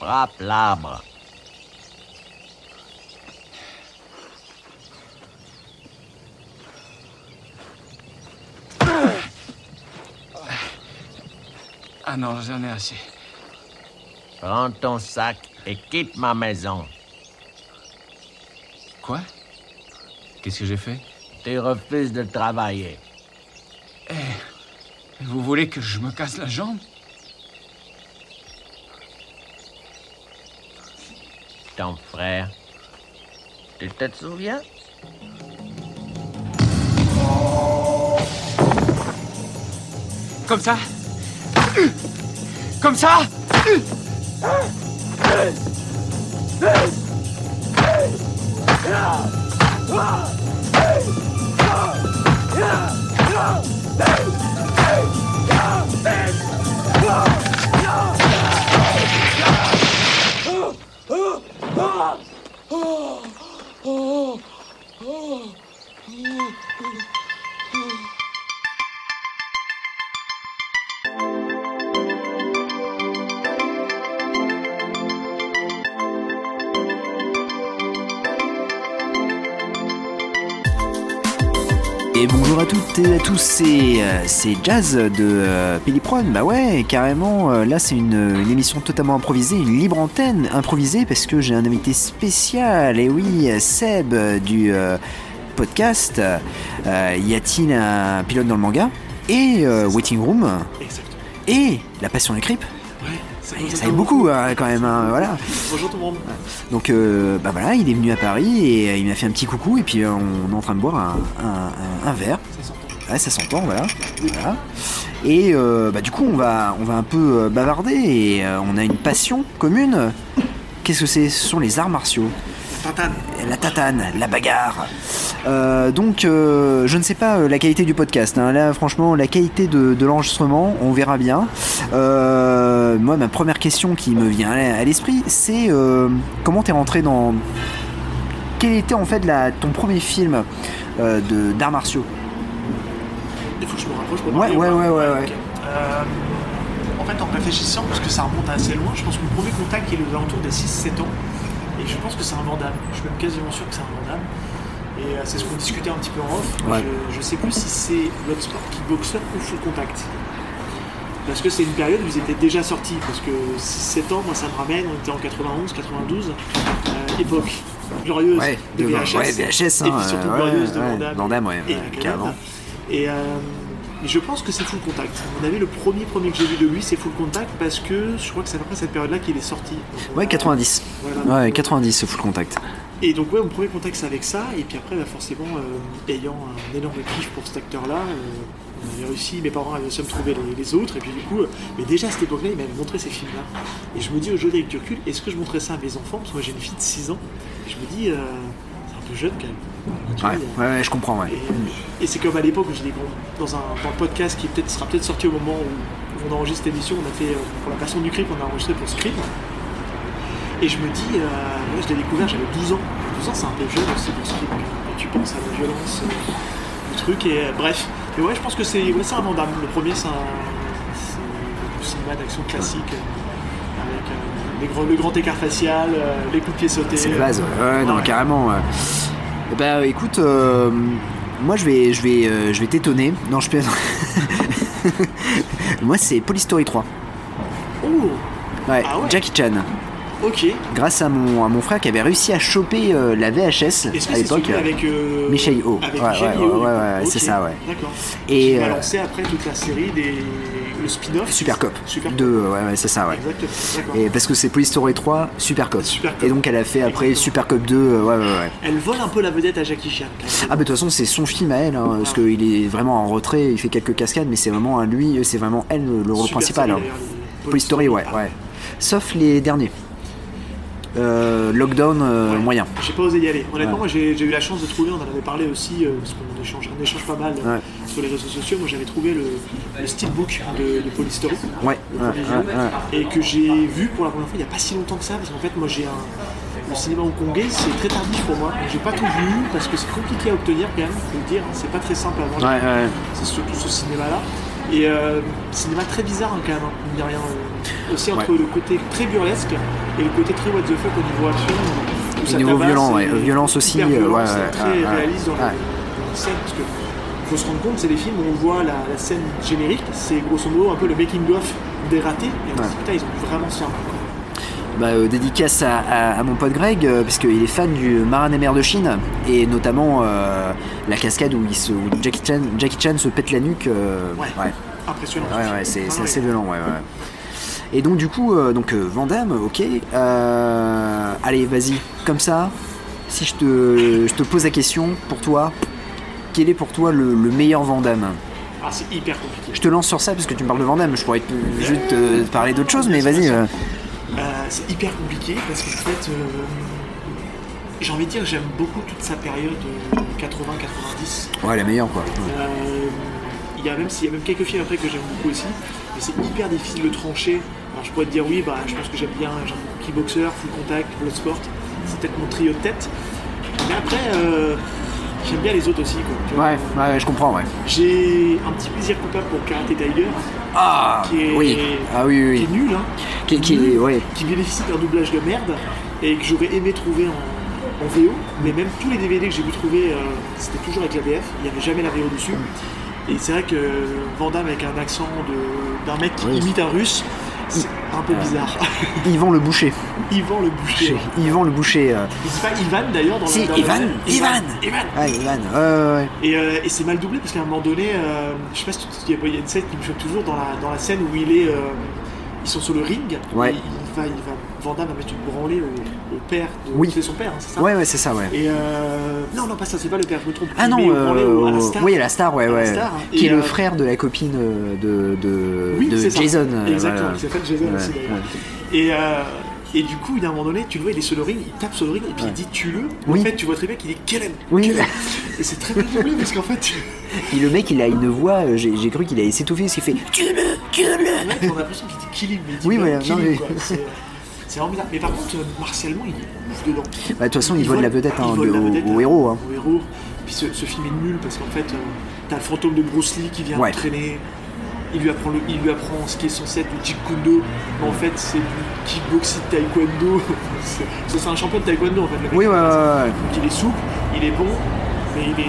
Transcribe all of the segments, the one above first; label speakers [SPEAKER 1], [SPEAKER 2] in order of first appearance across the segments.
[SPEAKER 1] Frappe l'arbre.
[SPEAKER 2] Ah non, j'en ai assez.
[SPEAKER 1] Prends ton sac et quitte ma maison.
[SPEAKER 2] Quoi Qu'est-ce que j'ai fait
[SPEAKER 1] Tu refuses de travailler.
[SPEAKER 2] Vous voulez que je me casse la jambe
[SPEAKER 1] Ton frère. Tu te souviens
[SPEAKER 2] Comme ça Comme ça
[SPEAKER 3] Et bonjour à toutes et à tous, c'est euh, c'est Jazz de euh, Péliprone. Bah ouais, carrément, euh, là c'est une, une émission totalement improvisée, une libre antenne improvisée parce que j'ai un invité spécial. Et oui, Seb euh, du euh, podcast euh, Y a-t-il un pilote dans le manga Et euh, Waiting Room Et La Passion du Crip Ouais, ça y est beaucoup hein, quand même, hein, voilà.
[SPEAKER 4] Bonjour tout le monde.
[SPEAKER 3] Ah, Donc euh, bah voilà, il est venu à Paris et euh, il m'a fait un petit coucou et puis euh, on est en train de boire un, un- un- un verre. Ouais, ça s'entend, voilà. Voilà. Et euh, bah, du coup, on va, on va un peu euh, bavarder et euh, on a une passion commune. Qu'est-ce que c'est Ce sont les arts martiaux.
[SPEAKER 4] Tintane.
[SPEAKER 3] La tatane, la bagarre. Euh, donc, euh, je ne sais pas euh, la qualité du podcast. hein. Là, franchement, la qualité de, de l'enregistrement, on verra bien. Euh, moi, ma première question qui me vient à l'esprit, c'est euh, comment t'es rentré dans. Quel était en fait la, ton premier film euh, de- d'arts martiaux
[SPEAKER 4] Il faut que je me rapproche pour
[SPEAKER 3] Ouais,
[SPEAKER 4] parler,
[SPEAKER 3] ouais,
[SPEAKER 4] ou
[SPEAKER 3] ouais,
[SPEAKER 4] pas
[SPEAKER 3] ouais, ouais.
[SPEAKER 4] Ok. Euh, en fait, en réfléchissant, parce que ça remonte à assez loin, je pense que mon premier contact il est aux alentours des 6-7 ans. Et je pense que c'est invendable. Je suis même quasiment sûr que c'est invendable. Et euh, c'est ce qu'on discutait un petit peu en off.
[SPEAKER 3] Ouais.
[SPEAKER 4] Je, je sais plus si c'est votre sport kickboxer ou full contact. Parce que c'est une période où vous étiez déjà sorti. Parce que 6-7 ans, moi ça me ramène, on était en 91, 92, euh, époque glorieuse
[SPEAKER 3] Ouais,
[SPEAKER 4] Euh, de
[SPEAKER 3] de-
[SPEAKER 4] VHS.
[SPEAKER 3] ouais, VHS,
[SPEAKER 4] et
[SPEAKER 3] hein,
[SPEAKER 4] puis surtout
[SPEAKER 3] euh, ouais,
[SPEAKER 4] glorieuse de
[SPEAKER 3] ouais,
[SPEAKER 4] Van Damme.
[SPEAKER 3] Van Damme, ouais,
[SPEAKER 4] et
[SPEAKER 3] ouais,
[SPEAKER 4] la grenade.
[SPEAKER 3] carrément.
[SPEAKER 4] Et euh, mais je pense que c'est Full Contact. À mon avis, le premier premier que j'ai vu de lui, c'est Full Contact parce que je crois que c'est à peu près cette période-là qu'il est sorti.
[SPEAKER 3] Ouais,
[SPEAKER 4] Donc, on a-
[SPEAKER 3] 90.
[SPEAKER 4] Voilà.
[SPEAKER 3] Ouais, 90, ce full contact.
[SPEAKER 4] Et donc, ouais, mon premier contact, c'est avec ça. Et puis après, bah, forcément, euh, ayant un énorme kiff pour cet acteur-là, euh, on avait réussi, mes parents avaient réussi à me trouver les, les autres. Et puis du coup, euh, mais déjà à cette époque-là, ils m'avaient montré ces films-là. Et je me dis aujourd'hui, avec du recul, est-ce que je montrais ça à mes enfants Parce que moi, j'ai une fille de 6 ans. Et je me dis, euh, c'est un peu jeune quand même. Tu vois,
[SPEAKER 3] Ouais,
[SPEAKER 4] il y a-
[SPEAKER 3] ouais, ouais, je comprends, ouais.
[SPEAKER 4] et, et c'est comme à l'époque où je dis, bon, dans, un, dans le podcast qui peut-être sera peut-être sorti au moment où on enregistre cette émission, on a fait euh, pour la passion du crime, on a enregistré pour ce crime. Et je me dis, euh, moi je l'ai découvert, j'avais 12 ans. 12 ans, c'est un peu jeune aussi pour ce crime. Quand tu penses à la violence, euh, le truc, et euh, bref. Mais ouais, je pense que c'est ouais, c'est un mandam. Le premier, c'est un, c'est du cinéma d'action classique. euh, avec euh, les gros- le grand écart facial, euh, les coups de pied sautés.
[SPEAKER 3] C'est la base, ouais. Ouais, non,
[SPEAKER 4] Ouais.
[SPEAKER 3] carrément. ouais. Eh ben, écoute, euh, moi je vais, je vais, euh, je vais t'étonner. Non, je peux. moi, c'est Police Story 3.
[SPEAKER 4] Oh,
[SPEAKER 3] Ouais,
[SPEAKER 4] Ah ouais.
[SPEAKER 3] Jackie Chan.
[SPEAKER 4] ok.
[SPEAKER 3] Grâce à mon, à mon frère qui avait réussi à choper euh, la VHS
[SPEAKER 4] Est-ce que
[SPEAKER 3] à
[SPEAKER 4] c'est
[SPEAKER 3] l'époque.
[SPEAKER 4] celui avec euh,
[SPEAKER 3] Michel Yeoh.
[SPEAKER 4] Avec
[SPEAKER 3] Ouais,
[SPEAKER 4] Michel
[SPEAKER 3] ouais,
[SPEAKER 4] Yeoh,
[SPEAKER 3] ouais,
[SPEAKER 4] du coup.
[SPEAKER 3] ouais, ouais,
[SPEAKER 4] Ok,
[SPEAKER 3] c'est ça, ouais.
[SPEAKER 4] D'accord.
[SPEAKER 3] Et,
[SPEAKER 4] Et il a
[SPEAKER 3] euh,
[SPEAKER 4] lancé après toute la série des le spin-off.
[SPEAKER 3] Super Cop.
[SPEAKER 4] Super
[SPEAKER 3] De, ouais, ouais, c'est ça, ouais.
[SPEAKER 4] Exactement. D'accord.
[SPEAKER 3] Et parce que c'est Police Story 3, Super Cop.
[SPEAKER 4] Super Cop.
[SPEAKER 3] Et donc elle a fait après
[SPEAKER 4] Exactement.
[SPEAKER 3] Super Cop 2, euh, ouais, ouais, ouais.
[SPEAKER 4] Elle vole un peu la vedette à Jackie Chan. quand même.
[SPEAKER 3] Ah bah de toute façon c'est son film à elle hein, parce
[SPEAKER 4] Ah.
[SPEAKER 3] qu'il est vraiment en retrait, il fait quelques cascades mais c'est vraiment à lui, c'est vraiment elle le le rôle
[SPEAKER 4] Super
[SPEAKER 3] principal.
[SPEAKER 4] série,
[SPEAKER 3] hein.
[SPEAKER 4] d'ailleurs, les-
[SPEAKER 3] Police Story ouais,
[SPEAKER 4] Ah,
[SPEAKER 3] ouais. Sauf les derniers. Euh, lockdown euh,
[SPEAKER 4] ouais.
[SPEAKER 3] moyen.
[SPEAKER 4] J'ai pas osé y aller. Honnêtement,
[SPEAKER 3] Ouais.
[SPEAKER 4] moi, j'ai j'ai eu la chance de trouver, on en avait parlé aussi, euh, parce qu'on échange, on échange pas mal euh,
[SPEAKER 3] Ouais.
[SPEAKER 4] sur sur les réseaux sociaux, moi j'avais trouvé le, le steelbook de, de Paul Story,
[SPEAKER 3] Ouais,
[SPEAKER 4] le
[SPEAKER 3] ouais,
[SPEAKER 4] premier jeu,
[SPEAKER 3] ouais, ouais.
[SPEAKER 4] et que j'ai vu pour la première fois il n'y a pas si longtemps que ça, parce qu'en fait moi j'ai un. Le cinéma hongkongais, c'est très tardif pour moi. J'ai pas tout vu parce que c'est compliqué à obtenir quand même, faut le dire. hein. C'est pas très simple à vendre
[SPEAKER 3] Ouais, ouais.
[SPEAKER 4] c'est surtout ce cinéma-là. Et euh, cinéma très bizarre hein, quand même, hein, mine de rien. euh, aussi entre
[SPEAKER 3] Ouais.
[SPEAKER 4] le côté très burlesque et le côté très what the fuck au niveau action. où ça
[SPEAKER 3] niveau
[SPEAKER 4] tabasse
[SPEAKER 3] violent, ouais,
[SPEAKER 4] et
[SPEAKER 3] euh, violence aussi,
[SPEAKER 4] hyper
[SPEAKER 3] euh,
[SPEAKER 4] violent,
[SPEAKER 3] ouais,
[SPEAKER 4] c'est
[SPEAKER 3] ouais,
[SPEAKER 4] très
[SPEAKER 3] ouais, ouais.
[SPEAKER 4] réaliste dans,
[SPEAKER 3] Ouais.
[SPEAKER 4] la, dans la scène parce que faut se rendre compte, c'est des films où on voit la, la scène générique, c'est grosso modo un peu le making of des ratés. Et on se dit,
[SPEAKER 3] Ouais.
[SPEAKER 4] putain, ils ont vraiment se faire. mal.
[SPEAKER 3] Bah, euh, dédicace à, à- à mon pote Greg, euh, parce qu'il est fan du Marin et Mer de Chine, et notamment euh, la cascade où, il se, où Jackie, Chan, Jackie Chan se pète la nuque. euh,
[SPEAKER 4] Ouais. Impressionnant. ce
[SPEAKER 3] Ouais,
[SPEAKER 4] film.
[SPEAKER 3] ouais, c'est
[SPEAKER 4] Ah,
[SPEAKER 3] c'est
[SPEAKER 4] ouais.
[SPEAKER 3] assez violent, ouais, ouais. Et donc, du coup, euh, donc, euh, Van Damme, ok. euh, allez, vas-y, comme ça, si je te, je te pose la question, pour toi, quel est pour toi le, le meilleur Van Damme
[SPEAKER 4] Ah, c'est hyper compliqué.
[SPEAKER 3] Je te lance sur ça, parce que tu me parles de Van Damme, je pourrais te- juste te parler d'autre chose, mais vas-y. euh,
[SPEAKER 4] Euh, c'est hyper compliqué parce qu'en fait, euh, j'ai envie de dire, j'aime beaucoup toute sa période euh, 80-90.
[SPEAKER 3] Ouais, la meilleure, quoi.
[SPEAKER 4] Euh, Il y a même s'il y a même quelques films après que j'aime beaucoup aussi, mais c'est hyper difficile de trancher. Alors je pourrais te dire oui, bah je pense que j'aime bien j'aime beaucoup Kickboxer, Full Contact, Bloodsport, c'est peut-être mon trio de tête. Mais après, euh, j'aime bien les autres aussi. Quoi, tu vois.
[SPEAKER 3] Ouais, ouais, ouais, je comprends, ouais.
[SPEAKER 4] J'ai un petit plaisir coupable pour Karate Tiger,
[SPEAKER 3] Ah
[SPEAKER 4] Qui est-
[SPEAKER 3] oui, ah oui,
[SPEAKER 4] qui
[SPEAKER 3] oui,
[SPEAKER 4] est nul, hein,
[SPEAKER 3] Qui, qui, ouais.
[SPEAKER 4] qui bénéficie d'un doublage de merde et que j'aurais aimé trouver en, en VO, mais même tous les DVD que j'ai pu trouver, euh, c'était toujours avec la BF, il n'y avait jamais la VO dessus. Et c'est vrai que euh, Van Damme avec un accent de- d'un mec qui
[SPEAKER 3] Oui.
[SPEAKER 4] imite un russe, c'est un
[SPEAKER 3] Ah.
[SPEAKER 4] peu bizarre.
[SPEAKER 3] Yvan le boucher.
[SPEAKER 4] Yvan le boucher.
[SPEAKER 3] Yvan le boucher. euh.
[SPEAKER 4] Il dit pas Ivan d'ailleurs dans
[SPEAKER 3] Si,
[SPEAKER 4] le dans le-
[SPEAKER 3] Ivan, Ivan,
[SPEAKER 4] Ivan.
[SPEAKER 3] Ouais, Ivan. Ouais, ouais, ouais.
[SPEAKER 4] Et, euh, et c'est mal doublé parce qu'à un moment donné, euh, je sais pas si tu te dis, il y a une scène qui me choque toujours dans la, dans la scène où il est, euh, ils sont sur le ring.
[SPEAKER 3] Ouais.
[SPEAKER 4] Il, il va, il va, Van Damme va mettre une branlée au, au père. De,
[SPEAKER 3] Oui.
[SPEAKER 4] C'est son père, hein, c'est ça
[SPEAKER 3] Ouais, ouais, c'est ça, ouais.
[SPEAKER 4] Et euh, non, non, pas ça, c'est pas le père, je me trompe.
[SPEAKER 3] Ah
[SPEAKER 4] Il
[SPEAKER 3] non,
[SPEAKER 4] met une branlée
[SPEAKER 3] euh,
[SPEAKER 4] au- à la star.
[SPEAKER 3] oui, la star, ouais,
[SPEAKER 4] À la
[SPEAKER 3] ouais.
[SPEAKER 4] star,
[SPEAKER 3] qui
[SPEAKER 4] et,
[SPEAKER 3] est le
[SPEAKER 4] euh,
[SPEAKER 3] frère de la copine euh, de, de,
[SPEAKER 4] Oui,
[SPEAKER 3] de
[SPEAKER 4] c'est ça.
[SPEAKER 3] Jason. euh,
[SPEAKER 4] Exactement,
[SPEAKER 3] voilà.
[SPEAKER 4] qui s'appelle Jason
[SPEAKER 3] Ouais,
[SPEAKER 4] aussi d'ailleurs.
[SPEAKER 3] ouais.
[SPEAKER 4] Et, euh, et du coup, il y a un moment donné, tu le vois, il est sur le ring, il tape sur le ring et puis il dit tue-le.
[SPEAKER 3] Oui.
[SPEAKER 4] En fait, tu vois très bien qu'il dit Kellen.
[SPEAKER 3] Oui.
[SPEAKER 4] Kellen. Et c'est très bien doublé parce qu'en fait,
[SPEAKER 3] Puis le mec, il a une voix, euh, j'ai j'ai cru qu'il allait s'étouffer, parce qu'il fait Tue-le,
[SPEAKER 4] le
[SPEAKER 3] tue-le
[SPEAKER 4] mec, on a l'impression qu'il dit Kill him, mais il dit
[SPEAKER 3] Oui,
[SPEAKER 4] pas
[SPEAKER 3] voilà,
[SPEAKER 4] kill
[SPEAKER 3] non,
[SPEAKER 4] him,
[SPEAKER 3] mais-
[SPEAKER 4] quoi. C'est- C'est vraiment bizarre. Mais par contre, euh, martialement, il est ouf dedans.
[SPEAKER 3] Bah, de toute façon, il vole la vedette, hein,
[SPEAKER 4] il vole
[SPEAKER 3] de-
[SPEAKER 4] la vedette,
[SPEAKER 3] au- au
[SPEAKER 4] hein,
[SPEAKER 3] héros, hein.
[SPEAKER 4] Au héros. Puis ce, ce film est nul parce qu'en fait, euh, t'as le fantôme de Bruce Lee qui vient
[SPEAKER 3] Ouais.
[SPEAKER 4] entraîner. Il lui, apprend le- il lui apprend ce qui est censé être du Jeet Kune Do, mais en fait c'est du kickboxing taekwondo. C'est- parce que c'est un champion de taekwondo en fait. Le mec.
[SPEAKER 3] Oui, ouais, ouais, ouais.
[SPEAKER 4] Donc il est souple, il est bon, mais il est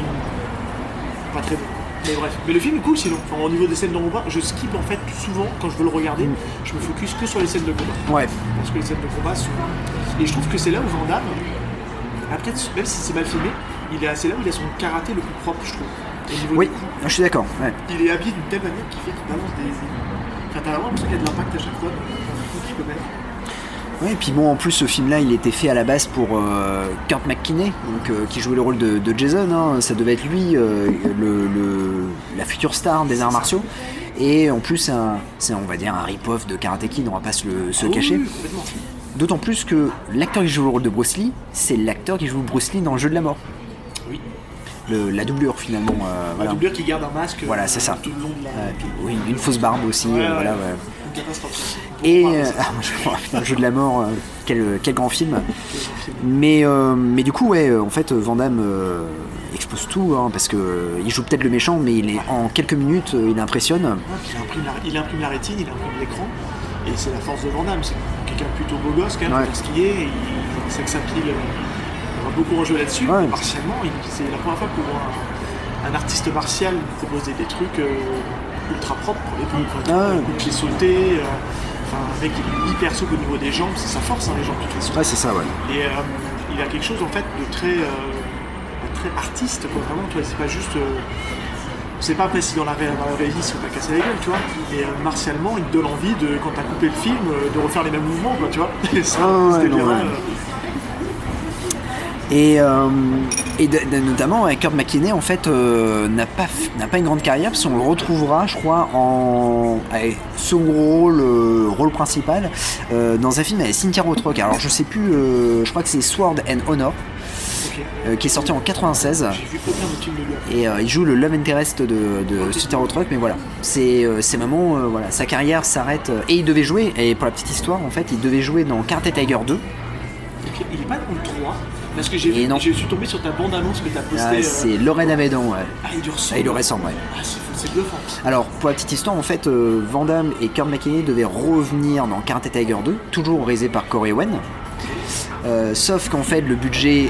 [SPEAKER 4] pas très bon. Mais bref, mais le film est cool sinon. Enfin, au niveau des scènes de combat, je skip en fait souvent quand je veux le regarder,
[SPEAKER 3] Mm.
[SPEAKER 4] je me focus que sur les scènes de combat
[SPEAKER 3] Ouais,
[SPEAKER 4] parce que les scènes de combat sont. Et je trouve que c'est là où Van Damme, a peut-être, même si c'est mal filmé, il est assez là où il a son karaté le plus propre, je trouve. Au niveau
[SPEAKER 3] oui,
[SPEAKER 4] des coups,
[SPEAKER 3] je suis d'accord. ouais.
[SPEAKER 4] il est habillé d'une telle manière qui fait qu'il balance des. Enfin, t'as vraiment l'impression qu'il y a de l'impact à chaque fois. dans le coup qu'il peut mettre.
[SPEAKER 3] Ouais, et puis bon, en plus, ce film-là, il était fait à la base pour euh, Kurt McKinney, donc, euh, qui jouait le rôle de, de Jason. hein. Ça devait être lui, euh, le, le- la future star des arts martiaux. Et en plus, c'est un- c'est, on va dire, un rip-off de Karate Kid, on va pas se le se le
[SPEAKER 4] Ah oui,
[SPEAKER 3] cacher.
[SPEAKER 4] oui, complètement.
[SPEAKER 3] D'autant plus que l'acteur qui joue le rôle de Bruce Lee, c'est l'acteur qui joue Bruce Lee dans le jeu de la mort.
[SPEAKER 4] Oui.
[SPEAKER 3] Le- la doublure, finalement. euh,
[SPEAKER 4] Un
[SPEAKER 3] voilà.
[SPEAKER 4] doubleur qui garde un masque
[SPEAKER 3] Voilà,
[SPEAKER 4] euh,
[SPEAKER 3] c'est ça.
[SPEAKER 4] tout le long de la.
[SPEAKER 3] Euh, oui, une fausse barbe aussi. euh,
[SPEAKER 4] Ouais, ouais,
[SPEAKER 3] voilà,
[SPEAKER 4] ouais.
[SPEAKER 3] ouais.
[SPEAKER 4] Une catastrophe.
[SPEAKER 3] Et
[SPEAKER 4] Ah,
[SPEAKER 3] euh,
[SPEAKER 4] c'est-
[SPEAKER 3] ah, je crois, putain, le jeu de la mort, euh, quel, quel grand film. Mais, euh, mais du coup, ouais, euh, en fait, euh, Van Damme euh, expose tout, hein, parce que euh, il joue peut-être le méchant, mais il est en quelques minutes, euh, il impressionne.
[SPEAKER 4] Ouais, puis il, imprime la, il imprime la rétine, il imprime l'écran, et c'est la force de Van Damme. C'est quelqu'un de plutôt beau gosse, quand même,
[SPEAKER 3] Ouais.
[SPEAKER 4] pour dire ce qu'il est, et il sait que sa pile euh, aura beaucoup en jeu là-dessus.
[SPEAKER 3] Ouais.
[SPEAKER 4] Partiellement, il- c'est la première fois qu'on voit un, un artiste martial nous proposer des trucs euh, ultra propres pour l'époque. quoi.
[SPEAKER 3] Ah ouais.
[SPEAKER 4] Un coup de pied sauté, euh, enfin, un mec qui est hyper souple au niveau des jambes, c'est sa force, hein, les jambes, de toute façon.
[SPEAKER 3] Ouais, c'est ça, ouais.
[SPEAKER 4] Et euh, il a quelque chose en fait de très, euh, de très artiste, quoi. Vraiment, tu vois, c'est pas juste. euh, c'est pas après si dans la, vraie- dans la vraie vie, si on t'a cassé la gueule, tu vois. Et euh, martialement, il te donne envie, de, quand t'as coupé le film, euh, de refaire les mêmes mouvements, quoi, tu vois. Et ça,
[SPEAKER 3] Ah ouais,
[SPEAKER 4] c'était
[SPEAKER 3] non,
[SPEAKER 4] bien.
[SPEAKER 3] ouais.
[SPEAKER 4] euh,
[SPEAKER 3] Et, euh, et de- de- notamment, euh, Kurt McKinney, en fait, euh, n'a pas, f- n'a pas une grande carrière, parce qu'on le retrouvera, je crois, en avec second rôle, euh, rôle principal, euh, dans un film avec Cynthia Rothrock. Alors, je sais plus, euh, je crois que c'est Sword and Honor.
[SPEAKER 4] ok. Ok.
[SPEAKER 3] euh, qui est sorti en 96.
[SPEAKER 4] J'ai vu aucun des films de lui.
[SPEAKER 3] Et euh, il joue le Love Interest de, de Sutter Truck, mais voilà. C'est euh, c'est vraiment, euh, voilà, sa carrière s'arrête. euh, et il devait jouer, et pour la petite histoire, en fait, il devait jouer dans Carter Tiger 2.
[SPEAKER 4] Ok, Il est pas dans le 3 parce que j'ai
[SPEAKER 3] Et
[SPEAKER 4] vu-
[SPEAKER 3] non.
[SPEAKER 4] je suis tombé sur ta bande annonce que t'as
[SPEAKER 3] Ah,
[SPEAKER 4] postée.
[SPEAKER 3] c'est
[SPEAKER 4] euh,
[SPEAKER 3] Lorraine Amédan, ouais.
[SPEAKER 4] Ah, il lui
[SPEAKER 3] Ah,
[SPEAKER 4] ressemble.
[SPEAKER 3] il le ressemble, ouais.
[SPEAKER 4] Ah, c'est fou, c'est bluffant.
[SPEAKER 3] Alors, pour la petite histoire, en fait, euh, Van Damme et Kurt McKinney devaient revenir dans Karate Tiger 2, toujours réalisé par Corey Wen. Euh, sauf qu'en fait, le budget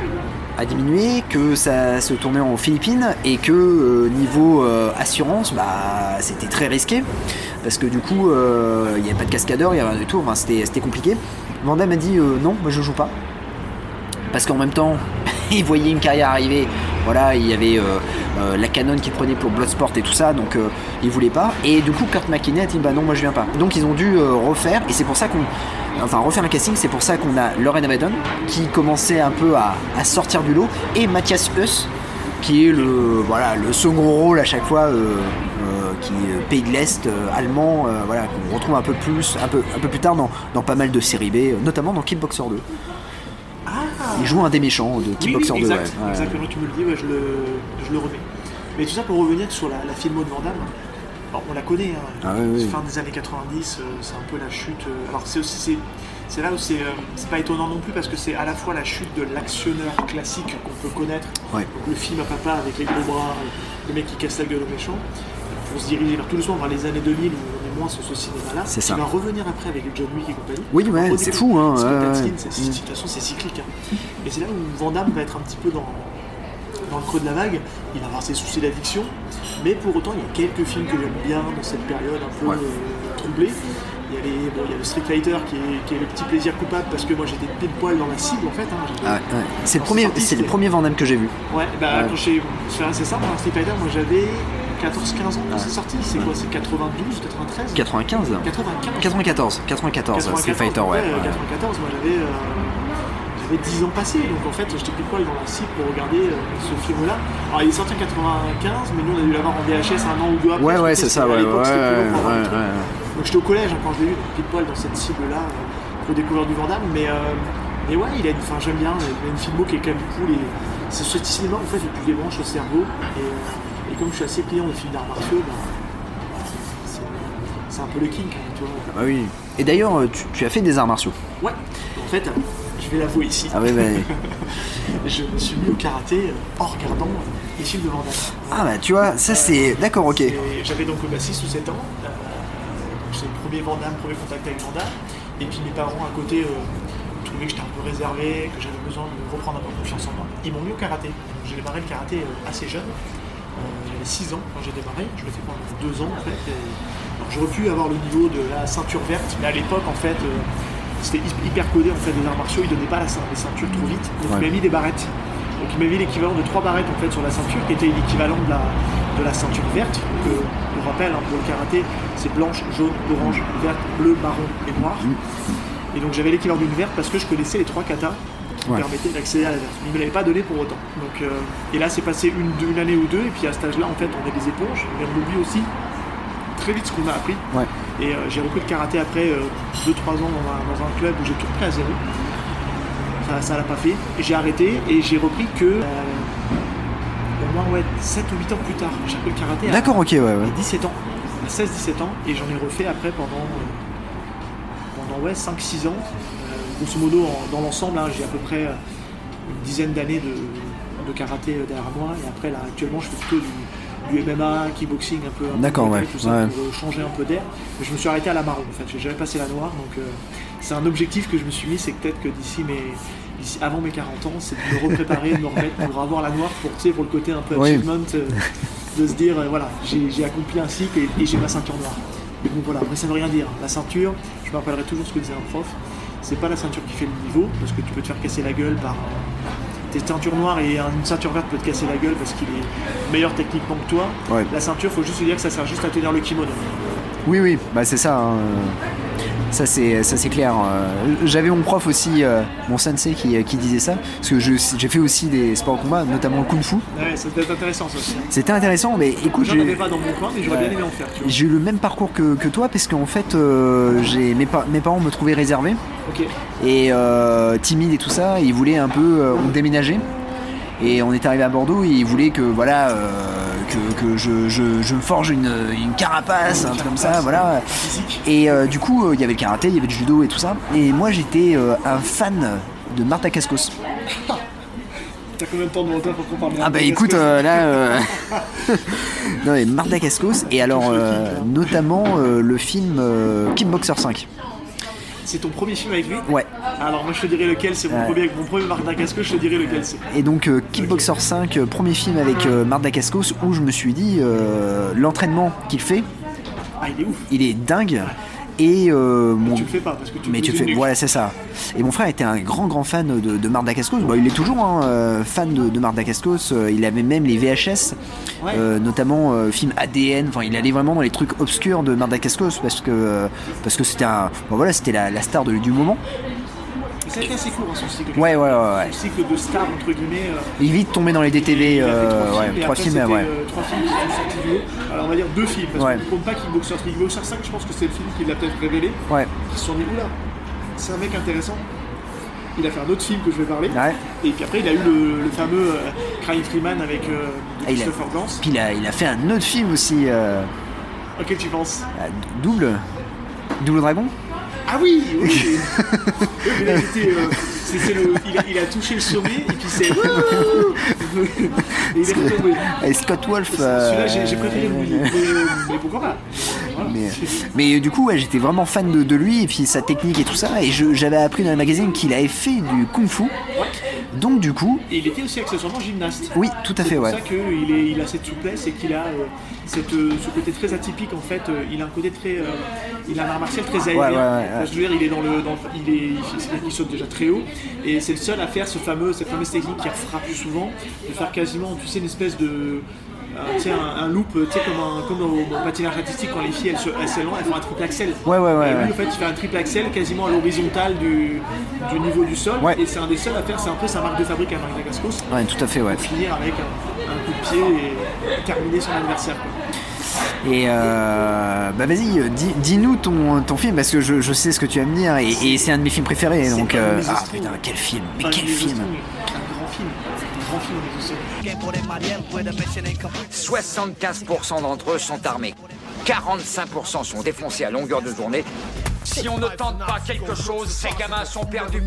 [SPEAKER 3] a diminué, que ça se tournait en Philippines et que euh, niveau euh, assurance, bah, c'était très risqué. Parce que du coup, euh, il n'y avait pas de cascadeur, il n'y avait rien du tout, enfin, c'était c'était compliqué. Van Damme a dit euh, non, moi je joue pas parce qu'en même temps, il voyait une carrière arriver. Voilà, il y avait euh, euh, la canon qui prenait pour Bloodsport et tout ça, donc euh, il voulait pas. Et du coup, Kurt McKinney a dit bah non, moi je viens pas. Donc ils ont dû euh, refaire, et c'est pour ça qu'on, enfin refaire un casting, c'est pour ça qu'on a Lauren Avedon qui commençait un peu à, à sortir du lot et Mathias Huss qui est le voilà le second rôle à chaque fois euh, euh, qui est pays de l'est euh, allemand euh, voilà qu'on retrouve un peu plus un peu un peu plus tard dans, dans pas mal de séries B, euh, notamment dans Kickboxer 2. Il joue un des méchants de
[SPEAKER 4] Oui, oui,
[SPEAKER 3] Kickboxer 2.
[SPEAKER 4] exact,
[SPEAKER 3] ouais, ouais.
[SPEAKER 4] Exactement, tu me le dis, ouais, je, le, je le remets. Mais tout ça pour revenir sur la, la filmo de Van Damme. Alors, on la connaît, hein.
[SPEAKER 3] Ah, oui, oui.
[SPEAKER 4] fin des années 90, euh, c'est un peu la chute. euh, alors c'est aussi c'est, c'est là où c'est, euh, c'est pas étonnant non plus parce que c'est à la fois la chute de l'actionneur classique qu'on peut connaître,
[SPEAKER 3] Ouais.
[SPEAKER 4] donc le film à papa avec les gros bras, euh, le mec qui casse la gueule aux méchants, pour se diriger vers tout doucement vers les années 2000 où on est moins sur ce cinéma-là.
[SPEAKER 3] C'est ça.
[SPEAKER 4] Il va revenir après avec le John Wick et compagnie.
[SPEAKER 3] Oui, ouais,
[SPEAKER 4] Revenir-
[SPEAKER 3] c'est fou, hein,
[SPEAKER 4] parce que
[SPEAKER 3] ouais,
[SPEAKER 4] Tatine,
[SPEAKER 3] ouais.
[SPEAKER 4] c'est- c'est- de toute façon, c'est cyclique. hein. Et c'est là où Van Damme va être un petit peu dans, dans le creux de la vague. Il va avoir ses soucis d'addiction, mais pour autant, il y a quelques films que j'aime bien dans cette période un peu
[SPEAKER 3] Ouais.
[SPEAKER 4] euh, troublée. Il y, a les, bon, il y a le Street Fighter qui est, qui est le petit plaisir coupable parce que moi j'étais pile poil dans la cible en fait. hein. J'étais-
[SPEAKER 3] Ah, ouais. C'est le
[SPEAKER 4] Quand
[SPEAKER 3] premier,
[SPEAKER 4] sorti,
[SPEAKER 3] c'est le
[SPEAKER 4] c'était-
[SPEAKER 3] premier Van Damme que j'ai vu.
[SPEAKER 4] Ouais, bah
[SPEAKER 3] Ouais.
[SPEAKER 4] quand j'ai fait assez ça, pour un Street Fighter, moi j'avais 14-15 ans quand c'est sorti. C'est quoi C'est 92, 93
[SPEAKER 3] 95. 94,
[SPEAKER 4] 94
[SPEAKER 3] 94, Street
[SPEAKER 4] 94,
[SPEAKER 3] Fighter, ouais.
[SPEAKER 4] euh,
[SPEAKER 3] ouais.
[SPEAKER 4] 94, moi j'avais, euh, j'avais 10 ans passés, donc en fait j'étais plus poil dans la cible pour regarder euh, ce film-là. Alors il est sorti en 95, mais nous on a dû l'avoir en VHS un an ou deux après.
[SPEAKER 3] Ouais,
[SPEAKER 4] parce
[SPEAKER 3] ouais,
[SPEAKER 4] que
[SPEAKER 3] c'est
[SPEAKER 4] c'était-
[SPEAKER 3] ça,
[SPEAKER 4] à
[SPEAKER 3] ouais,
[SPEAKER 4] l'époque, c'était plus
[SPEAKER 3] ouais,
[SPEAKER 4] long pour avoir
[SPEAKER 3] ouais,
[SPEAKER 4] le truc.
[SPEAKER 3] ouais.
[SPEAKER 4] Donc j'étais au collège hein, quand je l'ai vu, donc pile poil dans cette cible-là, euh, pour découvrir du Vandame, mais, euh, mais ouais, il a une, enfin j'aime bien, il a une filmo qui est quand même cool, et c'est ce cinéma en fait il plus des branches au cerveau, et, euh, et comme je suis assez client des films d'arts martiaux, bah, c'est- c'est un peu le king, tu vois.
[SPEAKER 3] Ah oui. Et d'ailleurs, euh, tu, tu as fait des arts martiaux.
[SPEAKER 4] Ouais, en fait, euh, je vais l'avouer ici.
[SPEAKER 3] Ah ouais, bah,
[SPEAKER 4] Je me suis mis au karaté euh, en regardant euh, les films de Van Damme.
[SPEAKER 3] ah bah tu vois, ça c'est. D'accord, ok.
[SPEAKER 4] Et J'avais donc bah, 6 ou 7 ans. euh, c'est le premier Van Damme, premier contact avec Van Damme. Et puis mes parents à côté euh, trouvaient que j'étais un peu réservé, que j'avais besoin de reprendre un peu confiance en moi. Ils m'ont mis au karaté. Donc, J'ai démarré le karaté euh, assez jeune. Euh, J'avais 6 ans quand j'ai démarré. Je l'ai fait pendant 2 ans en fait. Et- alors, J'aurais pu avoir le niveau de la ceinture verte, mais à l'époque en fait. euh, c'était hy- hyper codé en fait les arts martiaux, ils donnaient pas la ceint- les ceintures trop vite, donc
[SPEAKER 3] Ouais.
[SPEAKER 4] il m'a mis des barrettes. Donc il m'a mis l'équivalent de trois barrettes en fait sur la ceinture, qui était l'équivalent de la, de la ceinture verte. Donc, euh, pour rappel, hein, pour le karaté, c'est blanche, jaune, orange, verte, bleu, marron et noir. Et donc j'avais l'équivalent d'une verte parce que je connaissais les trois katas qui
[SPEAKER 3] Ouais.
[SPEAKER 4] permettaient d'accéder à la verte. Mais il ne me l'avait pas donné pour autant. Donc, euh, et là c'est passé une, deux- une année ou deux, et puis à cet âge-là en fait on est des éponges, mais on oublie aussi très vite ce qu'on a appris.
[SPEAKER 3] Ouais.
[SPEAKER 4] Et euh, j'ai repris le karaté après 2-3 ans dans un, dans un club où j'ai tout repris à zéro. Ça- Ça l'a pas fait. J'ai arrêté et j'ai repris que euh, au moins ouais, 7 ou 8 ans plus tard. J'ai repris le karaté à-
[SPEAKER 3] D'accord, ok, ouais, ouais.
[SPEAKER 4] à 17 ans, à 16-17 ans, et j'en ai refait après pendant, euh, pendant ouais, 5-6 ans. Euh, grosso modo, en- dans l'ensemble, hein, j'ai à peu près euh, une dizaine d'années de, de karaté euh, derrière moi, et après, là, actuellement, je fais plutôt du, du MMA, kickboxing, un peu. un peu
[SPEAKER 3] D'accord,
[SPEAKER 4] de
[SPEAKER 3] ouais,
[SPEAKER 4] tout ça,
[SPEAKER 3] ouais.
[SPEAKER 4] Pour euh, changer un peu d'air. Mais je me suis arrêté à la marron, en fait, j'ai jamais passé la noire, donc euh, c'est un objectif que je me suis mis, c'est que peut-être que d'ici mes. d'ici- Avant mes 40 ans, c'est de me repréparer, de me remettre pour avoir la noire pour, tu sais, pour le côté un peu
[SPEAKER 3] Oui.
[SPEAKER 4] achievement, euh, de se dire euh, voilà, j'ai j'ai accompli un cycle et, et j'ai ma ceinture noire. Mais bon voilà, après ça veut rien dire. La ceinture, je me rappellerai toujours ce que disait un prof, c'est pas la ceinture qui fait le niveau, parce que tu peux te faire casser la gueule par euh, tes ceintures noires et un- une ceinture verte peut te casser la gueule parce qu'il est meilleur techniquement que toi.
[SPEAKER 3] Ouais.
[SPEAKER 4] La ceinture, faut juste se dire que ça sert juste à tenir le kimono.
[SPEAKER 3] Oui, oui, bah c'est ça. hein. Ça c'est, ça c'est clair. Euh, J'avais mon prof aussi, euh, mon sensei qui, qui disait ça, parce que je- j'ai fait aussi des sports de combat, notamment le kung-fu.
[SPEAKER 4] Ouais, ça peut être intéressant ça aussi. hein.
[SPEAKER 3] C'était intéressant, mais écoute,
[SPEAKER 4] J'en avais
[SPEAKER 3] j'ai,
[SPEAKER 4] pas dans mon coin, mais j'aurais bien aimé en faire, tu vois.
[SPEAKER 3] j'ai eu le même parcours que, que toi, parce qu'en fait, euh, j'ai, mes, par- mes parents me trouvaient réservé
[SPEAKER 4] Ok.
[SPEAKER 3] et euh, timide et tout ça. Ils voulaient un peu euh, déménager. Et on est arrivé à Bordeaux et il voulait que voilà euh, que, que je, je- je me forge une, une carapace, un truc comme ça, voilà. Et euh, du coup, euh, il y avait le karaté, il y avait le judo et tout ça. Et moi, j'étais euh, un fan de Marta Cascos.
[SPEAKER 4] T'as combien de temps de retard pour qu'on parle de
[SPEAKER 3] Ah bah
[SPEAKER 4] Martin
[SPEAKER 3] écoute,
[SPEAKER 4] Gascon
[SPEAKER 3] euh, là... euh, non mais Marta Cascos, et alors euh, notamment euh, le film euh, Kickboxer 5.
[SPEAKER 4] C'est ton premier film avec lui
[SPEAKER 3] Ouais.
[SPEAKER 4] Alors moi je te dirais lequel, c'est mon
[SPEAKER 3] Ouais.
[SPEAKER 4] premier avec mon premier Marc Dacasco, je te dirais lequel c'est.
[SPEAKER 3] Et donc euh, Kickboxer 5, euh, premier film avec euh, Marta Cascos, où je me suis dit, euh, l'entraînement qu'il fait,
[SPEAKER 4] Ah il est ouf,
[SPEAKER 3] il est dingue. Et euh, mon...
[SPEAKER 4] tu le fais pas parce que tu
[SPEAKER 3] Mais tu fais, voilà, c'est ça. Et mon frère était un grand, grand fan de, de Marda Cascos. Bah, il est toujours hein, euh, fan de, de Marda Cascos. Euh, Il avait même les VHS,
[SPEAKER 4] Ouais.
[SPEAKER 3] euh, notamment euh, film ADN. Enfin, il allait vraiment dans les trucs obscurs de Marda Cascos parce que euh, parce que c'était un, bon, voilà, c'était la, la star de- du moment.
[SPEAKER 4] Ça a été assez court hein, son cycle.
[SPEAKER 3] Ouais, ouais, ouais. ouais.
[SPEAKER 4] Son cycle de star entre guillemets. euh,
[SPEAKER 3] Il est vite tombé dans les DTV,
[SPEAKER 4] il a fait
[SPEAKER 3] euh,
[SPEAKER 4] trois
[SPEAKER 3] ouais,
[SPEAKER 4] films, et
[SPEAKER 3] trois
[SPEAKER 4] après,
[SPEAKER 3] films,
[SPEAKER 4] c'était,
[SPEAKER 3] ouais.
[SPEAKER 4] euh, trois films qui sont sortis du lot. Alors on va dire deux films, parce
[SPEAKER 3] Ouais.
[SPEAKER 4] qu'on ne compte pas Kickboxer. Kickboxer 5, je pense que c'est le film qui l'a peut-être révélé.
[SPEAKER 3] Ouais.
[SPEAKER 4] Qui se sont dit, oula, c'est un mec intéressant. Il a fait un autre film que je vais parler.
[SPEAKER 3] Ouais.
[SPEAKER 4] Et puis après, il a eu le, le fameux euh, Crying Freeman avec euh,
[SPEAKER 3] Ah, il a-
[SPEAKER 4] Christopher Gans.
[SPEAKER 3] Puis il a, il a fait un autre film aussi, euh,
[SPEAKER 4] Auquel tu penses
[SPEAKER 3] à double, double dragon.
[SPEAKER 4] Ah oui, oui. Oui, mais là, il était, euh, c'était le, il, a, il a touché le sommet et puis c'est. et il est retombé.
[SPEAKER 3] Et Scott Wolf.
[SPEAKER 4] Celui-là, j'ai
[SPEAKER 3] euh,
[SPEAKER 4] j'ai préféré lui. Mais, mais pourquoi pas Voilà.
[SPEAKER 3] Mais, mais, euh, du coup, ouais, j'étais vraiment fan de, de lui et puis sa technique et tout ça. Et je- j'avais appris dans les magazines qu'il avait fait du kung-fu. Donc du coup,
[SPEAKER 4] Et il était aussi accessoirement gymnaste.
[SPEAKER 3] oui, tout à
[SPEAKER 4] C'est
[SPEAKER 3] fait,
[SPEAKER 4] pour
[SPEAKER 3] ouais.
[SPEAKER 4] ça qu'il est- il a cette souplesse et qu'il a euh, cette, euh, ce côté très atypique en fait. Euh, il a un côté très. euh, il a un art martial très aérien.
[SPEAKER 3] Ouais, ouais, ouais, ouais.
[SPEAKER 4] Enfin, Je veux dire, il est dans le. dans le- il est, il- c'est quelqu'un qui saute déjà très haut. Et c'est le seul à faire ce fameux, cette fameuse technique qui frappe souvent, de faire quasiment, tu sais, une espèce de. un- tu sais, un, un loop, tu sais, comme, un, comme au, au patinage artistique, quand les filles elles se- elles s'élancent, elles font un triple axel.
[SPEAKER 3] Ouais, ouais, ouais,
[SPEAKER 4] Et lui,
[SPEAKER 3] ouais.
[SPEAKER 4] en fait, il fait un triple axel quasiment à l'horizontale du, du niveau du sol.
[SPEAKER 3] Ouais.
[SPEAKER 4] Et c'est un des seuls à faire, c'est un peu sa marque de fabrique à Marc Dacascos
[SPEAKER 3] Ouais, tout à fait, ouais.
[SPEAKER 4] finir avec un, un coup de pied et terminer son adversaire. quoi.
[SPEAKER 3] Et euh, bah vas-y, euh, dis- dis-nous ton, ton film parce que je, je sais ce que tu vas me dire et, et c'est un de mes films préférés.
[SPEAKER 4] C'est
[SPEAKER 3] Donc,
[SPEAKER 4] un de
[SPEAKER 3] euh,
[SPEAKER 4] mes
[SPEAKER 3] ah
[SPEAKER 4] esprits.
[SPEAKER 3] putain, quel film, mais
[SPEAKER 4] Un
[SPEAKER 3] quel
[SPEAKER 4] des
[SPEAKER 3] film.
[SPEAKER 4] Austin, Un grand film. Un grand film des Austin.
[SPEAKER 5] 75% d'entre eux sont armés. 45% sont défoncés à longueur de journée. Si on ne tente pas quelque chose, ces gamins sont perdus.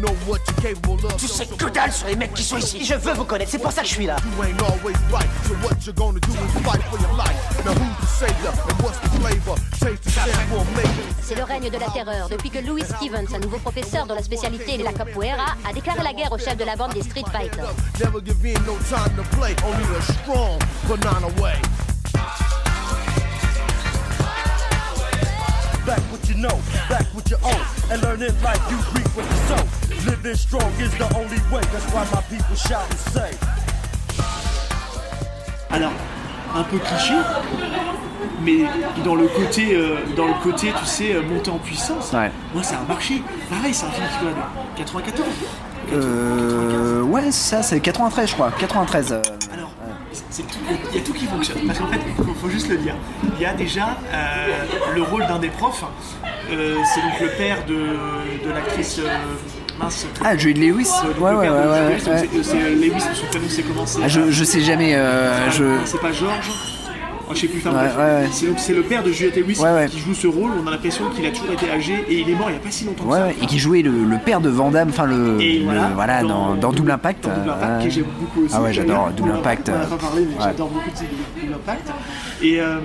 [SPEAKER 6] Tu sais que dalle sur les mecs qui sont ici. Je veux vous connaître, c'est pour ça que je suis là.
[SPEAKER 7] C'est le règne de la terreur depuis que Louis Stevens, un nouveau professeur dont la spécialité est la capoeira, a déclaré la guerre au chef de la bande des Street Fighters.
[SPEAKER 8] back what you know, back what you own, and learn in life you reap what you sow. Living strong is the only way. That's why my people shout and say.
[SPEAKER 4] Alors, un peu cliché, mais dans le côté, euh, dans le côté tu sais, euh, monter en puissance,
[SPEAKER 3] Ouais.
[SPEAKER 4] moi ça a marché. Pareil, c'est un film qui doit de 94.
[SPEAKER 3] Euh, ouais, ça, c'est 93, je crois. 93. euh.
[SPEAKER 4] Alors, c'est tout- il y a tout qui fonctionne. Parce qu'en fait, il faut, faut juste le dire. Il y a déjà euh, le rôle d'un des profs. Euh, c'est donc le père de, de l'actrice euh, mince. euh,
[SPEAKER 3] Ah, Joey Lewis.
[SPEAKER 4] Donc,
[SPEAKER 3] Ouais,
[SPEAKER 4] le
[SPEAKER 3] ouais, ouais,
[SPEAKER 4] père de
[SPEAKER 3] ouais.
[SPEAKER 4] Julius,
[SPEAKER 3] ouais.
[SPEAKER 4] donc c'est- c'est Lewis, son prénom c'est comment c'est
[SPEAKER 3] Ah, je, je sais jamais. euh,
[SPEAKER 4] pas-
[SPEAKER 3] je.
[SPEAKER 4] C'est pas Georges Oh, je sais plus, enfin,
[SPEAKER 3] Ouais,
[SPEAKER 4] bref.
[SPEAKER 3] ouais, ouais.
[SPEAKER 4] C'est donc- C'est le père de Juliette Lewis
[SPEAKER 3] Ouais, ouais.
[SPEAKER 4] qui joue ce rôle. On a l'impression qu'il a toujours été âgé et il est mort il n'y a pas si longtemps que
[SPEAKER 3] Ouais,
[SPEAKER 4] ça.
[SPEAKER 3] ouais, et qui jouait le, le père de Van Damme, enfin le,
[SPEAKER 4] Et
[SPEAKER 3] le-
[SPEAKER 4] voilà,
[SPEAKER 3] voilà, dans, dans Double Impact.
[SPEAKER 4] dans Double Impact,
[SPEAKER 3] euh,
[SPEAKER 4] que j'aime beaucoup aussi.
[SPEAKER 3] Ah ouais, j'adore
[SPEAKER 4] Et
[SPEAKER 3] Double
[SPEAKER 4] on en a-
[SPEAKER 3] Impact.
[SPEAKER 4] On en a
[SPEAKER 3] euh,
[SPEAKER 4] pas parlé, mais
[SPEAKER 3] ouais.
[SPEAKER 4] j'adore beaucoup de ces- Double Impact. Et, euh,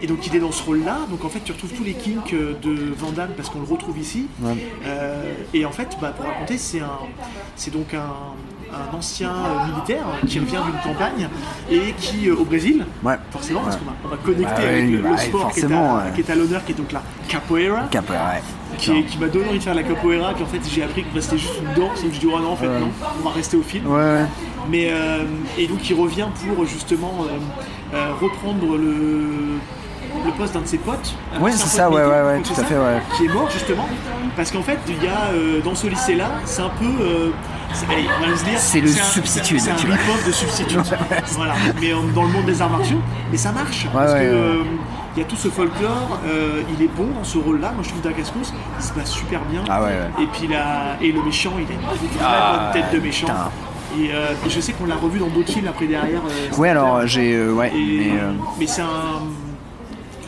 [SPEAKER 4] et donc, il est dans ce rôle-là. Donc, en fait, tu retrouves tous les kinks euh, de Van Damme parce qu'on le retrouve ici. Euh, et en fait, bah, pour raconter, c'est un, c'est donc un, un ancien euh, militaire qui revient d'une campagne et qui, euh, au Brésil,
[SPEAKER 3] Ouais.
[SPEAKER 4] forcément, parce
[SPEAKER 3] Ouais.
[SPEAKER 4] qu'on va, on va connecter
[SPEAKER 3] Bah
[SPEAKER 4] avec
[SPEAKER 3] oui,
[SPEAKER 4] le, le
[SPEAKER 3] bah oui,
[SPEAKER 4] sport qui est à-
[SPEAKER 3] forcément, ouais.
[SPEAKER 4] qui est à, l'honneur, qui est donc la capoeira
[SPEAKER 3] Cap, ouais.
[SPEAKER 4] qui, qui m'a donné envie de faire la capoeira, puis en fait j'ai appris que bah, c'était juste une danse, donc je dis oh non en fait non, on va rester au film.
[SPEAKER 3] Ouais, ouais.
[SPEAKER 4] Mais euh, et donc il revient pour justement euh, euh, reprendre le, le poste d'un de ses potes. un
[SPEAKER 3] Ouais,
[SPEAKER 4] ancien
[SPEAKER 3] c'est ça,
[SPEAKER 4] pote
[SPEAKER 3] ouais,
[SPEAKER 4] militaire,
[SPEAKER 3] ouais, ouais,
[SPEAKER 4] donc
[SPEAKER 3] tout
[SPEAKER 4] c'est
[SPEAKER 3] à
[SPEAKER 4] ça,
[SPEAKER 3] fait, ouais.
[SPEAKER 4] Qui est mort justement, parce qu'en fait il y a euh, dans ce lycée là, c'est un peu, euh, c'est- allez, on va se dire,
[SPEAKER 3] C'est le
[SPEAKER 4] un-
[SPEAKER 3] substitut,
[SPEAKER 4] c'est un,
[SPEAKER 3] tu vois.
[SPEAKER 4] rip-off de substitut. voilà, mais euh, dans le monde des arts martiaux, mais ça marche parce
[SPEAKER 3] ouais,
[SPEAKER 4] que
[SPEAKER 3] ouais.
[SPEAKER 4] euh, il y a tout ce folklore, euh, il est bon dans ce rôle-là. Moi, je trouve Dacascos, il se passe super bien.
[SPEAKER 3] Ah ouais, ouais.
[SPEAKER 4] Et puis, il a- et le méchant, il a une vraie bonne tête de méchant.
[SPEAKER 3] putain.
[SPEAKER 4] Et, euh, et je sais qu'on l'a revu dans d'autres films après derrière. euh,
[SPEAKER 3] Ouais, alors j'ai. euh, ouais,
[SPEAKER 4] Et-
[SPEAKER 3] mais. euh,
[SPEAKER 4] mais c'est un.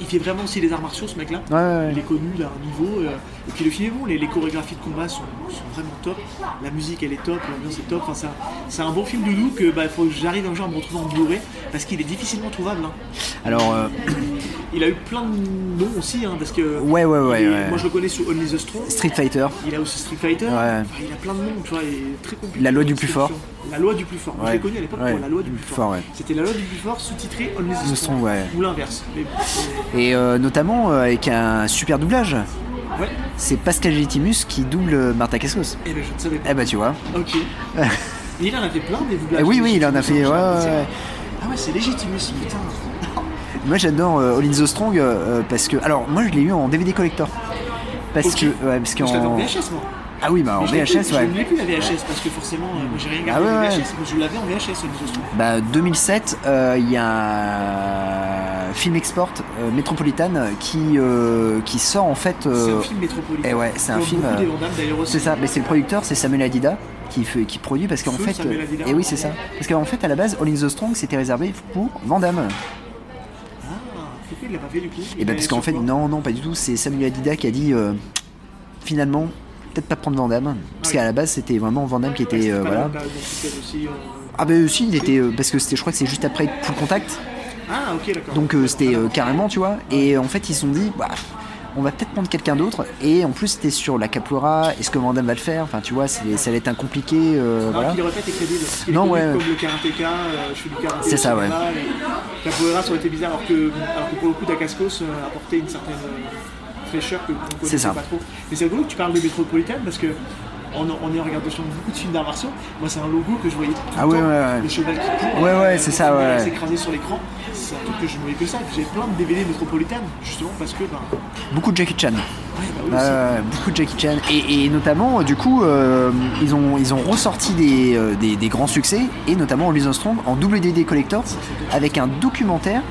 [SPEAKER 4] Il fait vraiment aussi les arts martiaux, ce mec-là.
[SPEAKER 3] Ouais, ouais, ouais.
[SPEAKER 4] Il est connu d'un niveau. euh, Et puis le film est bon, les, les chorégraphies de combat sont, sont vraiment top. La musique, elle est top, l'ambiance est top. Enfin, c'est un- c'est un, bon film de nous que bah, faut que j'arrive un jour à me retrouver en Blu-ray parce qu'il est difficilement trouvable. hein.
[SPEAKER 3] alors, euh,
[SPEAKER 4] Il a eu plein de noms aussi, hein, parce que.
[SPEAKER 3] Ouais, ouais, ouais,
[SPEAKER 4] il est-
[SPEAKER 3] ouais.
[SPEAKER 4] Moi, je le connais sous Only the Strong.
[SPEAKER 3] Street Fighter.
[SPEAKER 4] Il a aussi Street Fighter.
[SPEAKER 3] Ouais.
[SPEAKER 4] Enfin, il a plein de noms, tu vois, et très compliqué.
[SPEAKER 3] La loi du
[SPEAKER 4] comme
[SPEAKER 3] plus fort.
[SPEAKER 4] description. La loi du plus fort. Je
[SPEAKER 3] Ouais.
[SPEAKER 4] l'ai connu à l'époque
[SPEAKER 3] Ouais.
[SPEAKER 4] pour la loi du plus fort.
[SPEAKER 3] ouais.
[SPEAKER 4] C'était la loi du plus fort sous-titrée Only the,
[SPEAKER 3] The Strong,
[SPEAKER 4] Strong.
[SPEAKER 3] ouais.
[SPEAKER 4] Ou l'inverse. Mais, mais-
[SPEAKER 3] Et euh, notamment euh, avec un super doublage.
[SPEAKER 4] ouais.
[SPEAKER 3] C'est Pascal Litimus qui double euh, Martha Cassos.
[SPEAKER 4] Eh ben, je ne savais pas.
[SPEAKER 3] Eh bah tu vois.
[SPEAKER 4] Ok. Et il en a fait plein des doublages.
[SPEAKER 3] Eh oui, oui, il en a fait,
[SPEAKER 4] Légitimus,
[SPEAKER 3] ouais,
[SPEAKER 4] hein, c'est-
[SPEAKER 3] ouais, ouais.
[SPEAKER 4] Ah ouais, c'est légitime aussi, putain.
[SPEAKER 3] Moi j'adore euh, All in the Strong euh, parce que. Alors moi je l'ai eu en DVD collector. Parce
[SPEAKER 4] Ok.
[SPEAKER 3] que. Ouais, parce
[SPEAKER 4] Je l'avais
[SPEAKER 3] qu'en.
[SPEAKER 4] en VHS, moi.
[SPEAKER 3] Ah oui, bah en
[SPEAKER 4] Mais je l'ai plus-
[SPEAKER 3] VHS, ouais.
[SPEAKER 4] Je ne l'ai plus la VHS parce que forcément, euh, moi, j'ai rien gardé
[SPEAKER 3] Ah ouais,
[SPEAKER 4] en
[SPEAKER 3] ouais.
[SPEAKER 4] VHS. mais Je l'avais en VHS, Only the Strong.
[SPEAKER 3] Bah 2007, euh, il y a un Film Export euh, Metropolitan qui, euh, qui sort en fait.
[SPEAKER 4] C'est
[SPEAKER 3] euh,
[SPEAKER 4] un film métropolitain.
[SPEAKER 3] eh ouais, c'est un
[SPEAKER 4] Comme
[SPEAKER 3] film,
[SPEAKER 4] beaucoup
[SPEAKER 3] euh,
[SPEAKER 4] des Van Damme, d'ailleurs, aussi.
[SPEAKER 3] C'est ça, mais c'est le producteur, c'est Samuel Adida qui, fait- qui produit parce qu'en
[SPEAKER 4] Feu
[SPEAKER 3] fait.
[SPEAKER 4] Samuel Adida.
[SPEAKER 3] et oui, c'est ça. Parce qu'en fait, à la base, All in the Strong c'était réservé pour Vandamme.
[SPEAKER 4] Ah, pourquoi il l'a pas fait du coup
[SPEAKER 3] Et ben parce qu'en fait, non, non, pas du tout. C'est Samuel Adida qui a dit euh, finalement, peut-être pas prendre Vandamme. Parce
[SPEAKER 4] Ouais.
[SPEAKER 3] qu'à la base, c'était vraiment Vandamme qui était. euh, voilà. Ah ben aussi, il était. euh, parce que c'était, je crois que c'est juste après Full Contact.
[SPEAKER 4] Ah, ok, d'accord.
[SPEAKER 3] Donc euh, c'était euh, carrément, tu vois. Et en fait, ils se sont dit, bah, on va peut-être prendre quelqu'un d'autre. Et en plus, c'était sur la capoeira. Est-ce que Vandamme va le faire Enfin, tu vois, c'est- ça allait être un compliqué. euh,
[SPEAKER 4] Alors
[SPEAKER 3] voilà.
[SPEAKER 4] qu'il aurait pas été crédible. parce qu'il est
[SPEAKER 3] Non,
[SPEAKER 4] connu
[SPEAKER 3] ouais.
[SPEAKER 4] Comme le karatéka, euh, je suis du karaté.
[SPEAKER 3] C'est ça,
[SPEAKER 4] je suis là, et La Capoeira, ça aurait été bizarre, alors que, alors que pour le coup, Dacascos euh, apportait une certaine euh, fraîcheur que qu'on ne connaissait
[SPEAKER 3] ça.
[SPEAKER 4] pas trop. Mais c'est rigolo que tu parles de Métropolitaine parce que. On, on est en regardant sur beaucoup de films d'art martiaux. Moi, c'est un logo que je voyais tout le
[SPEAKER 3] Ah ouais,
[SPEAKER 4] temps.
[SPEAKER 3] ouais, ouais.
[SPEAKER 4] Le cheval qui court.
[SPEAKER 3] Ouais, ouais,
[SPEAKER 4] euh,
[SPEAKER 3] c'est
[SPEAKER 4] le
[SPEAKER 3] ça,
[SPEAKER 4] cheval
[SPEAKER 3] ouais.
[SPEAKER 4] qui s'écrasait sur l'écran. C'est un truc que je ne voyais que ça. J'ai plein de DVD métropolitaines, justement, parce que. Ben, ouais,
[SPEAKER 3] Beaucoup de Jackie Chan.
[SPEAKER 4] bah oui,
[SPEAKER 3] Euh, beaucoup de Jackie Chan. Et, et notamment, euh, du coup, euh, ils, ont, ils ont ressorti des, euh, des, des grands succès, et notamment Louis Armstrong en double DD Collector, avec un documentaire.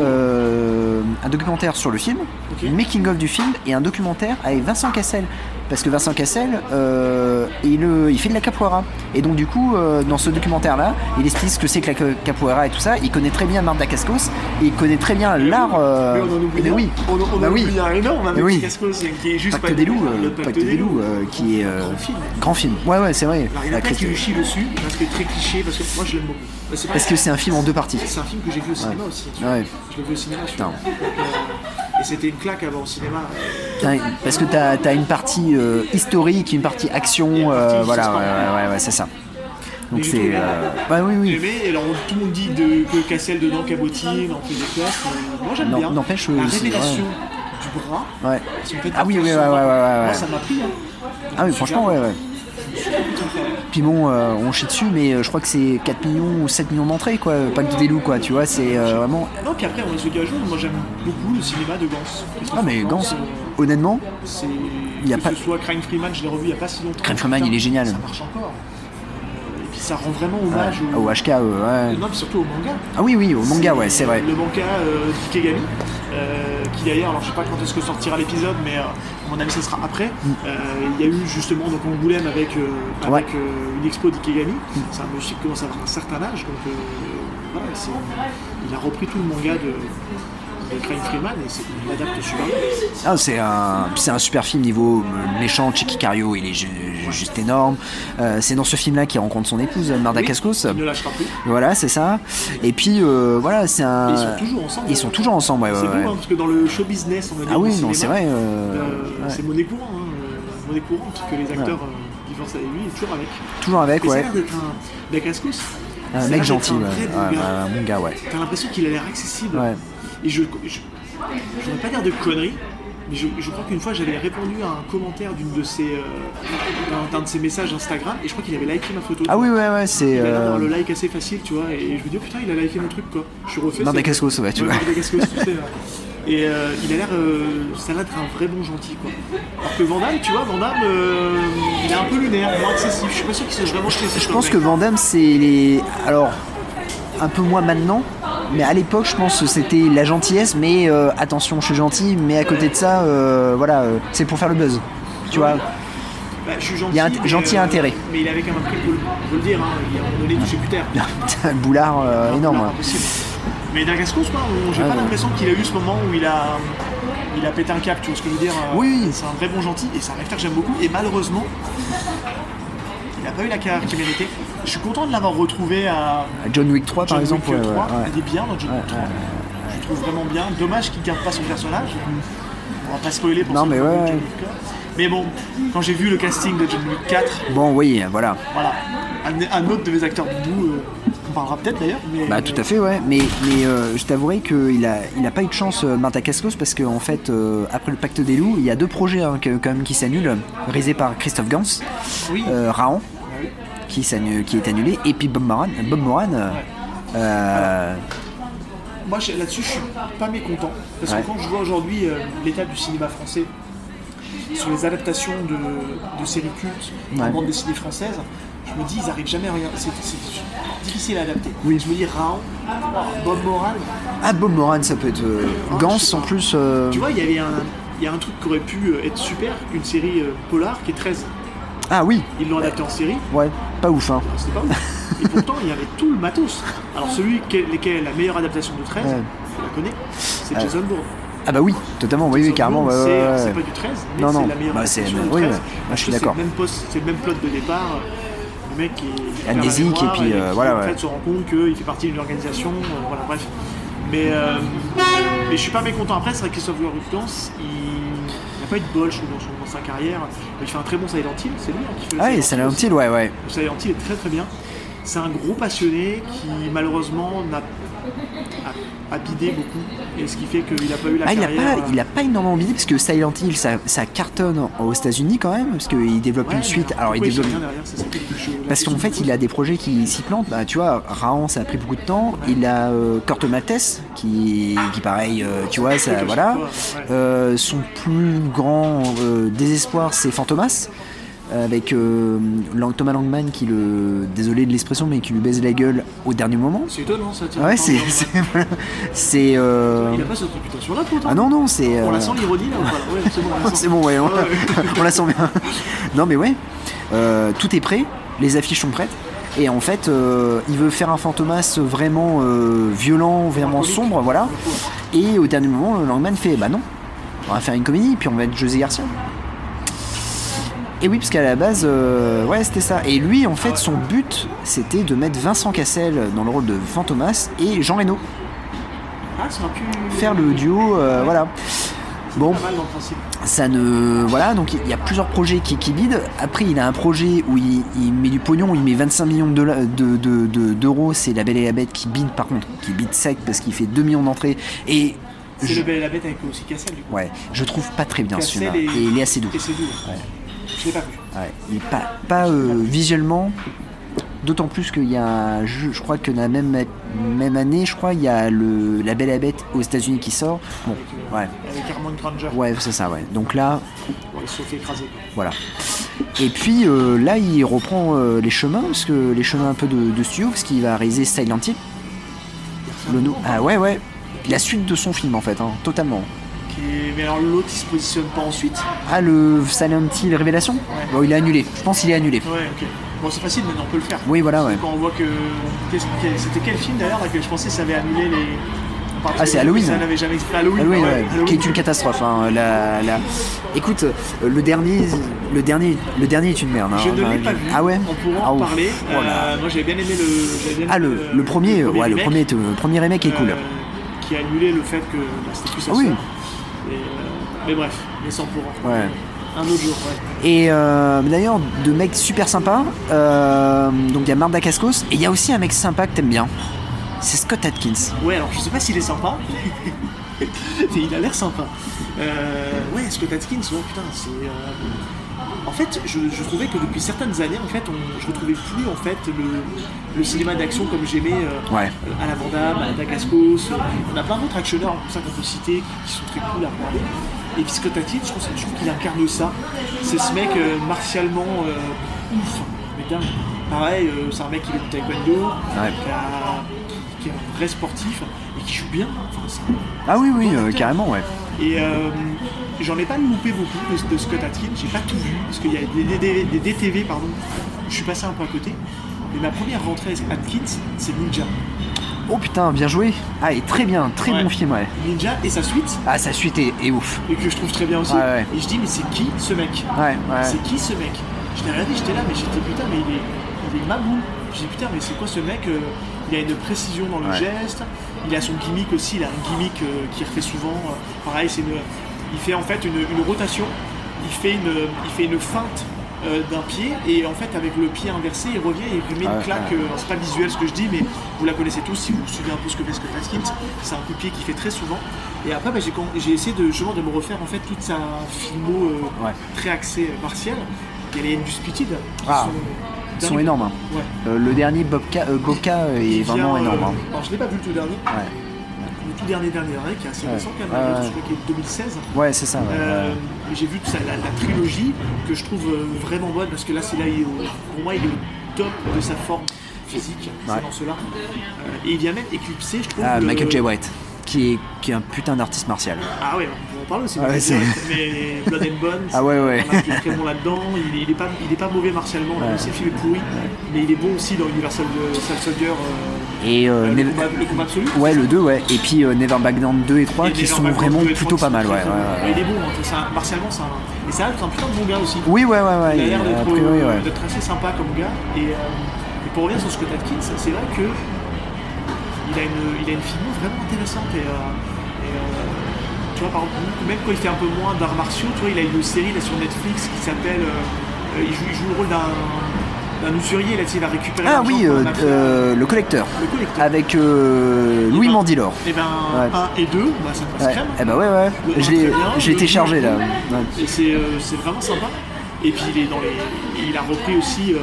[SPEAKER 3] euh, un documentaire sur le film,
[SPEAKER 4] Ok.
[SPEAKER 3] making of du film, et un documentaire avec Vincent Cassel. Parce que Vincent Cassel, euh, il, euh, il fait de la capoeira. Et donc du coup, euh, dans ce documentaire-là, il explique ce que c'est que la ca- capoeira et tout ça. Il connaît très bien Marta Cascos, et il connaît très bien l'art. euh,
[SPEAKER 4] Mais on en oublie
[SPEAKER 3] mais
[SPEAKER 4] un.
[SPEAKER 3] oui,
[SPEAKER 4] On, on en
[SPEAKER 3] Bah oui.
[SPEAKER 4] oublie un énorme avec
[SPEAKER 3] Mais oui.
[SPEAKER 4] Cascos qui est juste
[SPEAKER 3] Pacte des loups,
[SPEAKER 4] le
[SPEAKER 3] euh, Pacte des loups, euh, qui est euh,
[SPEAKER 4] Grand film.
[SPEAKER 3] grand film. Ouais, ouais, c'est vrai.
[SPEAKER 4] Alors, il y en
[SPEAKER 3] La
[SPEAKER 4] a plein qui
[SPEAKER 3] Christ-
[SPEAKER 4] lui chient dessus parce que très cliché, parce que moi je l'aime beaucoup. Bah, c'est pas-
[SPEAKER 3] Parce que c'est un film en deux parties.
[SPEAKER 4] c'est un film que j'ai vu au cinéma aussi. tu vois.
[SPEAKER 3] Ouais.
[SPEAKER 4] Je l'ai vu au cinéma. je
[SPEAKER 3] Putain.
[SPEAKER 4] crois. Donc, euh, et c'était une claque avant au cinéma.
[SPEAKER 3] T'as- Parce que t'as as une partie euh, historique, une partie action, euh,
[SPEAKER 4] partie
[SPEAKER 3] voilà, ouais,
[SPEAKER 4] suspense.
[SPEAKER 3] ouais, ouais, ouais, c'est ça. Donc
[SPEAKER 4] Mais du
[SPEAKER 3] c'est.
[SPEAKER 4] coup,
[SPEAKER 3] euh, Bah oui,
[SPEAKER 4] J'ai
[SPEAKER 3] oui.
[SPEAKER 4] aimé, et alors on- tout le monde dit de- que Cassel dedans cabotine, on fait des classes. mais Moi j'aime
[SPEAKER 3] Non,
[SPEAKER 4] bien.
[SPEAKER 3] n'empêche,
[SPEAKER 4] la
[SPEAKER 3] euh, c'est-
[SPEAKER 4] révélation du bras.
[SPEAKER 3] Ouais.
[SPEAKER 4] si on fait
[SPEAKER 3] Ah oui,
[SPEAKER 4] des
[SPEAKER 3] oui, ouais, ouais,
[SPEAKER 4] classes,
[SPEAKER 3] ouais, ouais,
[SPEAKER 4] Moi
[SPEAKER 3] ouais.
[SPEAKER 4] ça m'a pris. hein.
[SPEAKER 3] Ah oui, franchement, ouais, ouais. Puis bon, euh, on chie dessus, mais euh, je crois que c'est 4 millions ou 7 millions d'entrées, quoi. Pas que des loups, quoi, tu vois, c'est euh, vraiment.
[SPEAKER 4] Non, puis après, on se dit à jour, moi j'aime beaucoup le cinéma de Gans.
[SPEAKER 3] Ah, mais Gans,
[SPEAKER 4] euh,
[SPEAKER 3] honnêtement,
[SPEAKER 4] c'est.
[SPEAKER 3] Il y a
[SPEAKER 4] que
[SPEAKER 3] pas-
[SPEAKER 4] ce soit Crime Freeman, je l'ai revu il n'y a pas si longtemps.
[SPEAKER 3] Crime Freeman,
[SPEAKER 4] Putain,
[SPEAKER 3] il est génial.
[SPEAKER 4] Ça marche encore. Euh, Et puis ça rend vraiment hommage
[SPEAKER 3] ouais,
[SPEAKER 4] au.
[SPEAKER 3] au HK, euh, ouais.
[SPEAKER 4] Non, puis surtout au manga.
[SPEAKER 3] Ah oui, oui, au manga, ouais, c'est vrai.
[SPEAKER 4] Le manga euh, d'Ikegami, euh, qui d'ailleurs, alors je sais pas quand est-ce que sortira l'épisode, mais euh, à mon avis, ce sera après. Euh, Il y a eu justement donc Angoulême avec, euh, avec
[SPEAKER 3] Mm. Ouais. Mm.
[SPEAKER 4] euh, une expo d'Ikegami. C'est un monsieur qui commence à avoir un certain âge, donc euh, voilà, c'est- il a repris tout le manga de, de Crane Freeman et c'est- il l'adapte super bien.
[SPEAKER 3] Ah, c'est un, c'est un super film niveau euh, méchant. Chicky Cario, il est ju- ju- juste énorme. Euh, c'est dans ce film-là qu'il rencontre son épouse, Marda
[SPEAKER 4] Oui,
[SPEAKER 3] Cascos.
[SPEAKER 4] Il ne lâchera plus.
[SPEAKER 3] Voilà, c'est ça. Et puis, euh, voilà, c'est un.
[SPEAKER 4] Et ils sont toujours ensemble.
[SPEAKER 3] Ils sont toujours ensemble, ouais, ouais,
[SPEAKER 4] C'est beau,
[SPEAKER 3] ouais.
[SPEAKER 4] hein, parce que dans le show business, on va dire.
[SPEAKER 3] Ah oui,
[SPEAKER 4] au
[SPEAKER 3] non,
[SPEAKER 4] cinéma,
[SPEAKER 3] c'est vrai, euh, ouais.
[SPEAKER 4] C'est monnaie courant, hein, euh, monnaie courant, parce que les acteurs euh, divorcent avec lui, il est toujours avec.
[SPEAKER 3] Toujours avec,
[SPEAKER 4] Mais ça a
[SPEAKER 3] ouais.
[SPEAKER 4] l'air d'être un Dacascos.
[SPEAKER 3] Un mec gentil, ouais. Ouais, ouais, ouais, mon gars, ouais.
[SPEAKER 4] T'as l'impression qu'il a l'air accessible.
[SPEAKER 3] Ouais.
[SPEAKER 4] Et je, je, je voudrais pas dire de conneries, mais je, je crois qu'une fois j'avais répondu à un commentaire d'une de ses, euh, d'un- d'un de ses messages Instagram, et je crois qu'il avait liké ma photo.
[SPEAKER 3] Ah oui, ouais, ouais, c'est.
[SPEAKER 4] hein. Il a l'air d'avoir
[SPEAKER 3] euh,
[SPEAKER 4] le like assez facile, tu vois, et je me dis, oh putain, il a liké mon truc, quoi. Je suis refait.
[SPEAKER 3] Marda
[SPEAKER 4] c'est-
[SPEAKER 3] Cascos, ouais, tu vois.
[SPEAKER 4] Marc Dacascos, tu sais. ouais. Et euh, il a l'air, euh, ça a l'air d'être un vrai bon gentil, quoi. Alors que Vandamme, tu vois, Vandamme, euh, il est un peu lunaire, moins accessible. Je suis pas sûr qu'il soit vraiment chez
[SPEAKER 3] Je pense que Van Damme, c'est les. Alors, un peu moins maintenant, mais à l'époque, je pense que c'était la gentillesse, mais euh, attention, je suis gentil, mais à côté de ça, euh, voilà, euh, c'est pour faire le buzz. Tu vois
[SPEAKER 4] Bah, je suis gentil.
[SPEAKER 3] Il y a int-
[SPEAKER 4] mais,
[SPEAKER 3] gentil
[SPEAKER 4] euh,
[SPEAKER 3] intérêt.
[SPEAKER 4] Mais il avait quand même pris le coup, faut le dire, hein, il y a un moment donné, touché plus tard.
[SPEAKER 3] Putain, le boulard euh, énorme.
[SPEAKER 4] Non,
[SPEAKER 3] ouais.
[SPEAKER 4] pas possible. Mais Dagascos, quoi, on- j'ai
[SPEAKER 3] Ouais,
[SPEAKER 4] pas
[SPEAKER 3] ouais.
[SPEAKER 4] l'impression qu'il a eu ce moment où il a, il a pété un cap, tu vois ce que je veux dire euh,
[SPEAKER 3] Oui.
[SPEAKER 4] C'est un vrai bon gentil et c'est un acteur que j'aime beaucoup. Et malheureusement, il a pas eu la carrière qu'il méritait. Je suis content de l'avoir retrouvé à
[SPEAKER 3] John Wick 3
[SPEAKER 4] John
[SPEAKER 3] Ah, par exemple.
[SPEAKER 4] Wick
[SPEAKER 3] ouais,
[SPEAKER 4] 3.
[SPEAKER 3] ouais, ouais.
[SPEAKER 4] Il est bien dans John Wick 3. Je le trouve vraiment bien. Dommage qu'il garde pas son personnage. On va pas spoiler pour
[SPEAKER 3] Non,
[SPEAKER 4] ceux
[SPEAKER 3] mais
[SPEAKER 4] qui ont vu
[SPEAKER 3] ouais.
[SPEAKER 4] John Wick 4. Mais bon, quand j'ai vu le casting de John Wick 4,
[SPEAKER 3] Bon oui, voilà.
[SPEAKER 4] voilà, un, un autre de mes acteurs boubou, euh, on parlera peut-être d'ailleurs, mais
[SPEAKER 3] Bah tout à fait ouais, mais, mais euh, je t'avouerai qu'il a, il a pas eu de chance euh, Marta Cascos parce qu'en en fait euh, après le pacte des loups il y a deux projets hein, que- quand même qui s'annulent, réalisés par Christophe Gans,
[SPEAKER 4] Oui.
[SPEAKER 3] euh, Raon, qui, s'annu- qui est annulé, et puis Bob Moran. Bob Moran euh, euh,
[SPEAKER 4] Moi j'ai- là-dessus je suis pas mécontent parce
[SPEAKER 3] Ouais.
[SPEAKER 4] que quand je vois aujourd'hui euh, l'état du cinéma français sur les adaptations de, de séries cultes en
[SPEAKER 3] Ouais.
[SPEAKER 4] bande dessinée française, je me dis ils arrivent jamais à rien. C'est c'est difficile à adapter. Oui. Je me dis Raon, Bob Moral,
[SPEAKER 3] Ah Bob Moran ça peut être... euh,
[SPEAKER 4] Ah,
[SPEAKER 3] Gans
[SPEAKER 4] je sais
[SPEAKER 3] en
[SPEAKER 4] pas.
[SPEAKER 3] plus... euh,
[SPEAKER 4] tu vois il y avait un, il y a un truc qui aurait pu euh, être super, une série euh, polar qui est 13.
[SPEAKER 3] Ah oui,
[SPEAKER 4] Ils l'ont adapté en série,
[SPEAKER 3] ouais, pas ouf hein.
[SPEAKER 4] c'était pas ouf. Et pourtant il y avait tout le matos. Alors celui qui est, qui est la meilleure adaptation de 13,
[SPEAKER 3] Ouais.
[SPEAKER 4] je la connais, c'est Jason Bourne.
[SPEAKER 3] Ah bah oui, totalement, oui, oui carrément.
[SPEAKER 4] Bourne,
[SPEAKER 3] ouais,
[SPEAKER 4] c'est-
[SPEAKER 3] ouais, ouais.
[SPEAKER 4] C'est pas du 13, mais
[SPEAKER 3] Non, non.
[SPEAKER 4] c'est la meilleure
[SPEAKER 3] Bah, c'est-
[SPEAKER 4] adaptation du
[SPEAKER 3] oui,
[SPEAKER 4] 13,
[SPEAKER 3] ouais.
[SPEAKER 4] parce
[SPEAKER 3] Moi, je suis
[SPEAKER 4] que c'est
[SPEAKER 3] d'accord.
[SPEAKER 4] le même poste- C'est le même plot de départ. euh, Le mec qui est
[SPEAKER 3] Amnésique,
[SPEAKER 4] perd la mémoire
[SPEAKER 3] et puis, euh,
[SPEAKER 4] qui,
[SPEAKER 3] voilà,
[SPEAKER 4] En
[SPEAKER 3] ouais.
[SPEAKER 4] fait, se rend compte qu'il fait partie d'une organisation. euh, voilà, bref. Mais, euh, mais je suis pas mécontent. Après, c'est vrai que Christophe Gans, il n'a pas eu de bol, je trouve, dans, son- dans sa carrière. Il fait un très bon Silent Hill, c'est lui hein, qui fait le
[SPEAKER 3] Ah oui,
[SPEAKER 4] Silent Hill
[SPEAKER 3] Silent
[SPEAKER 4] aussi.
[SPEAKER 3] Hill, ouais, ouais.
[SPEAKER 4] Le Silent Hill est très très bien. C'est un gros passionné qui malheureusement n'a a, a bidé beaucoup. Et ce qui fait qu'il n'a pas eu la
[SPEAKER 3] Ah, il a
[SPEAKER 4] carrière. euh.
[SPEAKER 3] pas, il a pas énormément oublié parce que Silent Hill, ça, ça cartonne aux États-Unis quand même, parce qu'il développe
[SPEAKER 4] Ouais,
[SPEAKER 3] une suite.
[SPEAKER 4] mais
[SPEAKER 3] Alors, il
[SPEAKER 4] pourquoi fait
[SPEAKER 3] développe.
[SPEAKER 4] rien derrière, c'est ça qui me touche, euh,
[SPEAKER 3] Parce
[SPEAKER 4] la
[SPEAKER 3] qu'en fait,
[SPEAKER 4] question.
[SPEAKER 3] il a des projets qui s'y plantent. Bah, tu vois, Raon, ça a pris beaucoup de temps. Il a euh, Corto Maltese, qui, qui pareil, euh, tu vois,
[SPEAKER 4] Oui,
[SPEAKER 3] ça,
[SPEAKER 4] comme
[SPEAKER 3] voilà.
[SPEAKER 4] chaque fois, ouais.
[SPEAKER 3] Euh, son plus grand euh, désespoir, c'est Fantomas, avec euh, Lang- Thomas Langman qui le, désolé de l'expression, mais qui lui baise la gueule au dernier moment.
[SPEAKER 4] C'est étonnant ça. tiens.
[SPEAKER 3] Ah ouais, c'est,
[SPEAKER 4] Enfin,
[SPEAKER 3] c'est, c'est, euh,
[SPEAKER 4] Il n'a pas cette réputation là pourtant.
[SPEAKER 3] ah non non, c'est.
[SPEAKER 4] On
[SPEAKER 3] euh,
[SPEAKER 4] la sent l'ironie là ou pas Ouais, c'est bon, on la sent.
[SPEAKER 3] c'est bon, ouais, hein. on,
[SPEAKER 4] Ouais, ouais.
[SPEAKER 3] on la sent bien. Non, mais ouais, euh, tout est prêt, les affiches sont prêtes. Et en fait, euh, il veut faire un fantomas vraiment euh, violent, vraiment
[SPEAKER 4] Mélancolique.
[SPEAKER 3] sombre, voilà. Et au dernier moment, le Langman fait Bah non, on va faire une comédie, puis on va être José Garcia. Et oui, parce qu'à la base, euh, ouais, c'était ça. Et lui, en fait, son but, c'était de mettre Vincent Cassel dans le rôle de Fantomas et Jean Reno,
[SPEAKER 4] Ah, ça aurait pu
[SPEAKER 3] faire le duo, euh, voilà. Bon,
[SPEAKER 4] Pas mal dans le principe.
[SPEAKER 3] ça ne voilà donc il y a plusieurs projets qui, qui bident après il a un projet où il, il met du pognon il met 25 millions de dollars- de- de- de- d'euros c'est la belle et la bête qui bide par contre qui bide sec parce qu'il fait 2 millions d'entrées et
[SPEAKER 4] C'est
[SPEAKER 3] je,
[SPEAKER 4] le bel et la bête avec aussi Cassel du coup.
[SPEAKER 3] ouais je trouve pas très bien
[SPEAKER 4] Cassel
[SPEAKER 3] celui-là et il est assez doux
[SPEAKER 4] Et c'est doux. Je l'ai pas vu.
[SPEAKER 3] Ouais, il est pas pas euh, visuellement d'autant plus qu'il y a je, je crois que la même même année je crois il y a le la belle et la bête aux États-Unis qui sort bon ouais
[SPEAKER 4] Avec Armand Granger.
[SPEAKER 3] ouais c'est ça ouais donc là
[SPEAKER 4] Bon, il se fait écraser.
[SPEAKER 3] Voilà. Et puis euh, là, il reprend euh, les chemins, parce que les chemins un peu de, de studio, parce qu'il va réaliser Silent Hill. Le nou- ah ouais, ouais. La suite de son film en fait, hein, totalement.
[SPEAKER 4] Qui est- Mais alors l'autre il se positionne pas ensuite.
[SPEAKER 3] Ah le Silent Hill Révélation Bon, il est annulé. Je pense qu'il est annulé.
[SPEAKER 4] Ouais, ok. Bon, c'est facile, maintenant on peut le faire.
[SPEAKER 3] Oui, voilà,
[SPEAKER 4] Parce que
[SPEAKER 3] ouais.
[SPEAKER 4] Quand on voit que. qu'est-ce que- C'était quel film d'ailleurs là, que je pensais que ça avait annulé les. Parce
[SPEAKER 3] Ah,
[SPEAKER 4] que
[SPEAKER 3] c'est Halloween.
[SPEAKER 4] Ça n'avait jamais existé. Halloween,
[SPEAKER 3] Halloween,
[SPEAKER 4] ouais,
[SPEAKER 3] Ah ouais,
[SPEAKER 4] Halloween.
[SPEAKER 3] qui est une catastrophe. hein, la- la- Écoute, euh, le dernier, le dernier, le dernier est une merde. hein.
[SPEAKER 4] Je ne l'ai
[SPEAKER 3] Enfin,
[SPEAKER 4] pas vu.
[SPEAKER 3] Ah ouais.
[SPEAKER 4] On pourra
[SPEAKER 3] Ah,
[SPEAKER 4] en
[SPEAKER 3] ouf.
[SPEAKER 4] parler.
[SPEAKER 3] Oh là.
[SPEAKER 4] Euh, moi j'avais bien aimé le. j'avais bien
[SPEAKER 3] Ah
[SPEAKER 4] aimé
[SPEAKER 3] le, le premier, ouais, le
[SPEAKER 4] remake,
[SPEAKER 3] premier, est- le premier remake est cool.
[SPEAKER 4] euh, qui a annulé le fait que bah, c'était plus sa
[SPEAKER 3] Ah oui.
[SPEAKER 4] sœur. Et, euh, mais bref, mais sans pour en
[SPEAKER 3] Ouais.
[SPEAKER 4] Un autre jour, ouais.
[SPEAKER 3] Et euh, d'ailleurs, de mecs super sympas. Euh, donc il y a Marda Cascos. Et il y a aussi un mec sympa que t'aimes bien. C'est Scott Atkins.
[SPEAKER 4] Ouais, alors je sais pas s'il est sympa. mais il a l'air sympa. Euh, ouais, Scott Atkins, ouais, putain, c'est. euh, En fait, je, je trouvais que depuis certaines années, en fait, on, je retrouvais plus en fait le, le cinéma d'action comme j'aimais euh,
[SPEAKER 3] Ouais.
[SPEAKER 4] à la Van Damme, à la Dacascos. On a plein d'autres actionneurs comme ça qu'on peut citer qui sont très cool à regarder. Et puis Scott Atkins, je trouve, je trouve qu'il incarne ça. C'est ce mec euh, martialement euh, ouf, mais dingue. Pareil, euh, c'est un mec qui vient du taekwondo, qui a- qui, qui est un vrai sportif et qui joue bien. Enfin, c'est un
[SPEAKER 3] Ah oui, oui,
[SPEAKER 4] Bon
[SPEAKER 3] euh,
[SPEAKER 4] acteur.
[SPEAKER 3] carrément, ouais.
[SPEAKER 4] Et euh, j'en ai pas loupé beaucoup de, de Scott Atkin, j'ai pas tout vu, parce qu'il y a des, des- des- des DTV, pardon, je suis passé un peu à côté. Mais ma première rentrée avec Atkins, c'est Ninja.
[SPEAKER 3] Oh putain, bien joué. Ah, et très bien, très
[SPEAKER 4] Ouais.
[SPEAKER 3] bon film, ouais.
[SPEAKER 4] Ninja et sa suite,
[SPEAKER 3] Ah, sa suite est, est ouf.
[SPEAKER 4] et que je trouve très bien aussi.
[SPEAKER 3] Ouais, ouais.
[SPEAKER 4] Et je dis, mais c'est qui ce mec
[SPEAKER 3] Ouais, ouais.
[SPEAKER 4] C'est qui ce mec Je l'ai regardé, j'étais là, mais j'étais putain, mais il est, il est mabou. J'ai dit putain, mais c'est quoi ce mec Euh, Il a une précision dans le
[SPEAKER 3] Ouais.
[SPEAKER 4] geste, il a son gimmick aussi, il a un gimmick euh, qu'il refait souvent. Euh, pareil, c'est une- il fait en fait une, une rotation, il fait une, il fait une feinte euh, d'un pied, et en fait, avec le pied inversé, il revient et il lui met
[SPEAKER 3] Ouais,
[SPEAKER 4] une claque.
[SPEAKER 3] ouais.
[SPEAKER 4] euh, alors, c'est pas visuel ce que je dis, mais vous la connaissez tous si vous suivez un peu ce que fait Scott Atkins. C'est un coup de pied qu'il fait très souvent. Et après, bah, j'ai con- j'ai essayé de, justement de me refaire en fait toute sa filmo euh,
[SPEAKER 3] Ouais.
[SPEAKER 4] très axé euh, martial. Il y a les haines du Speed. qui
[SPEAKER 3] Ah, Ils
[SPEAKER 4] dingues.
[SPEAKER 3] sont énormes. hein.
[SPEAKER 4] Ouais.
[SPEAKER 3] Euh, le dernier Bobka, euh, Bobka est
[SPEAKER 4] Qui
[SPEAKER 3] vraiment
[SPEAKER 4] vient, euh,
[SPEAKER 3] énorme. hein.
[SPEAKER 4] alors, je l'ai pas vu le tout dernier.
[SPEAKER 3] Ouais,
[SPEAKER 4] Le tout dernier, dernier, hein, qui est assez
[SPEAKER 3] Ouais.
[SPEAKER 4] récent quand même.
[SPEAKER 3] Ouais, ouais.
[SPEAKER 4] Je crois qu'il est 2016.
[SPEAKER 3] ouais c'est ça. ouais.
[SPEAKER 4] Euh, mais j'ai vu toute sa- la, la trilogie que je trouve euh, vraiment bonne parce que là, c'est là, il est au- pour moi, il est au top de sa forme physique.
[SPEAKER 3] Ouais.
[SPEAKER 4] C'est dans cela. Euh, et il vient même éclipser, je trouve.
[SPEAKER 3] Ah,
[SPEAKER 4] le-
[SPEAKER 3] Michael J. White, qui est, qui est un putain d'artiste martial.
[SPEAKER 4] Ah ouais, on en parle aussi.
[SPEAKER 3] Ah ouais,
[SPEAKER 4] Michael J. White,
[SPEAKER 3] c'est-
[SPEAKER 4] mais Blood and Bones.
[SPEAKER 3] Ah ouais, ouais.
[SPEAKER 4] Voilà, Il est très bon là-dedans, il, est- il est pas, il est pas mauvais martialement,
[SPEAKER 3] Ouais.
[SPEAKER 4] même si le film est pourri, mais il est bon aussi dans Universal euh, Sal Soldier, euh,
[SPEAKER 3] Et euh,
[SPEAKER 4] le,
[SPEAKER 3] Nev-
[SPEAKER 4] combat, le combat absolu.
[SPEAKER 3] Ouais, le 2, ouais. Et puis euh, Never Back Down 2 et 3
[SPEAKER 4] Et
[SPEAKER 3] qui
[SPEAKER 4] les
[SPEAKER 3] sont
[SPEAKER 4] Norman
[SPEAKER 3] vraiment
[SPEAKER 4] Rockwell,
[SPEAKER 3] plutôt pas
[SPEAKER 4] Francis
[SPEAKER 3] mal, ouais.
[SPEAKER 4] Ford,
[SPEAKER 3] ouais, ouais.
[SPEAKER 4] Il est bon, hein, c'est un- martialement, c'est un. Et ça a l'air d'être un putain de bon gars aussi.
[SPEAKER 3] Oui, ouais, ouais, ouais.
[SPEAKER 4] Il a l'air
[SPEAKER 3] a
[SPEAKER 4] d'être
[SPEAKER 3] priori,
[SPEAKER 4] euh,
[SPEAKER 3] ouais.
[SPEAKER 4] d'être assez sympa comme gars. Et, euh, et pour revenir sur Scott Atkins, c'est vrai que il a une, il a une figure vraiment intéressante. Et, euh, et, euh, tu vois, par exemple, même quand il fait un peu moins d'arts martiaux, tu vois, il a une série là, sur Netflix qui s'appelle. euh, euh, il, joue, il joue le rôle d'un d'un usurier, là, tu sais, il va récupérer.
[SPEAKER 3] Ah
[SPEAKER 4] l'argent
[SPEAKER 3] oui,
[SPEAKER 4] qu'on
[SPEAKER 3] euh,
[SPEAKER 4] a fait,
[SPEAKER 3] euh, le collecteur.
[SPEAKER 4] le collecteur.
[SPEAKER 3] Avec euh, Louis
[SPEAKER 4] ben-
[SPEAKER 3] Mandylor.
[SPEAKER 4] Et ben,
[SPEAKER 3] Ouais.
[SPEAKER 4] 1 et 2, bah, ça passe
[SPEAKER 3] Ouais.
[SPEAKER 4] crème.
[SPEAKER 3] Eh bah ouais, ouais.
[SPEAKER 4] Le
[SPEAKER 3] Je
[SPEAKER 4] un
[SPEAKER 3] l'ai-
[SPEAKER 4] très bien,
[SPEAKER 3] J'ai
[SPEAKER 4] le
[SPEAKER 3] été
[SPEAKER 4] deux
[SPEAKER 3] chargé là.
[SPEAKER 4] très bien.
[SPEAKER 3] Ouais.
[SPEAKER 4] Et c'est euh, c'est vraiment sympa. Et puis il est dans les. et Il a repris aussi euh,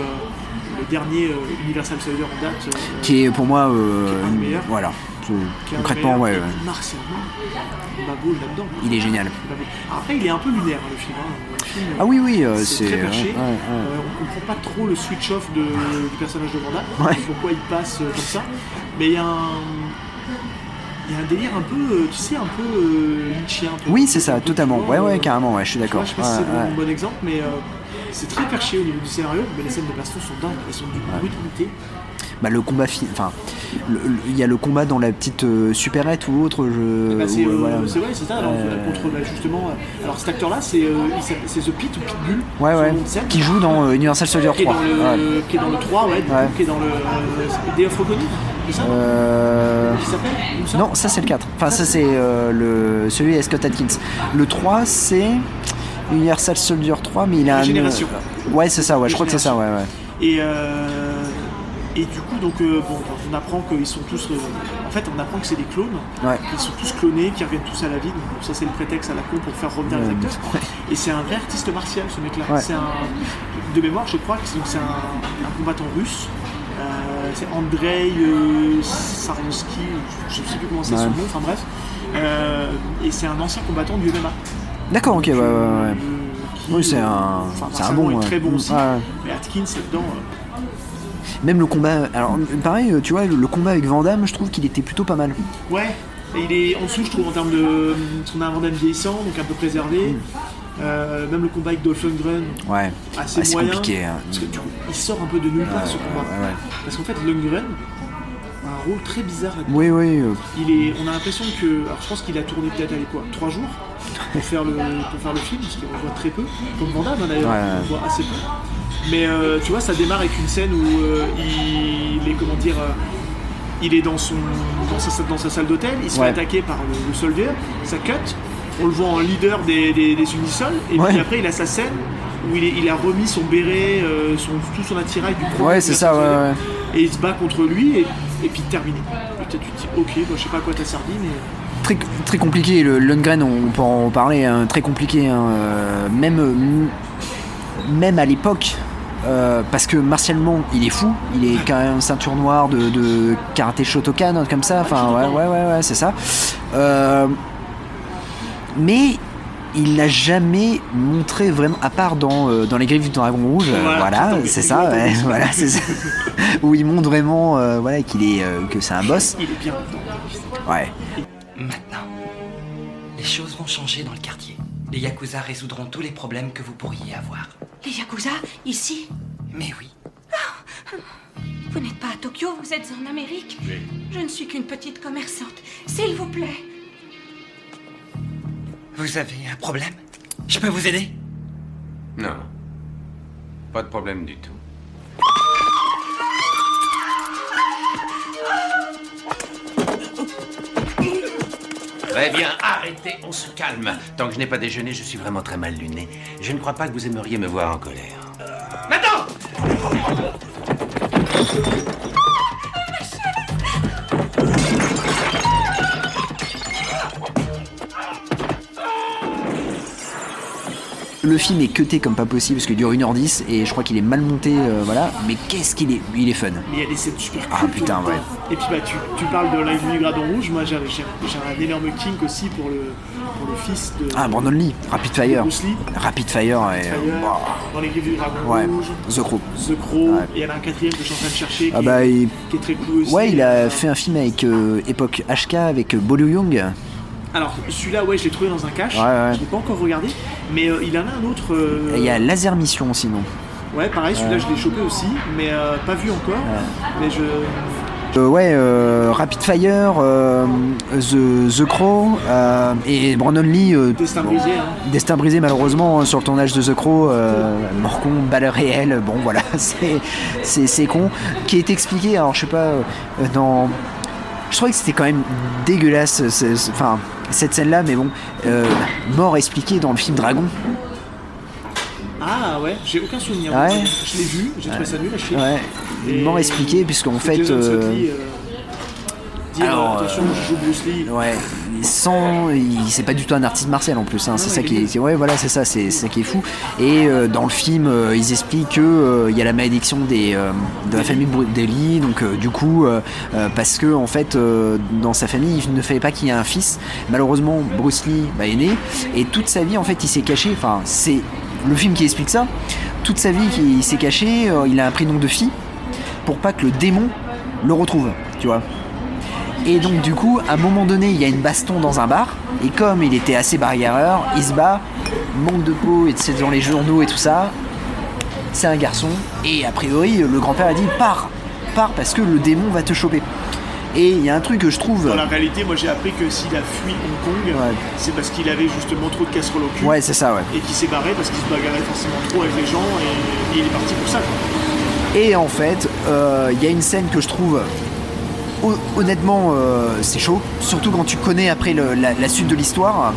[SPEAKER 4] le dernier euh, Universal Soldier en date. euh,
[SPEAKER 3] Qui est pour moi. euh,
[SPEAKER 4] Qui est un des meilleurs.
[SPEAKER 3] voilà. C'est-
[SPEAKER 4] qui est un
[SPEAKER 3] Concrètement,
[SPEAKER 4] meilleur-
[SPEAKER 3] ouais.
[SPEAKER 4] et
[SPEAKER 3] ouais.
[SPEAKER 4] puis Martialement, Baboul là-dedans.
[SPEAKER 3] Il est génial.
[SPEAKER 4] Baboul. Après, il est un peu lunaire hein, le film. hein. Le film,
[SPEAKER 3] Ah oui, oui, euh,
[SPEAKER 4] c'est
[SPEAKER 3] c'est.
[SPEAKER 4] très
[SPEAKER 3] ouais,
[SPEAKER 4] perché.
[SPEAKER 3] ouais, ouais.
[SPEAKER 4] Euh, on comprend pas trop le switch off de- du personnage de Vanda,
[SPEAKER 3] Ouais.
[SPEAKER 4] pourquoi il passe euh, comme ça. Mais il y a un. Il y a un délire un peu, euh, tu sais, un peu euh, lynchien. un peu.
[SPEAKER 3] Oui, c'est ça,
[SPEAKER 4] Un peu,
[SPEAKER 3] totalement.
[SPEAKER 4] tu
[SPEAKER 3] Ouais,
[SPEAKER 4] vois,
[SPEAKER 3] ouais,
[SPEAKER 4] euh,
[SPEAKER 3] carrément, ouais, je suis
[SPEAKER 4] tu vois,
[SPEAKER 3] d'accord.
[SPEAKER 4] Je sais pas
[SPEAKER 3] Ouais,
[SPEAKER 4] si c'est
[SPEAKER 3] ouais.
[SPEAKER 4] un bon exemple, mais euh, c'est très perché au niveau du scénario, mais les scènes de baston sont dingues, elles sont d'une brutalité.
[SPEAKER 3] Bah, le combat fi- enfin le- le- il y a le combat dans la petite euh, supérette ou autre je
[SPEAKER 4] Bah, c'est
[SPEAKER 3] ou,
[SPEAKER 4] euh,
[SPEAKER 3] voilà.
[SPEAKER 4] c'est vrai, c'est ça. Alors,
[SPEAKER 3] Euh,
[SPEAKER 4] contre, bah, justement, euh, alors cet acteur-là, c'est euh, il s'appelle- c'est The Pit ou Pitbull.
[SPEAKER 3] ouais
[SPEAKER 4] son
[SPEAKER 3] ouais
[SPEAKER 4] nom de scène,
[SPEAKER 3] qui joue dans euh, Universal Soldier
[SPEAKER 4] qui est
[SPEAKER 3] 3
[SPEAKER 4] dans le,
[SPEAKER 3] Ouais.
[SPEAKER 4] qui est dans le 3, ouais, du coup,
[SPEAKER 3] Ouais.
[SPEAKER 4] qui est dans le euh, Day of Reckoning, c'est ça
[SPEAKER 3] Euh,
[SPEAKER 4] Qui s'appelle il me semble
[SPEAKER 3] non ça c'est le 4 enfin ça c'est euh, le celui avec Scott Atkins le 3 c'est Universal Soldier 3 mais il a un euh,
[SPEAKER 4] Génération.
[SPEAKER 3] ouais c'est ça ouais je crois que c'est ça ouais ouais
[SPEAKER 4] Et, euh, et du coup, donc, euh, bon, on apprend qu'ils sont tous. euh, en fait, on apprend que c'est des clones.
[SPEAKER 3] Ouais.
[SPEAKER 4] Ils sont tous clonés, qui reviennent tous à la vie. Donc, ça, c'est le prétexte à la con pour faire revenir les
[SPEAKER 3] Ouais.
[SPEAKER 4] acteurs. Et c'est un vrai artiste martial, ce mec-là.
[SPEAKER 3] Ouais.
[SPEAKER 4] C'est un. De mémoire, je crois que c'est donc c'est un, un combattant russe. Euh, c'est Andrei euh, Sarnowski, ou je ne sais plus comment c'est
[SPEAKER 3] Ouais.
[SPEAKER 4] son nom, enfin bref. Euh, et c'est un ancien combattant du MMA.
[SPEAKER 3] d'accord ok ouais ouais, ouais.
[SPEAKER 4] Euh, Qui,
[SPEAKER 3] Oui, c'est
[SPEAKER 4] euh,
[SPEAKER 3] un-
[SPEAKER 4] enfin,
[SPEAKER 3] c'est un
[SPEAKER 4] Marcel Blanc
[SPEAKER 3] bon,
[SPEAKER 4] est
[SPEAKER 3] ouais. Mm,
[SPEAKER 4] très bon aussi.
[SPEAKER 3] Ouais.
[SPEAKER 4] Mais Atkins, c'est dedans. euh,
[SPEAKER 3] même le combat alors pareil euh, tu vois le combat avec Van Damme je trouve qu'il était plutôt pas mal
[SPEAKER 4] Ouais, et il est en dessous, je trouve, en termes de. Son avant d'âme vieillissant, donc un peu préservé. Euh, même le combat avec Dolph Lundgren,
[SPEAKER 3] ouais
[SPEAKER 4] assez
[SPEAKER 3] Ah, c'est
[SPEAKER 4] moyen.
[SPEAKER 3] compliqué, hein.
[SPEAKER 4] Parce que du coup, il sort un peu de nulle part ce combat.
[SPEAKER 3] ouais, ouais.
[SPEAKER 4] Parce qu'en fait, Lundgren a un rôle très bizarre là-dedans.
[SPEAKER 3] oui oui euh,
[SPEAKER 4] Il est, on a l'impression que. Alors je pense qu'il a tourné peut-être avec quoi Trois jours pour faire le, pour faire le film, parce qu'on voit très peu. Comme Van Damme hein, d'ailleurs,
[SPEAKER 3] Ouais.
[SPEAKER 4] on voit assez peu. Mais euh, tu vois, ça démarre avec une scène où euh, il est comment dire. euh, il est dans, son, dans, sa, sa- dans sa salle d'hôtel, il se
[SPEAKER 3] Ouais.
[SPEAKER 4] fait attaquer par le, le soldier, ça cut, on le voit en leader des, des, des Unisols, et
[SPEAKER 3] Ouais.
[SPEAKER 4] puis après il a sa scène où il, est- il a remis son béret, euh, son, tout son attirail du premier
[SPEAKER 3] Ouais, c'est ça,
[SPEAKER 4] soldier.
[SPEAKER 3] ouais, ouais.
[SPEAKER 4] Et il se bat contre lui et, et puis terminé. Et peut-être tu te dis, ok, bon, je sais pas à quoi t'as servi, mais.
[SPEAKER 3] Très, très compliqué, le Lundgren, on peut en parler, hein, très compliqué, hein, euh, même, euh, même à l'époque, euh, parce que martialement, il est fou, il est quand même ceinture noire de, de karaté Shotokan, hein, comme ça, enfin, ouais, ouais, ouais, ouais, c'est ça. Euh, mais il n'a jamais montré vraiment, à part dans, euh, dans Les Griffes du Dragon Rouge, euh,
[SPEAKER 4] Voilà,
[SPEAKER 3] voilà,
[SPEAKER 4] putain, mais
[SPEAKER 3] c'est
[SPEAKER 4] c'est
[SPEAKER 3] ça,
[SPEAKER 4] rigolo,
[SPEAKER 3] ouais,
[SPEAKER 4] mais c'est-
[SPEAKER 3] voilà, c'est ça, où il montre vraiment, euh, voilà, qu'il est, euh, que c'est un boss,
[SPEAKER 4] Il est bien.
[SPEAKER 3] ouais.
[SPEAKER 9] Maintenant, les choses vont changer dans le quartier. Les Yakuza résoudront tous les problèmes que vous pourriez avoir.
[SPEAKER 10] Les Yakuza, ici Oh.
[SPEAKER 9] Mais oui,
[SPEAKER 10] Vous n'êtes pas à Tokyo, vous êtes en Amérique Je ne suis qu'une petite commerçante. S'il vous plaît.
[SPEAKER 9] vous avez un problème Je peux vous aider
[SPEAKER 11] Non. Pas de problème du tout. Très bien, arrêtez, on se calme. Tant que je n'ai pas déjeuné, je suis vraiment très mal luné. Je ne crois pas que vous aimeriez me voir en colère.
[SPEAKER 9] Maintenant
[SPEAKER 3] Le film est cuté comme pas possible parce qu'il dure 1h10 et je crois qu'il est mal monté, euh, voilà. Mais qu'est-ce qu'il est, il est fun.
[SPEAKER 4] Mais il y a des scènes super
[SPEAKER 3] Ah,
[SPEAKER 4] cool tout
[SPEAKER 3] putain,
[SPEAKER 4] le temps.
[SPEAKER 3] ouais.
[SPEAKER 4] Et puis bah tu, tu parles de la du Gradon Rouge, moi j'ai j'ai- j'ai un énorme kink aussi pour le, pour le fils de
[SPEAKER 3] Ah, Brandon Lee, Rapid Fire.
[SPEAKER 4] Bruce Lee.
[SPEAKER 3] Rapid Fire et. euh,
[SPEAKER 4] D'ailleurs, dans les griffes du dragon
[SPEAKER 3] Ouais,
[SPEAKER 4] rouge,
[SPEAKER 3] The Crow.
[SPEAKER 4] The Crow,
[SPEAKER 3] Ouais.
[SPEAKER 4] et il y en a un quatrième que je suis en train de chercher qui,
[SPEAKER 3] Ah bah,
[SPEAKER 4] est,
[SPEAKER 3] il-
[SPEAKER 4] qui est très cool aussi.
[SPEAKER 3] Ouais, il
[SPEAKER 4] Euh,
[SPEAKER 3] a fait un film avec euh, époque HK avec euh, Bolu Young.
[SPEAKER 4] Alors celui-là, ouais, je l'ai trouvé dans un cache,
[SPEAKER 3] Ouais, ouais.
[SPEAKER 4] je l'ai pas encore regardé, mais euh, il en a un autre. euh,
[SPEAKER 3] Et Il y a Laser Mission sinon.
[SPEAKER 4] Ouais, pareil, celui-là je l'ai chopé aussi, mais euh, pas vu encore. Mais je.
[SPEAKER 3] Euh, ouais, euh, Rapid Fire, euh, The, The Crow euh, et Brandon Lee. euh,
[SPEAKER 4] Destin
[SPEAKER 3] bon,
[SPEAKER 4] brisé, hein.
[SPEAKER 3] Destin brisé malheureusement hein, sur le tournage de The Crow, euh, Morcon, balle réelle, bon voilà, c'est- c'est c'est con. Qui est expliqué, alors je sais pas, euh, dans. Je trouvais que c'était quand même dégueulasse, euh, ce- ce- enfin, cette scène-là, mais bon, euh, mort expliqué dans le film Dragon.
[SPEAKER 4] Ah ouais, j'ai aucun souvenir.
[SPEAKER 3] Ouais.
[SPEAKER 4] Je l'ai vu, j'ai trouvé ça nul à chier.
[SPEAKER 3] Ouais,
[SPEAKER 4] Et-
[SPEAKER 3] mort expliqué, puisqu'en
[SPEAKER 4] C'est
[SPEAKER 3] fait.
[SPEAKER 4] Jason
[SPEAKER 3] euh,
[SPEAKER 4] Sudeikis, euh, dire,
[SPEAKER 3] alors,
[SPEAKER 4] euh, attention, je joue Bruce Lee.
[SPEAKER 3] Ouais, sans, il- c'est pas du tout un artiste martial en plus. hein, c'est ça qui est, ouais, voilà, c'est ça, c'est c'est ça qui est fou. Et euh, dans le film, euh, ils expliquent que euh, il y a la malédiction des euh, de la famille Bru- d'Eli. Donc euh, du coup, euh, euh, parce que en fait, euh, dans sa famille, il ne fallait pas qu'il y ait un fils. Malheureusement, Bruce Lee bah, est né et toute sa vie, en fait, il s'est caché. Enfin, c'est le film qui explique ça. Toute sa vie, il s'est caché. euh, il a un prénom de fille pour pas que le démon le retrouve. Tu vois. Et donc du coup, à un moment donné, il y a une baston dans un bar, et comme il était assez barriéreur, il se bat, manque de peau, et c'est dans les journaux et tout ça, c'est un garçon, et a priori, le grand-père a dit, pars, pars, parce que le démon va te choper. Et il y a un truc que je trouve...
[SPEAKER 4] Dans la réalité, moi j'ai appris que s'il a fui Hong Kong,
[SPEAKER 3] Ouais.
[SPEAKER 4] c'est parce qu'il avait justement trop de casseroles au cul.
[SPEAKER 3] Ouais, c'est ça, ouais.
[SPEAKER 4] et qui s'est barré parce qu'il se bagarrait forcément trop avec les gens et, et il est parti pour ça. quoi.
[SPEAKER 3] Et en fait, euh, il y a une scène que je trouve hon- honnêtement euh, c'est chaud, surtout quand tu connais après le- la, la suite de l'histoire.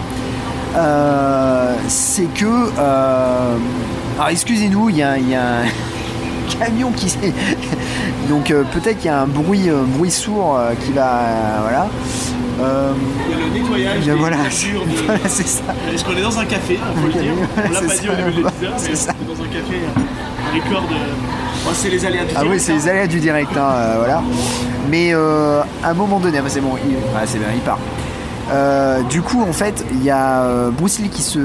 [SPEAKER 3] Euh, c'est que euh, alors excusez-nous, il y a, il y a un camion qui s'est- donc euh, peut-être qu'il y a un bruit euh, bruit sourd euh, qui va voilà. Euh,
[SPEAKER 4] Il y a le nettoyage,
[SPEAKER 3] bien
[SPEAKER 4] des
[SPEAKER 3] Ben voilà,
[SPEAKER 4] chaussures, des-
[SPEAKER 3] Voilà, c'est ça.
[SPEAKER 4] Parce qu'on est dans un café, hein, faut le dire. On l'a
[SPEAKER 3] C'est
[SPEAKER 4] pas
[SPEAKER 3] ça.
[SPEAKER 4] dit au début de l'épisode,
[SPEAKER 3] C'est
[SPEAKER 4] mais
[SPEAKER 3] ça.
[SPEAKER 4] on est dans un café, euh, un record de. Oh, c'est les aléas du
[SPEAKER 3] Ah
[SPEAKER 4] direct,
[SPEAKER 3] oui, c'est
[SPEAKER 4] hein.
[SPEAKER 3] les aléas du direct, hein, euh, voilà. Mais euh, à un moment donné, ah bah c'est bon, il, ah, c'est bien, il part. Euh, du coup, en fait, il y a euh, Bruce Lee qui se.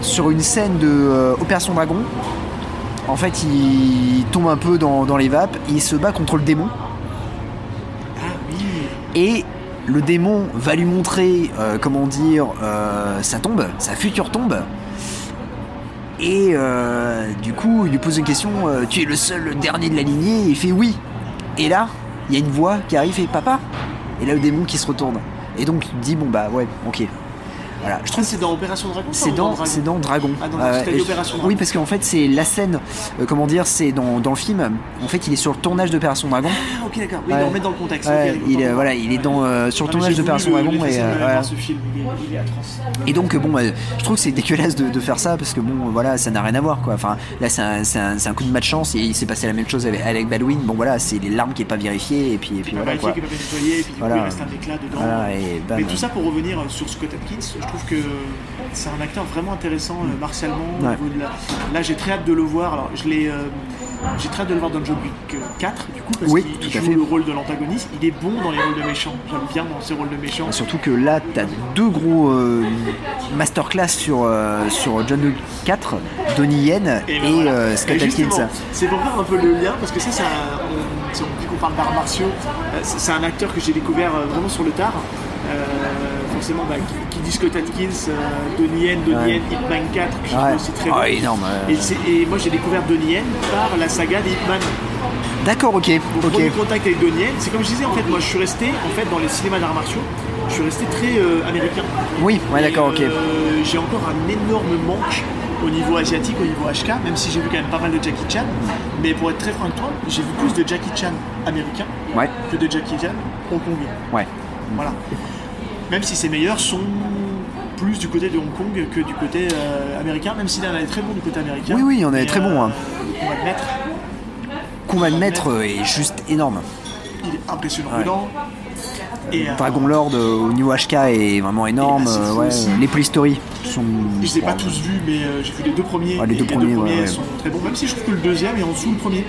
[SPEAKER 3] Sur une scène de euh, Opération Dragon, en fait, il tombe un peu dans, dans les vapes, il se bat contre le démon.
[SPEAKER 4] Ah
[SPEAKER 3] Et le démon va lui montrer, euh, comment dire, euh, sa tombe, sa future tombe. Et euh, du coup, il lui pose une question euh, Tu es le seul, le dernier de la lignée Et il fait Oui. Et là, il y a une voix qui arrive et Papa Et là, le démon qui se retourne. Et donc, il dit Bon, bah ouais, ok. Voilà. Je
[SPEAKER 4] Ah,
[SPEAKER 3] trouve
[SPEAKER 4] c'est dans Opération Dragon ça,
[SPEAKER 3] c'est
[SPEAKER 4] ou
[SPEAKER 3] dans,
[SPEAKER 4] Dragon
[SPEAKER 3] c'est dans Dragon.
[SPEAKER 4] Ah, dans-
[SPEAKER 3] Ah ouais,
[SPEAKER 4] c'était
[SPEAKER 3] et je-
[SPEAKER 4] l'opération Dragon.
[SPEAKER 3] oui, parce qu'en fait, c'est la scène, euh, comment dire, c'est dans, dans le film. En fait, il est sur le tournage d'Opération Dragon.
[SPEAKER 4] Ah, ok, d'accord. Oui,
[SPEAKER 3] Ouais.
[SPEAKER 4] on remet dans le contexte.
[SPEAKER 3] Ouais, il,
[SPEAKER 4] ok, autant
[SPEAKER 3] est-
[SPEAKER 4] pour
[SPEAKER 3] voilà,
[SPEAKER 4] moi.
[SPEAKER 3] il est dans, euh, sur le
[SPEAKER 4] Ah, mais
[SPEAKER 3] tournée
[SPEAKER 4] j'ai
[SPEAKER 3] de
[SPEAKER 4] voulu
[SPEAKER 3] Opération
[SPEAKER 4] le-
[SPEAKER 3] Dragon
[SPEAKER 4] l'effacer
[SPEAKER 3] et,
[SPEAKER 4] de
[SPEAKER 3] euh,
[SPEAKER 4] ma mémoire,
[SPEAKER 3] voilà.
[SPEAKER 4] ce film, il est, il est atroce.
[SPEAKER 3] Et donc, bon, bah, je trouve que c'est dégueulasse de, de faire ça parce que bon, voilà, ça n'a rien à voir quoi. Enfin, là, c'est un, c'est un- c'est un coup de match chance et il s'est passé la même chose avec, avec Baldwin. Bon, voilà, c'est les larmes qui est pas vérifiée et puis, et puis
[SPEAKER 4] Il
[SPEAKER 3] voilà quoi.
[SPEAKER 4] vérifié qu'il avait nettoyé, et puis du
[SPEAKER 3] Voilà.
[SPEAKER 4] coup, il reste un éclat dedans.
[SPEAKER 3] Voilà, et ben bam.
[SPEAKER 4] Mais tout ça pour revenir euh, sur Scott Atkins, je trouve que c'est un acteur vraiment intéressant euh, martialement. au
[SPEAKER 3] Ouais.
[SPEAKER 4] niveau de la- Là, j'ai très hâte de le voir. Alors, je l'ai, euh, J'ai très hâte de le voir dans John Wick 4, du coup, parce
[SPEAKER 3] Oui,
[SPEAKER 4] qu'il
[SPEAKER 3] tout
[SPEAKER 4] joue
[SPEAKER 3] à fait.
[SPEAKER 4] le rôle de l'antagoniste. Il est bon dans les rôles de méchants. J'aime bien dans ses rôles de méchants.
[SPEAKER 3] Surtout que là, t'as deux gros euh, masterclass sur, euh, sur John Wick 4, Donnie Yen et,
[SPEAKER 4] ben voilà.
[SPEAKER 3] euh,
[SPEAKER 4] Et
[SPEAKER 3] Scott
[SPEAKER 4] justement,
[SPEAKER 3] Adkins.
[SPEAKER 4] C'est pour faire un peu le lien, parce que ça, ça on, si on dit qu'on parle d'arts martiaux, euh, c'est c'est un acteur que j'ai découvert euh, vraiment sur le tard. Euh, forcément, bah, qui, qui dit Scott Atkins, euh, Donnie Yen, Donnie
[SPEAKER 3] Ouais.
[SPEAKER 4] Yen, Hitman 4, que je
[SPEAKER 3] Ouais.
[SPEAKER 4] trouve aussi très
[SPEAKER 3] Ah,
[SPEAKER 4] bon.
[SPEAKER 3] énorme, ouais.
[SPEAKER 4] Et, c'est- et moi, j'ai découvert Donnie Yen par la saga des Hitman.
[SPEAKER 3] D'accord, ok,
[SPEAKER 4] Mon
[SPEAKER 3] ok.
[SPEAKER 4] premier contact avec Donnie Yen, c'est comme je disais, en fait, moi, je suis resté en fait, dans les cinémas d'arts martiaux, je suis resté très euh, américain.
[SPEAKER 3] Oui, ouais,
[SPEAKER 4] Et,
[SPEAKER 3] d'accord, ok.
[SPEAKER 4] euh, j'ai encore un énorme manque au niveau asiatique, au niveau HK, même si j'ai vu quand même pas mal de Jackie Chan. Mais pour être très franc avec toi, j'ai vu plus de Jackie Chan américain
[SPEAKER 3] Ouais.
[SPEAKER 4] que de Jackie Chan hongkongais.
[SPEAKER 3] Ouais.
[SPEAKER 4] Voilà. Même si ses meilleurs sont plus du côté de Hong Kong que du côté euh, américain, même s'il en a des très bons du côté américain.
[SPEAKER 3] Oui, oui, il y en a
[SPEAKER 4] Mais,
[SPEAKER 3] des très bons, hein.
[SPEAKER 4] euh, on va admettre,
[SPEAKER 3] Qu'on va le mettre euh, est juste énorme.
[SPEAKER 4] il est impressionnant
[SPEAKER 3] Ouais.
[SPEAKER 4] dedans. Et, euh,
[SPEAKER 3] Dragon Lord euh, au niveau HK est vraiment énorme.
[SPEAKER 4] c'est
[SPEAKER 3] euh,
[SPEAKER 4] fou
[SPEAKER 3] ouais,
[SPEAKER 4] aussi.
[SPEAKER 3] euh, les Police Story sont.
[SPEAKER 4] Je les ai pas tous vus, mais euh, j'ai vu les deux premiers.
[SPEAKER 3] Ouais, Ah, les
[SPEAKER 4] et
[SPEAKER 3] deux premiers, ouais, ouais.
[SPEAKER 4] sont très bons, même si je trouve que le deuxième est en dessous le premier.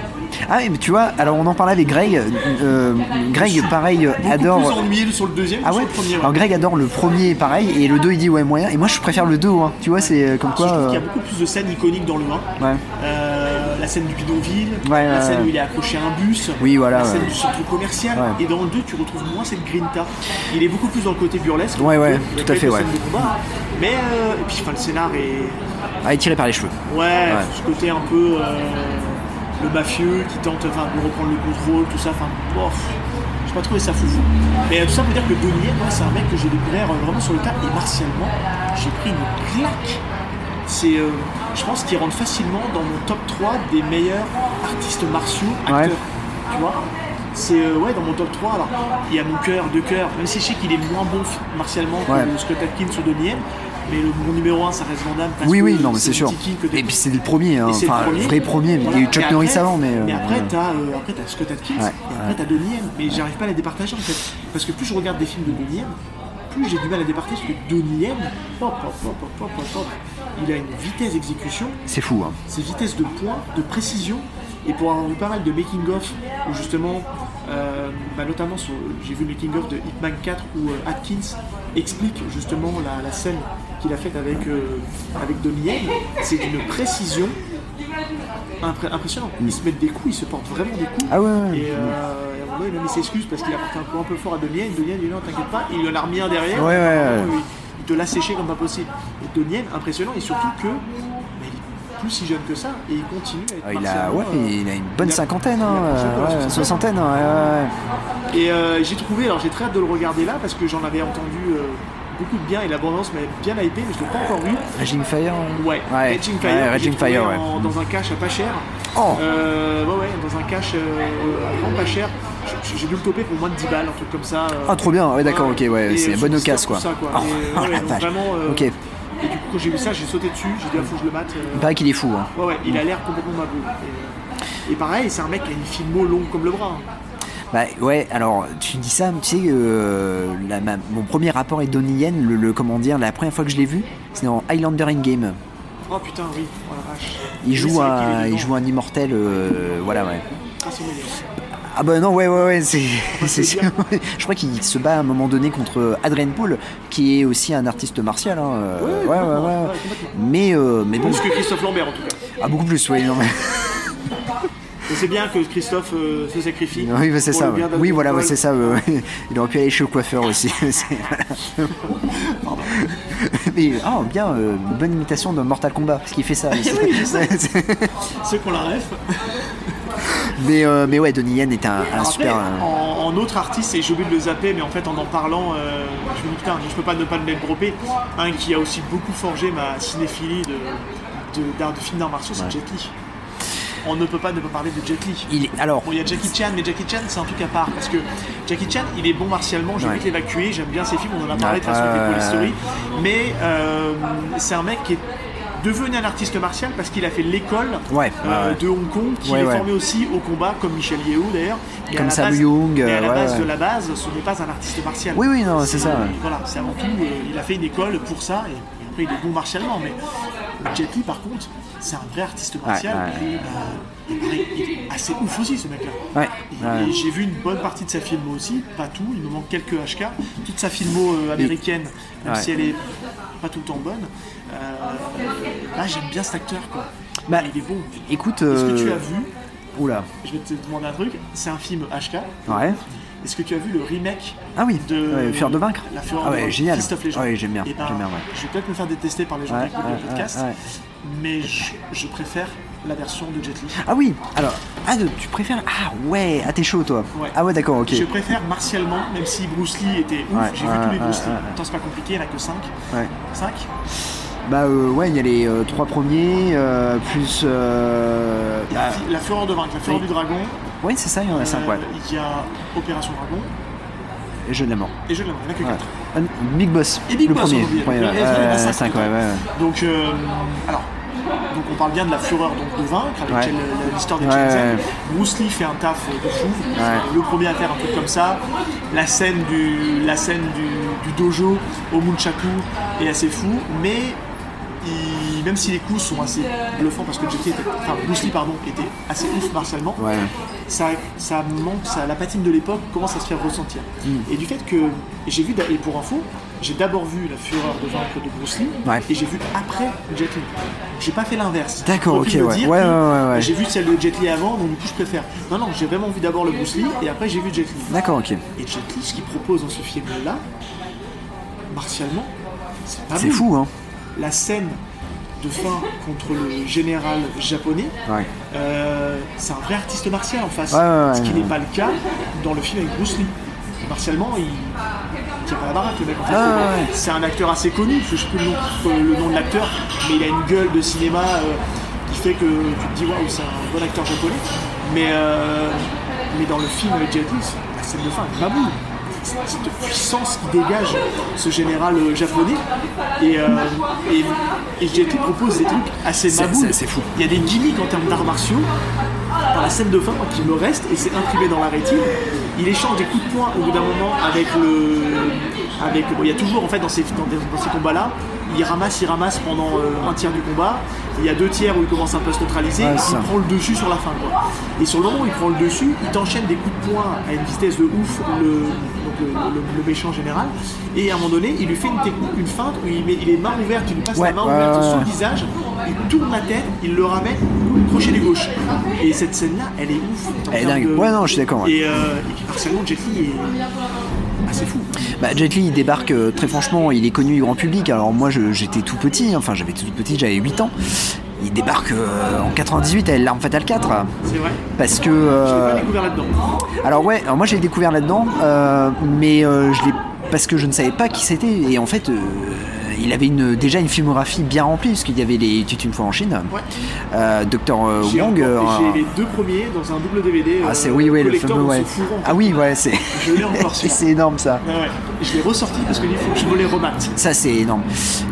[SPEAKER 3] Ah oui, mais tu vois, alors on en parlait avec Greg. euh, Greg, pareil, euh,
[SPEAKER 4] Beaucoup plus
[SPEAKER 3] adore.
[SPEAKER 4] ennuyé sur le deuxième
[SPEAKER 3] Ah
[SPEAKER 4] que
[SPEAKER 3] ouais
[SPEAKER 4] sur le premier. hein. ouais.
[SPEAKER 3] Alors Greg adore le premier, pareil, et le 2 il dit ouais moyen. Et moi je préfère le 2 hein. Tu vois, c'est euh, comme quoi.
[SPEAKER 4] Il Ah, y a
[SPEAKER 3] euh,
[SPEAKER 4] beaucoup plus de scènes iconiques dans le 1.
[SPEAKER 3] Ouais.
[SPEAKER 4] Euh, la scène du bidonville,
[SPEAKER 3] Ouais,
[SPEAKER 4] la
[SPEAKER 3] ouais,
[SPEAKER 4] scène
[SPEAKER 3] ouais.
[SPEAKER 4] où il est accroché à un bus,
[SPEAKER 3] Oui, voilà,
[SPEAKER 4] la scène
[SPEAKER 3] ouais.
[SPEAKER 4] du centre commercial.
[SPEAKER 3] Ouais.
[SPEAKER 4] Et dans le 2, tu retrouves moins cette grinta. Il est beaucoup plus dans le côté burlesque.
[SPEAKER 3] Ouais, ouais,
[SPEAKER 4] Il y a
[SPEAKER 3] tout à fait,
[SPEAKER 4] quelques
[SPEAKER 3] ouais.
[SPEAKER 4] scènes de combat, hein. Mais, euh, et puis enfin, le scénar est.
[SPEAKER 3] Ah, il est tiré par les cheveux.
[SPEAKER 4] Ouais, ce côté un peu. euh, le mafieux qui tente enfin, de reprendre le contrôle, tout ça. Enfin, bof. J'ai pas trouvé ça foufou. Mais euh, tout ça pour dire que Donnie, Yen, moi, c'est un mec que j'ai découvert euh, vraiment sur le tas. Et martialement, j'ai pris une claque. C'est, euh, je pense qu'il rentre facilement dans mon top 3 des meilleurs artistes martiaux acteurs. Tu vois C'est euh, ouais, dans mon top 3. Alors, il y a mon cœur, deux cœurs, même si je sais qu'il est moins bon martialement
[SPEAKER 3] Ouais.
[SPEAKER 4] que Scott Atkins ou Donnie Yen, mais le, mon numéro 1, ça reste Van Damme. parce
[SPEAKER 3] Oui,
[SPEAKER 4] que
[SPEAKER 3] oui, non, mais c'est
[SPEAKER 4] mon
[SPEAKER 3] sûr.
[SPEAKER 4] petit kick que t'es-
[SPEAKER 3] Et puis c'est le premier, hein.
[SPEAKER 4] Et c'est
[SPEAKER 3] enfin,
[SPEAKER 4] le premier.
[SPEAKER 3] vrai premier.
[SPEAKER 4] Voilà.
[SPEAKER 3] Il y a eu Chuck
[SPEAKER 4] Et après-
[SPEAKER 3] Norris avant, mais. euh,
[SPEAKER 4] Mais après,
[SPEAKER 3] ouais.
[SPEAKER 4] t'as euh, après, t'as Scott Atkins,
[SPEAKER 3] Ouais,
[SPEAKER 4] et après,
[SPEAKER 3] ouais.
[SPEAKER 4] t'as Donnie Yen. Mais j'arrive pas à les départager, en fait. Parce que plus je regarde des films de Donnie Yen, plus j'ai du mal à départager, parce que Donnie Yen, hop, hop, hop, hop, hop, hop, hop, il a une vitesse d'exécution,
[SPEAKER 3] C'est fou, hein.
[SPEAKER 4] ses vitesses de point, de précision. Et pour avoir vu pas mal de making-of, où justement, euh, bah, notamment, sur- j'ai vu le making-of de Hitman 4, où euh, Atkins explique justement la, la scène qu'il a faite avec, euh, avec Donnie Yen. C'est d'une précision Impré- impressionnant. Ils se mettent des coups, ils se portent vraiment des coups.
[SPEAKER 3] Ah ouais, ouais.
[SPEAKER 4] Et, euh, et à un moment, donné, même il s'excuse parce qu'il a porté un coup un peu fort à Donien. Et Donien dit non, t'inquiète pas. Et il en a remis un derrière.
[SPEAKER 3] Ouais, ouais, ouais.
[SPEAKER 4] Il, il te l'a séché comme pas possible. Et Donien, impressionnant. Et surtout que. mais il est plus si jeune que ça. Et il continue à être.
[SPEAKER 3] Ah, il a,
[SPEAKER 4] martialement,
[SPEAKER 3] ouais,
[SPEAKER 4] euh,
[SPEAKER 3] il a une bonne
[SPEAKER 4] il a-
[SPEAKER 3] cinquantaine, hein,
[SPEAKER 4] il a approché de la
[SPEAKER 3] ouais,
[SPEAKER 4] soixantaine.
[SPEAKER 3] soixantaine, hein, ouais, ouais.
[SPEAKER 4] Et euh, j'ai trouvé, alors j'ai très hâte de le regarder là parce que j'en avais entendu euh, beaucoup de bien et l'abondance m'avait bien hypé, mais je ne l'ai pas encore vu.
[SPEAKER 3] Raging Fire
[SPEAKER 4] Ouais,
[SPEAKER 3] Ouais,
[SPEAKER 4] Raging
[SPEAKER 3] ouais,
[SPEAKER 4] Fire. j'ai
[SPEAKER 3] Raging
[SPEAKER 4] trouvé
[SPEAKER 3] Fire, ouais.
[SPEAKER 4] en- Dans un cache à pas cher.
[SPEAKER 3] Oh.
[SPEAKER 4] Euh, ouais, ouais, dans un cache euh, à vraiment pas cher. J- J'ai dû le toper pour moins de 10 balles, un truc comme ça. euh.
[SPEAKER 3] Ah, trop bien, ouais, d'accord, ok, ouais,
[SPEAKER 4] Et,
[SPEAKER 3] c'est
[SPEAKER 4] euh,
[SPEAKER 3] bonne
[SPEAKER 4] sur Twitter,
[SPEAKER 3] occasion, quoi.
[SPEAKER 4] tout ça, quoi.
[SPEAKER 3] Oh,
[SPEAKER 4] Et,
[SPEAKER 3] oh,
[SPEAKER 4] ouais,
[SPEAKER 3] la
[SPEAKER 4] donc
[SPEAKER 3] vache.
[SPEAKER 4] vraiment, euh,
[SPEAKER 3] Ok.
[SPEAKER 4] Et du coup, quand j'ai vu ça, j'ai sauté dessus. J'ai dit, ah, faut que je le mate. euh.
[SPEAKER 3] Il paraît qu'il est fou, hein.
[SPEAKER 4] Ouais, ouais, il a l'air complètement mabou. Et, euh, et pareil, c'est un mec qui a une filmo longue comme le bras. hein.
[SPEAKER 3] Bah ouais, alors tu dis ça, tu sais, euh, la- ma- mon premier rapport avec Donnie Yen, le, le- comment dire, la première fois que je l'ai vu, c'est dans Highlander in Game.
[SPEAKER 4] Oh putain, oui, oh la vache.
[SPEAKER 3] Il
[SPEAKER 4] Oui, c'est
[SPEAKER 3] joue
[SPEAKER 4] vrai qu'il est
[SPEAKER 3] un, il
[SPEAKER 4] dedans.
[SPEAKER 3] joue un immortel, euh, voilà ouais.
[SPEAKER 4] Ah, c'est mignon.
[SPEAKER 3] Ah bah non, ouais, ouais, ouais, c'est c'est sûr. Je crois qu'il se bat à un moment donné contre Adrien Paul, qui est aussi un artiste martial. hein, euh, ouais, ouais, ouais, Mais, euh, mais bon,
[SPEAKER 4] Plus que Christophe Lambert en tout cas.
[SPEAKER 3] ah, beaucoup plus, ouais. non, mais-
[SPEAKER 4] Et c'est bien que Christophe euh, se sacrifie.
[SPEAKER 3] Oui, bah, c'est
[SPEAKER 4] pour
[SPEAKER 3] ça.
[SPEAKER 4] le bien
[SPEAKER 3] ouais.
[SPEAKER 4] d'Adrien
[SPEAKER 3] Oui, voilà, ouais,
[SPEAKER 4] Paul.
[SPEAKER 3] c'est ça. ouais, ouais. Il aurait pu aller chez le coiffeur aussi. c'est- voilà. Mais, oh, bien, euh, bonne imitation de Mortal Kombat, parce qu'il fait ça.
[SPEAKER 4] Oui, je sais.
[SPEAKER 3] C'est-
[SPEAKER 4] Ceux qu'on la ref.
[SPEAKER 3] Ah, mais, euh, mais ouais, Donnie Yen est un, un
[SPEAKER 4] Après,
[SPEAKER 3] super. euh,
[SPEAKER 4] en, en autre artiste, et j'ai oublié de le zapper, mais en fait en en parlant, euh, je me dis putain, je peux pas ne pas le même dropper. Un qui a aussi beaucoup forgé ma cinéphilie de, de, d'art- de films d'arts martiaux, c'est Jet Li. On ne peut pas ne pas parler de Jet Li.
[SPEAKER 3] Il est- alors-
[SPEAKER 4] Bon, il y a Jackie Chan, mais Jackie Chan, c'est un truc à part. Parce que Jackie Chan, il est bon martialement, j'ai
[SPEAKER 3] Ouais.
[SPEAKER 4] vite l'évacuer, j'aime bien ses films, on en a parlé de toute façon
[SPEAKER 3] Ouais,
[SPEAKER 4] avec
[SPEAKER 3] ouais,
[SPEAKER 4] Police
[SPEAKER 3] ouais.
[SPEAKER 4] Story. Mais euh, c'est un mec qui est devenu un artiste martial parce qu'il a fait l'école euh,
[SPEAKER 3] Ouais, ouais, ouais.
[SPEAKER 4] de Hong Kong, qui
[SPEAKER 3] Ouais,
[SPEAKER 4] est
[SPEAKER 3] ouais.
[SPEAKER 4] formé aussi au combat, comme Michel Yeo d'ailleurs. Mais
[SPEAKER 3] Comme
[SPEAKER 4] à la
[SPEAKER 3] Sam
[SPEAKER 4] base-
[SPEAKER 3] Young,
[SPEAKER 4] mais à
[SPEAKER 3] euh,
[SPEAKER 4] la
[SPEAKER 3] ouais,
[SPEAKER 4] base
[SPEAKER 3] ouais.
[SPEAKER 4] de la base, ce n'est pas un artiste martial.
[SPEAKER 3] Oui, oui, non, c'est ça, ouais.
[SPEAKER 4] Voilà, c'est avant tout, euh, il a fait une école pour ça et, et Après, il est bon martialement, mais Jet Li, par contre, c'est un vrai artiste martial.
[SPEAKER 3] Ouais, ouais.
[SPEAKER 4] Et, euh, il est- il est assez ouf aussi, ce mec-là.
[SPEAKER 3] Ouais.
[SPEAKER 4] Et-
[SPEAKER 3] ouais.
[SPEAKER 4] et J'ai vu une bonne partie de sa filmo aussi, pas tout, il me manque quelques HK. Toute sa filmo euh, américaine, même
[SPEAKER 3] Ouais.
[SPEAKER 4] si elle est pas tout le temps bonne, euh, là j'aime bien cet acteur quoi.
[SPEAKER 3] Bah,
[SPEAKER 4] il est bon.
[SPEAKER 3] Écoute.
[SPEAKER 4] Est-ce que
[SPEAKER 3] euh,
[SPEAKER 4] tu as vu,
[SPEAKER 3] Oula.
[SPEAKER 4] je vais te demander un truc, c'est un film HK.
[SPEAKER 3] Ouais.
[SPEAKER 4] Est-ce que tu as vu le remake
[SPEAKER 3] Ah oui,
[SPEAKER 4] de
[SPEAKER 3] ouais, Fureur de vaincre.
[SPEAKER 4] La Fureur
[SPEAKER 3] Ah
[SPEAKER 4] de
[SPEAKER 3] ouais,
[SPEAKER 4] vaincre,
[SPEAKER 3] génial.
[SPEAKER 4] Fist of Legend.
[SPEAKER 3] Ouais, j'aime bien,
[SPEAKER 4] Eh ben,
[SPEAKER 3] j'aime bien, ouais.
[SPEAKER 4] Je vais peut-être me faire détester par les gens
[SPEAKER 3] Ouais,
[SPEAKER 4] qui écoutent
[SPEAKER 3] ouais,
[SPEAKER 4] le podcast,
[SPEAKER 3] ouais, ouais.
[SPEAKER 4] mais je, je préfère la version de Jet Li.
[SPEAKER 3] Ah oui, alors. Ah, de- tu préfères. Ah ouais, ah t'es chaud toi.
[SPEAKER 4] Ouais.
[SPEAKER 3] Ah ouais, d'accord, ok.
[SPEAKER 4] Je préfère martialement, même si Bruce Lee était ouf,
[SPEAKER 3] Ouais,
[SPEAKER 4] j'ai
[SPEAKER 3] ouais,
[SPEAKER 4] vu tous les
[SPEAKER 3] ouais,
[SPEAKER 4] Bruce Lee.
[SPEAKER 3] ouais, ouais.
[SPEAKER 4] Tant c'est pas compliqué, il n'y en a que 5.
[SPEAKER 3] Ouais.
[SPEAKER 4] 5
[SPEAKER 3] Bah euh, ouais, il y a les euh, trois premiers, euh, plus... Euh, ah,
[SPEAKER 4] La Fureur de Vaincre, La Fureur
[SPEAKER 3] Oui.
[SPEAKER 4] du Dragon.
[SPEAKER 3] ouais, c'est ça, il y en a cinq,
[SPEAKER 4] euh,
[SPEAKER 3] ouais.
[SPEAKER 4] Il y a Opération Dragon
[SPEAKER 3] Et Jeu de la mort.
[SPEAKER 4] et je ne l'aimerais que
[SPEAKER 3] Ouais.
[SPEAKER 4] 4.
[SPEAKER 3] Ah, Big Boss,
[SPEAKER 4] Et Big
[SPEAKER 3] le
[SPEAKER 4] Boss,
[SPEAKER 3] premier.
[SPEAKER 4] on oublie.
[SPEAKER 3] Ouais,
[SPEAKER 4] Et-
[SPEAKER 3] ouais,
[SPEAKER 4] et- et-
[SPEAKER 3] ouais,
[SPEAKER 4] et- et-
[SPEAKER 3] cinq, ouais, ouais, ouais.
[SPEAKER 4] Donc, euh, alors, donc on parle bien de la fureur donc, de vaincre avec
[SPEAKER 3] Ouais.
[SPEAKER 4] Jel- la- l'histoire des
[SPEAKER 3] Ouais,
[SPEAKER 4] James Gunn.
[SPEAKER 3] ouais.
[SPEAKER 4] Bruce Lee fait un taf euh, de fou.
[SPEAKER 3] Ouais.
[SPEAKER 4] Le premier à faire un truc comme ça. La scène du, la scène du, du dojo au Munchaku est assez fou, mais il- même si les coups sont assez bluffants parce que JT était, enfin, Bruce Lee pardon, était assez ouf martialement,
[SPEAKER 3] Ouais.
[SPEAKER 4] ça, ça manque, ça, la patine de l'époque commence à se faire ressentir.
[SPEAKER 3] Mm.
[SPEAKER 4] Et du fait que et j'ai vu, d'a- et pour info, j'ai d'abord vu La Fureur de vaincre de Bruce Lee,
[SPEAKER 3] Ouais.
[SPEAKER 4] et j'ai vu après Jet Li. J'ai pas fait l'inverse.
[SPEAKER 3] D'accord,
[SPEAKER 4] Faut qu'il
[SPEAKER 3] ok,
[SPEAKER 4] le
[SPEAKER 3] ouais.
[SPEAKER 4] dise,
[SPEAKER 3] Ouais,
[SPEAKER 4] puis,
[SPEAKER 3] ouais, ouais, ouais.
[SPEAKER 4] J'ai vu celle de Jet Li avant, donc du coup je préfère. Non, non, j'ai vraiment vu d'abord le Bruce Lee, et après j'ai vu Jet Li.
[SPEAKER 3] D'accord, ok.
[SPEAKER 4] Et Jet Li, ce qu'il propose dans ce film-là, martialement, c'est pas
[SPEAKER 3] C'est
[SPEAKER 4] bon.
[SPEAKER 3] fou, hein.
[SPEAKER 4] La scène de fin contre le général japonais,
[SPEAKER 3] Ouais.
[SPEAKER 4] euh, c'est un vrai artiste martial en face.
[SPEAKER 3] Ouais, ouais, ouais,
[SPEAKER 4] ce qui
[SPEAKER 3] ouais,
[SPEAKER 4] n'est
[SPEAKER 3] ouais.
[SPEAKER 4] pas le cas dans le film avec Bruce Lee. Martialement, il il tient pas la baraque, le mec. En fait,
[SPEAKER 3] Ah, Ouais, ouais, ouais.
[SPEAKER 4] C'est un acteur assez connu, je sais plus le nom, euh, le nom de l'acteur, mais il a une gueule de cinéma euh, qui fait que tu te dis waouh, c'est un bon acteur japonais. Mais, euh, mais dans le film avec Jet Li, la scène de fin est pas bonne. Cette puissance qui dégage ce général euh, japonais. Et, euh, et, et Jet Li propose des trucs assez
[SPEAKER 3] C'est-
[SPEAKER 4] maboules.
[SPEAKER 3] c'est- c'est fou.
[SPEAKER 4] Il y a des gimmicks en termes d'arts martiaux. Dans la scène de fin, moi, qui me reste, et c'est imprimé dans la rétine, il échange des coups de poing au bout d'un moment avec le. Avec, bon, il y a toujours, en fait, dans ces, dans, dans ces combats-là, il ramasse, il ramasse pendant euh, un tiers du combat. Il y a deux tiers où il commence un peu à se neutraliser.
[SPEAKER 3] Ouais,
[SPEAKER 4] il
[SPEAKER 3] c'est ça.
[SPEAKER 4] prend le dessus sur la fin. quoi. Et sur le moment où il prend le dessus, il t'enchaîne des coups de poing à une vitesse de ouf, le, donc le, le- le méchant général. Et à un moment donné, il lui fait une technique, une feinte où il met il est main ouverte, il lui passe
[SPEAKER 3] Ouais,
[SPEAKER 4] la main
[SPEAKER 3] ouais,
[SPEAKER 4] ouverte
[SPEAKER 3] ouais,
[SPEAKER 4] sur le
[SPEAKER 3] ouais.
[SPEAKER 4] visage, il tourne la tête, il le ramène, crochet du gauche. Et cette scène-là, elle est ouf. en
[SPEAKER 3] Elle est
[SPEAKER 4] termes
[SPEAKER 3] dingue.
[SPEAKER 4] de-
[SPEAKER 3] Ouais, non, je suis d'accord, ouais.
[SPEAKER 4] Et, euh, et puis partiellement, Jet Li est assez fou.
[SPEAKER 3] Bah, Jet Li, il débarque, euh, très franchement, il est connu du grand public. Alors moi, je- j'étais tout petit, enfin j'avais tout petit, j'avais 8 ans. Il débarque euh, en 98 avec L'Arme Fatale 4.
[SPEAKER 4] C'est vrai.
[SPEAKER 3] Parce que...
[SPEAKER 4] Je l'ai
[SPEAKER 3] euh,
[SPEAKER 4] pas découvert là-dedans.
[SPEAKER 3] Alors ouais, alors moi j'ai découvert là-dedans, euh, mais euh, je l'ai parce que je ne savais pas qui c'était et en fait euh, il avait une, déjà une filmographie bien remplie parce qu'il y avait les Tut une fois en Chine, euh, Dr euh,
[SPEAKER 4] J'ai
[SPEAKER 3] Wong, euh,
[SPEAKER 4] encore- j'ai les deux premiers dans un double DVD.
[SPEAKER 3] ah c'est
[SPEAKER 4] euh,
[SPEAKER 3] oui oui le
[SPEAKER 4] collector
[SPEAKER 3] fameux
[SPEAKER 4] dans son
[SPEAKER 3] ouais.
[SPEAKER 4] fourreau, en fait.
[SPEAKER 3] ah oui ouais c'est
[SPEAKER 4] Je l'ai encore, celui-là.
[SPEAKER 3] c'est énorme ça.
[SPEAKER 4] Ouais, ouais. Je l'ai ressorti parce que il faut que je me les remate.
[SPEAKER 3] Ça c'est énorme.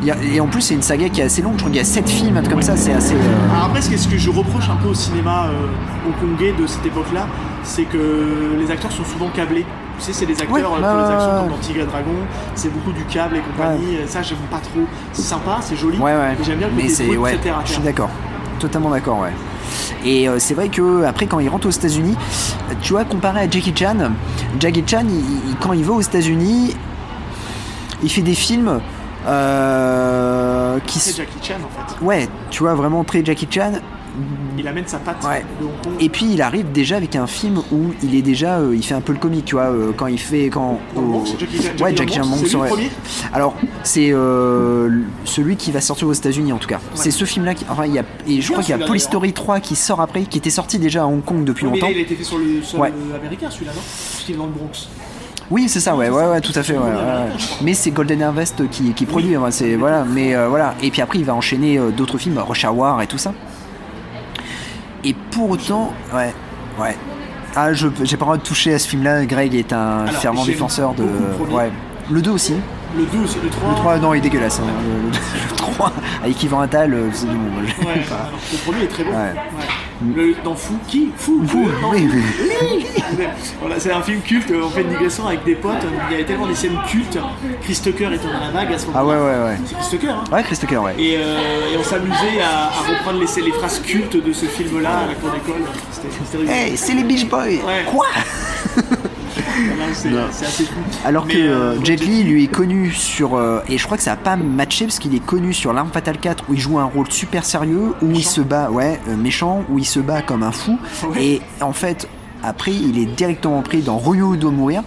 [SPEAKER 3] Il y a- Et en plus c'est une saga qui est assez longue, je crois qu'il y a 7 films, un truc comme ça, c'est assez... euh,
[SPEAKER 4] Alors après, ce que- ce que je reproche un peu au cinéma euh, hongkongais de cette époque-là, c'est que les acteurs sont souvent câblés. Tu sais, c'est des acteurs
[SPEAKER 3] Ouais,
[SPEAKER 4] euh, pour
[SPEAKER 3] bah,
[SPEAKER 4] les actions
[SPEAKER 3] ouais,
[SPEAKER 4] comme
[SPEAKER 3] ouais.
[SPEAKER 4] dans Tigre et Dragon, c'est beaucoup du câble et compagnie. Ça, j'aime pas trop. C'est sympa, c'est joli.
[SPEAKER 3] Ouais, ouais.
[SPEAKER 4] mais J'aime bien le
[SPEAKER 3] Mais
[SPEAKER 4] côté
[SPEAKER 3] c'est
[SPEAKER 4] brut,
[SPEAKER 3] ouais,
[SPEAKER 4] etc.
[SPEAKER 3] je suis d'accord, totalement d'accord, ouais. Et euh, c'est vrai que après quand il rentre aux États-Unis, tu vois comparé à Jackie Chan, Jackie Chan il- il- quand il va aux États-Unis, il fait des films euh, qui
[SPEAKER 4] C'est
[SPEAKER 3] s-
[SPEAKER 4] Jackie Chan en fait.
[SPEAKER 3] ouais, tu vois vraiment très Jackie Chan.
[SPEAKER 4] Il amène sa patte
[SPEAKER 3] Ouais.
[SPEAKER 4] de Hong Kong.
[SPEAKER 3] Et puis il arrive déjà avec un film où il est déjà, euh, il fait un peu le comique, tu vois, euh, quand il fait quand
[SPEAKER 4] Dans le Bronx, c'est Jackie Chan-
[SPEAKER 3] ouais
[SPEAKER 4] Jackie
[SPEAKER 3] Jackie Chan
[SPEAKER 4] dans le Bronx,
[SPEAKER 3] Bronx,
[SPEAKER 4] c'est lui le
[SPEAKER 3] ouais.
[SPEAKER 4] premier
[SPEAKER 3] Alors c'est euh, l- celui qui va sortir aux États-Unis en tout cas. C'est ce film-là qui, enfin il y a et je
[SPEAKER 4] Bien,
[SPEAKER 3] crois qu'il y a
[SPEAKER 4] celui-là,
[SPEAKER 3] Police Story 3 qui sort après, qui était sorti déjà à Hong Kong depuis
[SPEAKER 4] Mais
[SPEAKER 3] longtemps.
[SPEAKER 4] il a été fait sur le sol
[SPEAKER 3] Ouais.
[SPEAKER 4] américain celui-là, non Parce qu'il est dans le Bronx.
[SPEAKER 3] Oui, c'est ça, ouais, ouais, ouais, tout à fait, ouais, ouais, ouais. Mais c'est Golden Harvest qui, qui produit, ouais, c'est voilà, mais euh, voilà. Et puis après, il va enchaîner euh, d'autres films, Rush Hour et tout ça. Et pour autant, ouais, ouais. Ah, je j'ai pas le droit de toucher à ce film-là. Greg est un
[SPEAKER 4] Alors,
[SPEAKER 3] fervent
[SPEAKER 4] j'aime
[SPEAKER 3] défenseur de,
[SPEAKER 4] beaucoup le premier.
[SPEAKER 3] ouais. Le 2 aussi.
[SPEAKER 4] Le 2 aussi, le 3.
[SPEAKER 3] Le 3, non, il est dégueulasse. hein. Le, le- le 3, avec Yvan Attal, euh, c'est du monde.
[SPEAKER 4] Ouais, alors, le premier est très bon.
[SPEAKER 3] Ouais.
[SPEAKER 4] Ouais. Le, dans Fou, qui Fou, Fou, dans
[SPEAKER 3] oui,
[SPEAKER 4] Fou.
[SPEAKER 3] oui.
[SPEAKER 4] Voilà, c'est un film culte, on fait une digression avec des potes, il y avait tellement des scènes cultes, Chris Tucker était dans la vague à ce moment-là.
[SPEAKER 3] Ah ouais, ouais, ouais.
[SPEAKER 4] C'est Chris Tucker, hein
[SPEAKER 3] Ouais, Chris Tucker, ouais.
[SPEAKER 4] Et, euh, et on s'amusait à, à reprendre les, les phrases cultes de ce film-là à la cour d'école. C'était c'était rigolo.
[SPEAKER 3] Hey, c'est les Beach Boys Quoi
[SPEAKER 4] Voilà, C'est
[SPEAKER 3] Non.
[SPEAKER 4] c'est assez fou.
[SPEAKER 3] Alors
[SPEAKER 4] Mais,
[SPEAKER 3] que
[SPEAKER 4] euh,
[SPEAKER 3] euh, Jet Li, lui, est connu sur. euh, et je crois que ça a pas matché parce qu'il est connu sur L'Arme Fatale 4 où il joue un rôle super sérieux, où il se bat, ouais, euh, méchant, où il se bat comme un fou. Et en fait, après, il est directement pris dans Romeo doit mourir.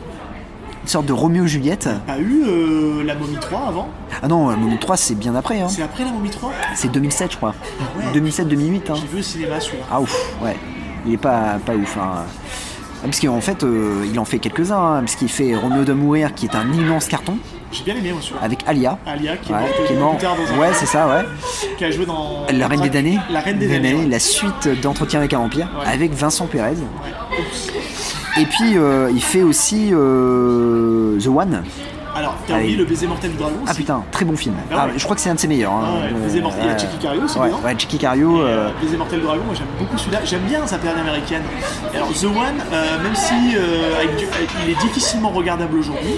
[SPEAKER 3] Une sorte de Romeo et Juliette.
[SPEAKER 4] T'as eu euh, la momie 3 avant
[SPEAKER 3] Ah non, Momie 3, c'est bien après. Hein.
[SPEAKER 4] C'est après la momie 3
[SPEAKER 3] C'est 2007, je crois. 2007-2008. Hein.
[SPEAKER 4] J'ai vu au cinéma celui-là.
[SPEAKER 3] Ah ouf, ouais. Il est pas, pas ouf. Hein. Ah, Parce qu'en fait, euh, il en fait quelques-uns. hein, parce qu'il fait Romeo doit mourir, qui est un immense carton,
[SPEAKER 4] J'ai bien aimé moi celui-là.
[SPEAKER 3] avec Alia.
[SPEAKER 4] Alia qui est
[SPEAKER 3] Ouais,
[SPEAKER 4] morte
[SPEAKER 3] qui est
[SPEAKER 4] plus
[SPEAKER 3] mort.
[SPEAKER 4] tard dans un
[SPEAKER 3] Ouais, c'est ça, ouais.
[SPEAKER 4] qui a joué dans
[SPEAKER 3] La Reine des damnés.
[SPEAKER 4] La Reine des damnés. ouais.
[SPEAKER 3] la suite d'Entretien avec un vampire,
[SPEAKER 4] Ouais.
[SPEAKER 3] avec Vincent Pérez. Et puis, euh, il fait aussi euh, The One.
[SPEAKER 4] Alors, t'as
[SPEAKER 3] Allez.
[SPEAKER 4] oublié le baiser mortel du dragon
[SPEAKER 3] Ah putain, très bon film.
[SPEAKER 4] Ah ouais.
[SPEAKER 3] Ah, je crois que c'est un de ses meilleurs. hein.
[SPEAKER 4] Ah ouais, Baiser mortel. Il y a
[SPEAKER 3] Euh,
[SPEAKER 4] Chicky Cario aussi
[SPEAKER 3] ouais,
[SPEAKER 4] dedans.
[SPEAKER 3] ouais, Chicky Cario. euh,
[SPEAKER 4] Euh, Baiser mortel du dragon, moi j'aime beaucoup celui-là. J'aime bien sa période américaine. Et Alors, The One, euh, même si euh, avec du- avec- il est difficilement regardable aujourd'hui,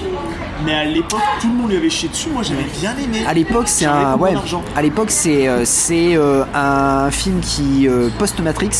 [SPEAKER 4] mais à l'époque, tout le monde lui avait chié dessus. Moi j'avais bien aimé.
[SPEAKER 3] À l'époque, c'est
[SPEAKER 4] J'avais
[SPEAKER 3] un
[SPEAKER 4] beaucoup
[SPEAKER 3] ouais.
[SPEAKER 4] d'argent.
[SPEAKER 3] À l'époque, c'est euh, c'est euh, un film qui euh, post Matrix,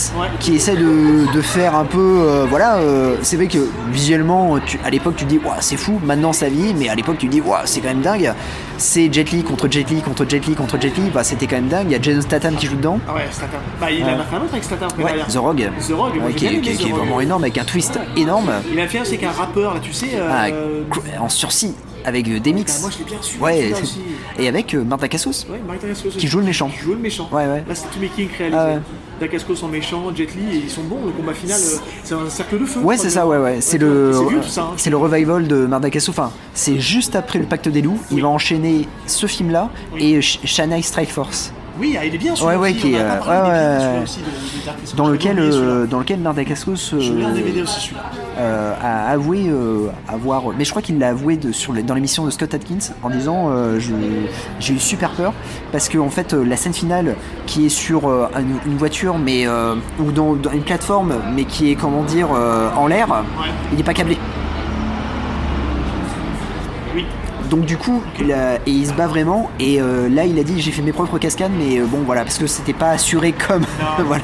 [SPEAKER 3] qui essaie de, de faire un peu euh, voilà. euh, c'est vrai que visuellement, tu- à l'époque, tu dis Ouah, c'est fou. Maintenant, ça vieillit, mais à l'époque, tu dis Ouah, c'est quand même dingue. C'est Jet Li contre Jet Li contre Jet Li contre Jet Li. Bah, c'était quand même dingue. Il y a Jason Statham qui joue dedans.
[SPEAKER 4] Ah ouais, Statham. Bah, il en a
[SPEAKER 3] Ouais.
[SPEAKER 4] fait un autre avec Statham après
[SPEAKER 3] Ouais,
[SPEAKER 4] derrière.
[SPEAKER 3] The Rogue.
[SPEAKER 4] The Rogue, moi,
[SPEAKER 3] Ouais,
[SPEAKER 4] j'ai
[SPEAKER 3] qui,
[SPEAKER 4] bien
[SPEAKER 3] est-
[SPEAKER 4] aimé
[SPEAKER 3] qui est-
[SPEAKER 4] The
[SPEAKER 3] qui est
[SPEAKER 4] Rogue.
[SPEAKER 3] vraiment énorme avec un twist énorme.
[SPEAKER 4] Il a fait un, c'est qu'un rappeur là, tu sais.
[SPEAKER 3] Ah,
[SPEAKER 4] euh, Ah,
[SPEAKER 3] cr- en sursis avec euh, des mix.
[SPEAKER 4] Moi, je l'ai bien reçu,
[SPEAKER 3] Ouais.
[SPEAKER 4] celui-là aussi.
[SPEAKER 3] Et avec euh, Martha Cassos.
[SPEAKER 4] Ouais, Marc Dacascos aussi.
[SPEAKER 3] Qui joue le méchant.
[SPEAKER 4] Qui joue le méchant. Là, c'est tout making réalisé.
[SPEAKER 3] Ah ouais.
[SPEAKER 4] Dacascos en méchant, Jet Li, et ils sont bons. Le combat final, euh, c'est un cercle de feu.
[SPEAKER 3] Ouais,
[SPEAKER 4] je
[SPEAKER 3] c'est
[SPEAKER 4] crois,
[SPEAKER 3] ça,
[SPEAKER 4] de-
[SPEAKER 3] ouais, ouais. C'est le,
[SPEAKER 4] C'est vieux tout ça. hein.
[SPEAKER 3] c'est le revival de Mardakas. Enfin, c'est juste après le Pacte des Loups. Il va enchaîner ce film-là et Sh- Shanghai Strike Force,
[SPEAKER 4] Oui, ah, il est bien celui
[SPEAKER 3] Ouais, ouais, qui est,
[SPEAKER 4] a
[SPEAKER 3] euh, ouais, ouais, ouais.
[SPEAKER 4] aussi, de- de Dark Crystal.
[SPEAKER 3] dans
[SPEAKER 4] J'ai
[SPEAKER 3] lequel,
[SPEAKER 4] oublié
[SPEAKER 3] euh,
[SPEAKER 4] celui-là.
[SPEAKER 3] dans euh, lequel euh, Mardakasos
[SPEAKER 4] Je l'ai en DVD aussi, celui-là.
[SPEAKER 3] a avoué euh, avoir. Mais je crois qu'il l'a avoué de- sur le- dans l'émission de Scott Atkins en disant euh, je- J'ai eu super peur parce que, en fait, euh, la scène finale qui est sur euh, une, une voiture, mais euh, ou dans, dans une plateforme, mais qui est, comment dire, euh, en l'air, il n'est pas câblé. Donc du coup, il a- et il se bat vraiment. Et euh, là, il a dit j'ai fait mes propres cascades, mais euh, bon voilà, parce que c'était pas assuré comme voilà.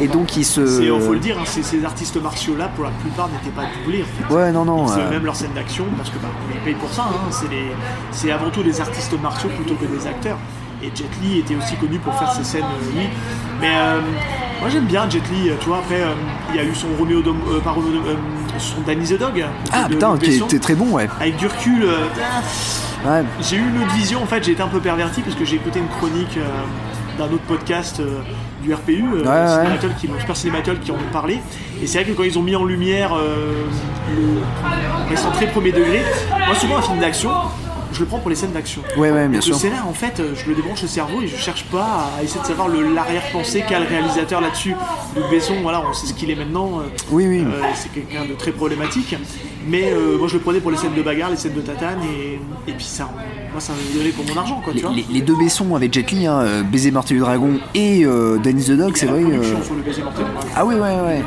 [SPEAKER 3] Et donc il se.
[SPEAKER 4] C'est, euh, faut le dire, hein, ces, ces artistes martiaux-là, pour la plupart, n'étaient pas doublés. en fait.
[SPEAKER 3] Ouais, non, non,
[SPEAKER 4] Ils faisaient
[SPEAKER 3] euh,
[SPEAKER 4] eux-mêmes leur scène d'action parce que bah, on les paye pour ça. hein. C'est, les- c'est avant tout des artistes martiaux plutôt que des acteurs. Et Jet Li était aussi connu pour faire ses scènes, euh, lui. Mais euh, moi j'aime bien Jet Li. euh, Tu vois, après, euh, il y a eu son Romeo Dom, euh, pas Romeo Dom- euh, son Danny the Dog. hein,
[SPEAKER 3] Ah
[SPEAKER 4] de
[SPEAKER 3] putain,
[SPEAKER 4] Luc
[SPEAKER 3] t'es
[SPEAKER 4] Besson.
[SPEAKER 3] t'es très bon ouais.
[SPEAKER 4] Avec du recul, euh, ah,
[SPEAKER 3] Ouais.
[SPEAKER 4] j'ai eu une autre vision. En fait, j'ai été un peu perverti parce que j'ai écouté une chronique euh, d'un autre podcast euh, du RPU, euh,
[SPEAKER 3] Ouais, ouais.
[SPEAKER 4] Cinématol, qui, Super Cinématol, qui en ont parlé. Et c'est vrai que quand ils ont mis en lumière euh, le récentré premier degré, moi souvent un film d'action, je le prends pour les scènes d'action.
[SPEAKER 3] Ouais, ouais, bien
[SPEAKER 4] Donc,
[SPEAKER 3] sûr.
[SPEAKER 4] Le scénar, en fait, euh, je le débranche le cerveau et je cherche pas à essayer de savoir le- l'arrière-pensée qu'a le réalisateur là-dessus. Luc Besson, voilà, on sait ce qu'il est maintenant. euh,
[SPEAKER 3] Oui, oui.
[SPEAKER 4] euh, c'est quelqu'un de très problématique. Mais euh, moi, je le prenais pour les scènes de bagarre, les scènes de tatane, et, et puis ça, moi, ça me donnait pour mon argent, quoi, tu
[SPEAKER 3] Les,
[SPEAKER 4] vois.
[SPEAKER 3] les- les deux baissons avec Jet Li, hein, euh, Baiser Marty du Dragon et euh, Danny the Dog, c'est vrai.
[SPEAKER 4] Production
[SPEAKER 3] euh,
[SPEAKER 4] sur le baiser mortel.
[SPEAKER 3] Ah oui, ouais, ouais.